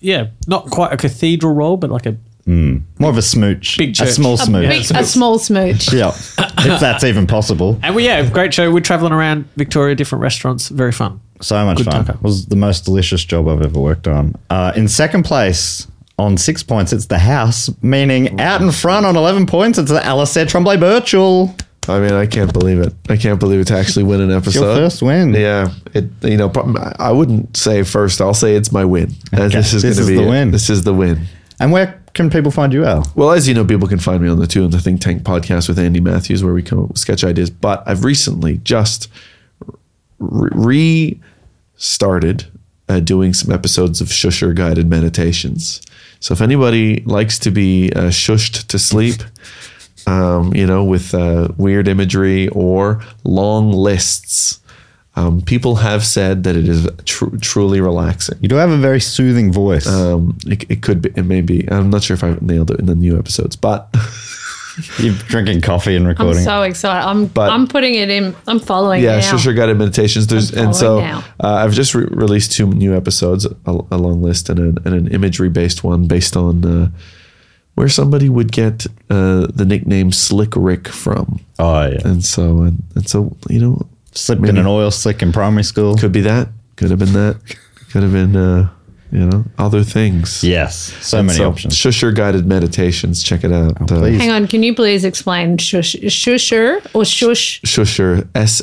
Speaker 6: yeah, not quite a cathedral role, but like a
Speaker 2: More of a smooch,
Speaker 6: Big
Speaker 2: a
Speaker 6: church.
Speaker 2: small
Speaker 4: Big-
Speaker 2: smooch.
Speaker 4: a small smooch
Speaker 2: Yeah, if that's even possible.
Speaker 6: And we, yeah, great show. We're traveling around Victoria, different restaurants. Very fun.
Speaker 2: So much
Speaker 6: Good
Speaker 2: fun.
Speaker 6: Tucker.
Speaker 2: Was the most delicious job I've ever worked on. Uh, in second place. On six points, it's the house, meaning out in front on 11 points, it's the Alistair Tremblay Birchall.
Speaker 5: I mean, I can't believe it. I can't believe it to actually win an episode.
Speaker 2: Your first win.
Speaker 5: Yeah, it. You know, prob- I wouldn't say first. I'll say it's my win. And This is
Speaker 2: This
Speaker 5: going to
Speaker 2: is
Speaker 5: be
Speaker 2: the
Speaker 5: it.
Speaker 2: win.
Speaker 5: This is the win.
Speaker 2: And where can people find you, Al?
Speaker 5: Well, as you know, people can find me on the Two and the Think Tank podcast with Andy Matthews, where we come up with sketch ideas. But I've recently just re- restarted uh, doing some episodes of Shusher guided meditations. So if anybody likes to be uh, shushed to sleep, [laughs] um, you know, with uh, weird imagery or long lists, um, people have said that it is tr- truly relaxing.
Speaker 2: You do have a very soothing voice.
Speaker 5: Um, it, it could be, it may be. I'm not sure if I nailed it in the new episodes, but. [laughs]
Speaker 2: You're drinking coffee and
Speaker 4: i'm
Speaker 2: recording.
Speaker 4: so excited i'm
Speaker 5: But-
Speaker 4: i'm putting it in i'm following
Speaker 5: yeah,
Speaker 4: now.
Speaker 5: sure, sure. Guided meditations. There's
Speaker 4: I'm
Speaker 5: and so
Speaker 4: following
Speaker 5: uh,
Speaker 4: now.
Speaker 5: I've just re- released two new episodes, a, a long list and an, and an imagery based one based on uh, where somebody would get uh, the nickname Slick Rick from,
Speaker 2: oh, yeah.
Speaker 5: and so and, and so you know
Speaker 2: Slipped in an oil slick in primary school.
Speaker 5: could be that, could have been that, could have been uh, you know other things.
Speaker 2: Yes. So many
Speaker 5: So,
Speaker 2: options. Oh,
Speaker 5: Shusher guided meditations. Check it out. Uh,
Speaker 2: please.
Speaker 4: hang on can you please explain shush shusher or shush
Speaker 5: Shusher S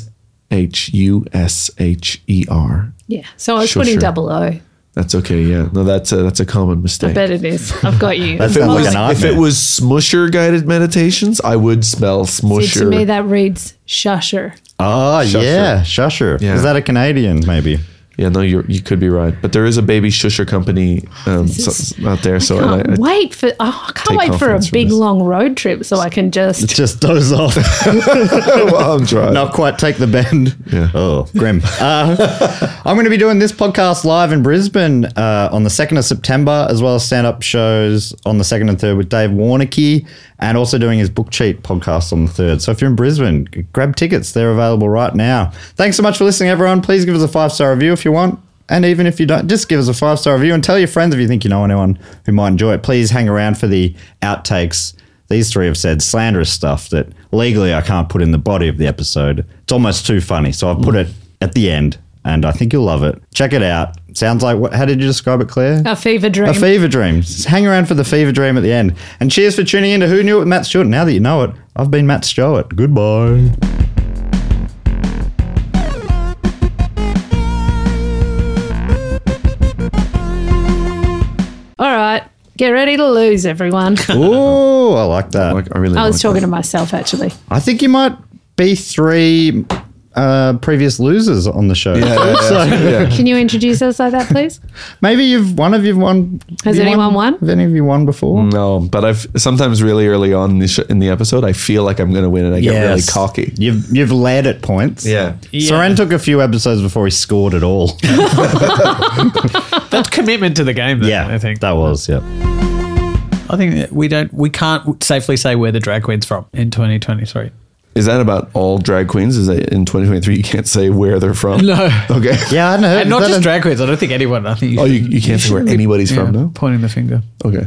Speaker 5: H U S H E R.
Speaker 4: yeah so i was putting
Speaker 5: Shusher.
Speaker 4: double o i
Speaker 5: That's okay. Yeah. No, that's a, that's a common mistake.
Speaker 4: bet it is i've got you
Speaker 2: That
Speaker 4: I've
Speaker 2: sounds
Speaker 4: got
Speaker 2: like
Speaker 4: it.
Speaker 2: an
Speaker 5: if
Speaker 2: nightmare.
Speaker 5: it was smusher guided meditations, I would spell
Speaker 4: See, to me
Speaker 5: smusher.
Speaker 4: that reads shusher
Speaker 2: Oh yeah, Shusher.
Speaker 5: Yeah. [laughs]
Speaker 2: Is that a Canadian? Maybe.
Speaker 5: Yeah, no, you you could be right, but there is a baby shusher company um, so- out there. So and I,
Speaker 4: Can't wait for oh, I
Speaker 5: Take
Speaker 4: can't wait for a
Speaker 5: confidence from
Speaker 4: big
Speaker 5: this.
Speaker 4: long road trip so I can just
Speaker 2: Just doze off.
Speaker 5: [laughs] [laughs] well, I'm trying.
Speaker 2: Not quite take the bend.
Speaker 5: Yeah.
Speaker 2: Oh,
Speaker 5: [laughs]
Speaker 2: grim. Uh, I'm going to be doing this podcast live in Brisbane uh, on the 2nd of September, as well as stand up shows on the 2nd and 3rd with Dave Warnicky, and also doing his Book Cheat podcast on the 3rd. So if you're in Brisbane, g- grab tickets. They're available right now. Thanks so much for listening, everyone. Please give us a five star review if you want. And even if you don't, just give us a five star review and tell your friends if you think you know anyone who might enjoy it. Please hang around for the outtakes these three have said slanderous stuff that legally I can't put in the body of the episode. It's almost too funny, so I've put it at the end, and I think you'll love it. Check it out. Sounds like what? How did you describe it, Claire?
Speaker 4: a fever dream.
Speaker 2: A fever dream. Just hang around for the fever dream at the end. And cheers for tuning in to Who Knew It with Matt Stewart. Now that you know it, I've been Matt Stewart.
Speaker 5: [laughs]
Speaker 2: Goodbye.
Speaker 4: All right, get ready to lose, everyone.
Speaker 2: Oh Ooh, I like that.
Speaker 5: like, I really.
Speaker 4: I was
Speaker 5: like
Speaker 4: talking to myself actually.
Speaker 2: I think you might be three uh, previous losers on the show. [laughs]
Speaker 5: that. Yeah, yeah, yeah. Yeah.
Speaker 4: Can you introduce us like that, please?
Speaker 2: Maybe you've one of you've won.
Speaker 4: Has
Speaker 2: you
Speaker 4: anyone won?
Speaker 2: Have any of you won before?
Speaker 5: No, but I've sometimes really early on in the, sh- in the episode, I feel like I'm going to win and I get really
Speaker 2: Yes.
Speaker 5: cocky.
Speaker 2: You've you've led at points.
Speaker 5: Yeah.
Speaker 2: Soren took a few episodes before he scored at all.
Speaker 7: That's commitment to the game, though,
Speaker 2: [laughs] yeah,
Speaker 7: I think.
Speaker 2: that was yeah.
Speaker 7: I think that we don't, we can't safely say where the drag queen's from in 2023.
Speaker 5: Is that about all drag queens? Is that in 2023 you can't say where
Speaker 2: [laughs]
Speaker 5: they're from?
Speaker 7: No.
Speaker 5: Okay.
Speaker 2: Yeah, I know.
Speaker 7: And not
Speaker 2: That
Speaker 7: just
Speaker 2: is-
Speaker 7: drag queens. I don't think anyone. I think
Speaker 5: Oh, you, you can't say where anybody's from, no?
Speaker 7: Pointing the finger.
Speaker 5: Okay.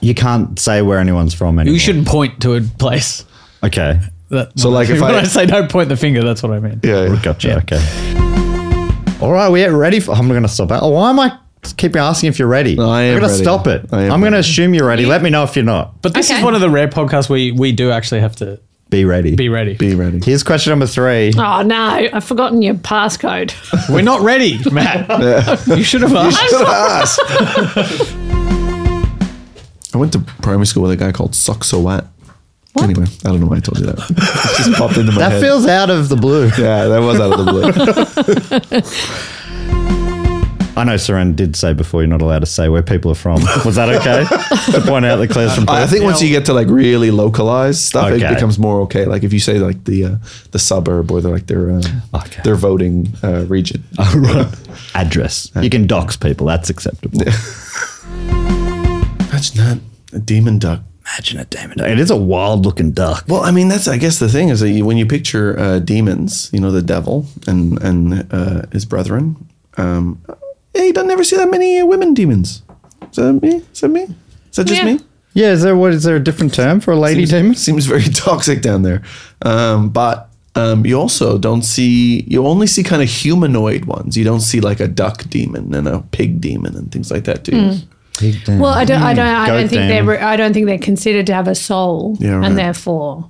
Speaker 2: you can't say where anyone's from anymore.
Speaker 7: You shouldn't point to a place.
Speaker 2: Okay.
Speaker 7: That,
Speaker 5: So, like,
Speaker 7: [laughs]
Speaker 5: if
Speaker 7: when
Speaker 5: I-
Speaker 7: I say don't point the finger, that's what I mean.
Speaker 5: Yeah.
Speaker 2: Gotcha. Okay. All right, we're ready for. I'm going to stop it. Oh, why am I keep asking if you're ready?
Speaker 5: I am
Speaker 2: am going to
Speaker 5: ready.
Speaker 2: stop it.
Speaker 5: I am
Speaker 2: I'm going to
Speaker 5: ready.
Speaker 2: assume you're ready. Let me know if you're not.
Speaker 7: But this
Speaker 4: Okay.
Speaker 7: is one of the rare podcasts where we do actually have to
Speaker 2: Be ready.
Speaker 7: be ready.
Speaker 5: Be ready.
Speaker 2: Here's question number three.
Speaker 4: [laughs] Oh no, I've forgotten your passcode.
Speaker 7: We're not ready,
Speaker 5: [laughs]
Speaker 7: Matt. You should have asked.
Speaker 5: I went to primary school with a guy called Suck So What. Anyway, I don't know why I told you that. [laughs] It just popped into my
Speaker 2: that
Speaker 5: head.
Speaker 2: feels out of the blue.
Speaker 5: yeah, that was out of the blue.
Speaker 2: I know Soren did say before you're not allowed to say where people are from. Was that
Speaker 5: [laughs]
Speaker 2: okay? to point out that Claire's from
Speaker 5: [laughs] I
Speaker 2: Perth?
Speaker 5: think once you get to like really localize stuff,
Speaker 2: Okay.
Speaker 5: it becomes more okay. Like if you say like the uh, the suburb or the, like their uh,
Speaker 2: Okay.
Speaker 5: their voting uh, [laughs] region.
Speaker 2: address. You can dox people. That's acceptable.
Speaker 5: Imagine that a demon duck.
Speaker 2: Imagine a demon duck. It is a wild looking duck.
Speaker 5: Well, I mean, that's I guess the thing is that you, when you picture uh, demons, you know, the devil and and uh, his brethren. Um, yeah, you don't never see that many uh, women demons. Is that me? Is that me? Is that just
Speaker 4: Yeah.
Speaker 5: me?
Speaker 2: Yeah, is there what is there a different term for a lady
Speaker 5: seems,
Speaker 2: demon?
Speaker 5: seems very [laughs] toxic down there. Um, but um, you also don't see, you only see kind of humanoid ones. You don't see like a duck demon and a pig demon and things like that, do you?
Speaker 4: Well, I don't, I don't, I
Speaker 2: Goat
Speaker 4: don't think
Speaker 2: demon.
Speaker 4: they're, I don't think they're considered to have a soul,
Speaker 5: Mm. Yeah, right.
Speaker 4: and therefore,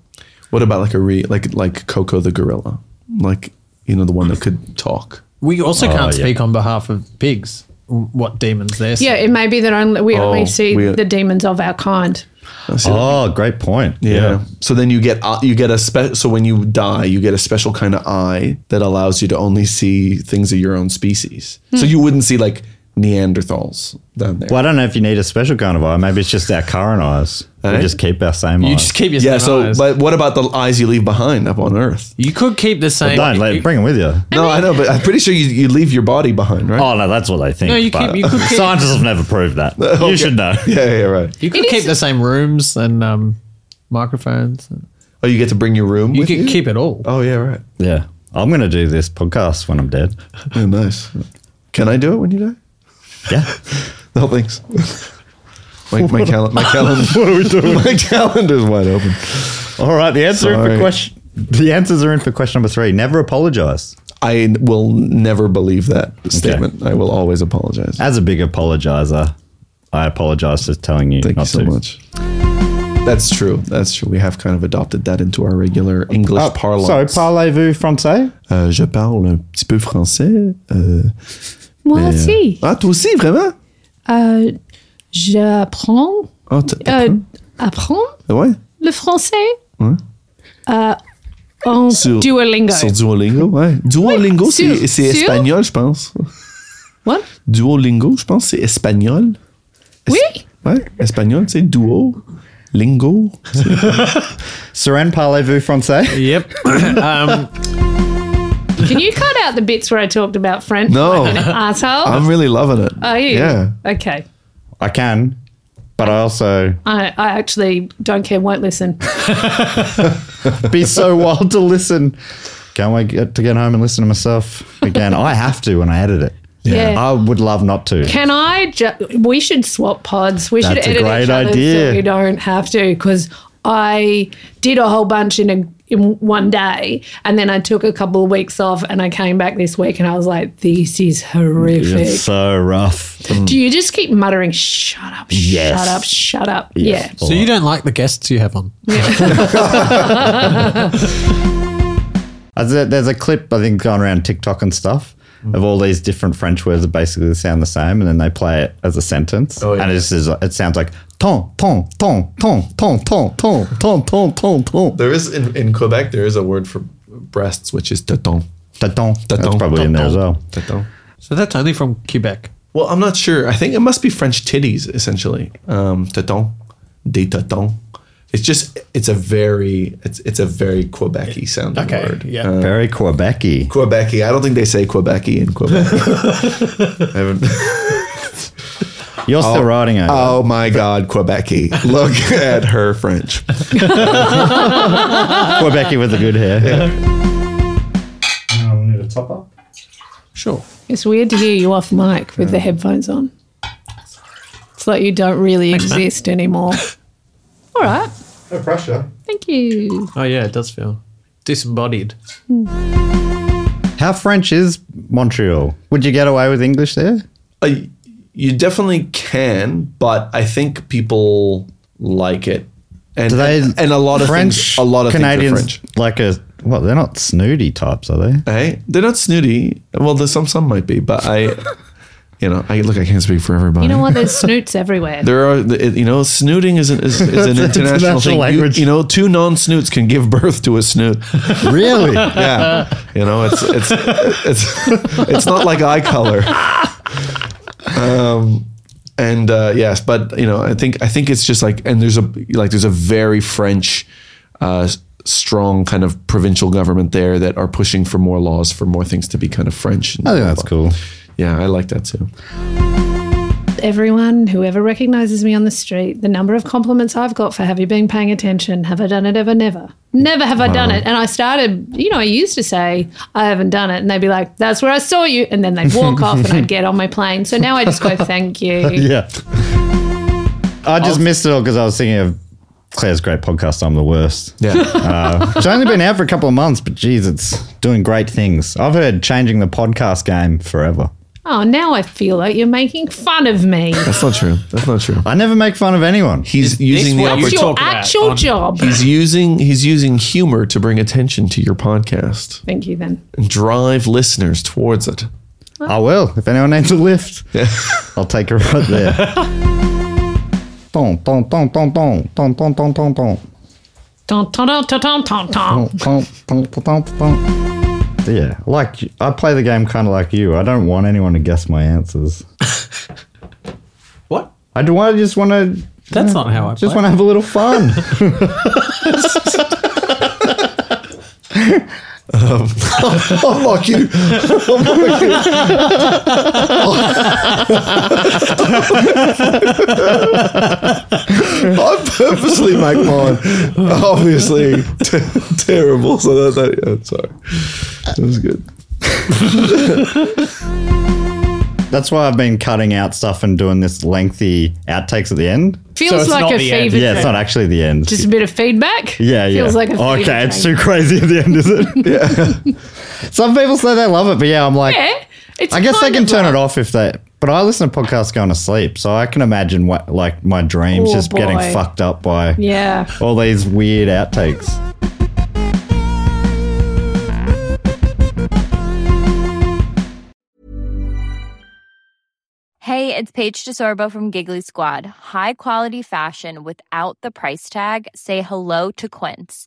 Speaker 5: What about like a re, like like Coco the gorilla, like you know the one that could talk.
Speaker 7: We also
Speaker 5: Oh,
Speaker 7: can't
Speaker 2: yeah.
Speaker 7: speak on behalf of pigs. What demons they're
Speaker 4: yeah, it may be that only we
Speaker 5: Oh,
Speaker 4: only see
Speaker 5: we-
Speaker 4: the demons of our kind.
Speaker 5: I see that.
Speaker 2: Oh, great point.
Speaker 5: Yeah. So then you get uh, you get a spe- so when you die you get a special kind of eye that allows you to only see things of your own species. So you wouldn't see like Neanderthals down there.
Speaker 2: Well, I don't know if you need a special kind of eye. Maybe it's just our current eyes. We
Speaker 5: Eh?
Speaker 2: just keep our same
Speaker 7: You
Speaker 2: eyes.
Speaker 7: just keep your
Speaker 5: Yeah.
Speaker 7: same
Speaker 5: So,
Speaker 7: eyes.
Speaker 5: but what about the eyes you leave behind up on Earth?
Speaker 7: you could keep the same.
Speaker 2: don't let,
Speaker 7: you-
Speaker 2: bring them with you.
Speaker 5: No, I know, but I'm pretty sure you, you leave your body behind, right?
Speaker 2: Oh no, that's what they think.
Speaker 7: No, you
Speaker 2: but
Speaker 7: keep- you
Speaker 2: [laughs]
Speaker 7: could keep-
Speaker 2: scientists have never proved that.
Speaker 7: [laughs]
Speaker 2: You should know.
Speaker 5: Yeah, yeah, right.
Speaker 7: You could
Speaker 4: It
Speaker 7: keep
Speaker 4: is-
Speaker 7: the same rooms and um, microphones.
Speaker 5: Oh, you get to bring your room.
Speaker 7: You
Speaker 5: with
Speaker 7: could
Speaker 5: you?
Speaker 7: keep it all.
Speaker 5: Oh yeah, right.
Speaker 2: Yeah, I'm gonna do this podcast when I'm dead.
Speaker 5: Yeah, Oh, nice. Can I do it when you die?
Speaker 7: [laughs]
Speaker 2: Yeah,
Speaker 5: No, thanks. [laughs] my my, cal- my calendar. what are we doing? [laughs] My calendar's wide open.
Speaker 2: all right. The answer
Speaker 5: Sorry.
Speaker 2: for question. The answers are in for question number three. Never apologize.
Speaker 5: I will never believe that statement. I will always apologize.
Speaker 2: As a big apologizer, I apologize for telling you
Speaker 5: Thank
Speaker 2: not
Speaker 5: you so
Speaker 2: to.
Speaker 5: much. That's true. That's true. We have kind of adopted that into our regular English
Speaker 2: Ah,
Speaker 5: parlance.
Speaker 2: Oh, parlez-vous français?
Speaker 5: Euh, je parle un petit peu français. euh,
Speaker 4: Moi
Speaker 5: mais, euh,
Speaker 4: aussi,
Speaker 5: Ah, toi aussi, vraiment?
Speaker 4: euh, j'apprends,
Speaker 5: Oh, t-
Speaker 4: euh,
Speaker 5: t'apprends?
Speaker 4: apprends
Speaker 5: ouais.
Speaker 4: le français euh, en
Speaker 5: Sur-
Speaker 4: Duolingo.
Speaker 5: Sur Duolingo, ouais. Duolingo,
Speaker 4: Oui,
Speaker 5: c'est
Speaker 4: sur-
Speaker 5: c'est
Speaker 4: sur-
Speaker 5: espagnol, je pense.
Speaker 4: What?
Speaker 5: Duolingo, je pense, c'est espagnol. Es-
Speaker 4: Oui.
Speaker 5: Ouais, espagnol, c'est duo. Lingo.
Speaker 2: Seren parlez-vous français?
Speaker 6: [coughs] Yep. um,
Speaker 4: Can you cut out the bits where I talked about French? [laughs]
Speaker 5: No.
Speaker 4: Like an asshole.
Speaker 5: I'm really loving it.
Speaker 4: Are you?
Speaker 5: Yeah.
Speaker 4: Okay.
Speaker 2: I can, but I also
Speaker 4: I, I actually don't care, won't listen.
Speaker 2: be so wild to listen. Can't wait get- to get home and listen to myself again. I have to when I edit it.
Speaker 4: Yeah.
Speaker 2: I would love not to.
Speaker 4: Can I? Ju- we should swap pods. We should
Speaker 2: That's a
Speaker 4: edit
Speaker 2: great
Speaker 4: each other
Speaker 2: idea.
Speaker 4: so we don't have to. Because I did a whole bunch in a in one day, and then I took a couple of weeks off, and I came back this week, and I was like, "This is horrific."
Speaker 2: It's so rough.
Speaker 4: Do you just keep muttering, "Shut up,
Speaker 2: Yes.
Speaker 4: shut up, shut up"? Yeah.
Speaker 6: so you don't like the guests you have on?
Speaker 2: Uh, there- There's a clip I think going around TikTok and stuff of all these different French words that basically sound the same, and then they play it as a sentence,
Speaker 5: Oh, yeah.
Speaker 2: and it just is, it sounds like ton ton ton ton ton ton ton ton ton ton ton.
Speaker 5: There is, in, in Quebec, there is a word for breasts, which is taton.
Speaker 2: Taton. That's
Speaker 5: Taton.
Speaker 2: probably in there as well.
Speaker 5: Taton.
Speaker 6: So that's only from Quebec.
Speaker 5: Well, I'm not sure. I think it must be French titties, essentially. Um, taton, des tatons. It's just, it's a very, it's it's a very Quebec-y sounding word. Uh,
Speaker 7: yeah.
Speaker 2: Very Quebecy.
Speaker 5: Quebec-y. I don't think they say Quebec-y in Quebec. I haven't-
Speaker 2: You're still writing it.
Speaker 5: oh my God, Quebec-y. Look at her French.
Speaker 2: Quebecy with the good
Speaker 5: [laughs]
Speaker 2: hair.
Speaker 6: Sure.
Speaker 4: It's weird to hear you off mic with the headphones on. It's like you don't really
Speaker 2: [laughs]
Speaker 4: exist anymore. All right.
Speaker 5: No pressure.
Speaker 4: Thank you.
Speaker 6: Oh yeah, it does feel disembodied.
Speaker 2: How French is Montreal? Would you get away with English there?
Speaker 5: Uh, you definitely can, but I think people like it, and
Speaker 2: Do they
Speaker 5: and, and a lot of
Speaker 2: French
Speaker 5: things, a lot of
Speaker 2: Canadians
Speaker 5: Things are French.
Speaker 2: like a well, they're not snooty types, are
Speaker 5: [laughs]
Speaker 2: they?
Speaker 5: Hey, they're not snooty. Well, there's some some might be, but
Speaker 2: [laughs]
Speaker 5: I, you know, I look. I can't speak for everybody.
Speaker 4: You know what? There's snoots everywhere.
Speaker 5: There are, it- you know, snooting is an, is, is an international,
Speaker 2: international
Speaker 5: thing. You-
Speaker 2: language.
Speaker 5: You, know, two non-snoots can give birth to a snoot.
Speaker 2: Really?
Speaker 5: Yeah, you know, it's it's it's it's not like eye color. Um, and uh, yes, but you know, I think I think it's just like, and there's a like there's a very French, uh, s- strong kind of provincial government there that are pushing for more laws for more things to be kind of French.
Speaker 2: I think that's cool.
Speaker 5: Yeah, I like that too.
Speaker 4: Everyone, whoever recognizes me on the street, the number of compliments I've got for have you been paying attention? Have I done it ever? Never. Never have I done it. And I started, you know, I used to say, I haven't done it. And they'd be like, that's where I saw you. And then they'd walk off
Speaker 2: [laughs]
Speaker 4: and I'd get on my plane. So now I just go, thank you.
Speaker 2: Yeah. I just missed it all because I was thinking of Claire's great podcast, I'm the Worst.
Speaker 5: Yeah,
Speaker 2: Uh, it's only been out for a couple of months, but geez, it's doing great things. I've heard changing the podcast game forever.
Speaker 4: Oh, now I feel like you're making fun
Speaker 2: [laughs]
Speaker 4: of me.
Speaker 5: [laughs] that's not true. That's not true.
Speaker 2: I never make fun of anyone.
Speaker 5: He's using the
Speaker 6: what
Speaker 5: opportunity.
Speaker 6: you
Speaker 4: It's your
Speaker 6: talk about
Speaker 4: actual
Speaker 6: on-
Speaker 4: job.
Speaker 5: He's using he's using humor to bring attention to your podcast
Speaker 4: Thank you then.
Speaker 5: and drive listeners towards it.
Speaker 2: I will. If anyone needs a lift, I'll take her right there. Bon, bon, bon, bon, bon, bon, bon, bon, bon, bon.
Speaker 4: Dun, dun, dun, dun, dun, dun, dun.
Speaker 2: Oh. Yeah, like I play the game kind of like you. I don't want anyone to guess my answers.
Speaker 6: What?
Speaker 2: I do. I just want to
Speaker 6: That's not how I
Speaker 2: just
Speaker 6: play.
Speaker 2: want to have a little
Speaker 5: [laughs]
Speaker 2: fun.
Speaker 5: Um, [laughs] I'm like you. [laughs] I purposely make mine obviously t- terrible. So that, that yeah, sorry, that was good.
Speaker 2: [laughs] That's why I've been cutting out stuff and doing this lengthy outtakes at the end.
Speaker 4: Feels
Speaker 7: it's
Speaker 4: like
Speaker 7: not
Speaker 4: a
Speaker 7: the end.
Speaker 4: fever
Speaker 2: Yeah, it's
Speaker 4: dream.
Speaker 2: not actually the end.
Speaker 4: Just a bit of feedback.
Speaker 2: yeah, yeah. Oh,
Speaker 4: Feels like a fever
Speaker 2: okay, it's
Speaker 4: dream.
Speaker 2: too crazy at the end, is it? yeah. [laughs] Some people say they love it, but yeah, I'm like,
Speaker 4: Yeah, it's
Speaker 2: I guess they
Speaker 4: kind
Speaker 2: can
Speaker 4: of
Speaker 2: turn
Speaker 4: like-
Speaker 2: it off if they. But I listen to podcasts going to sleep, so I can imagine what like my dreams
Speaker 4: Oh,
Speaker 2: just getting
Speaker 4: boy.
Speaker 2: fucked up by
Speaker 4: Yeah.
Speaker 2: all these weird outtakes.
Speaker 9: Hey, it's Paige DeSorbo from Giggly Squad. High quality fashion without the price tag. Say hello to Quince.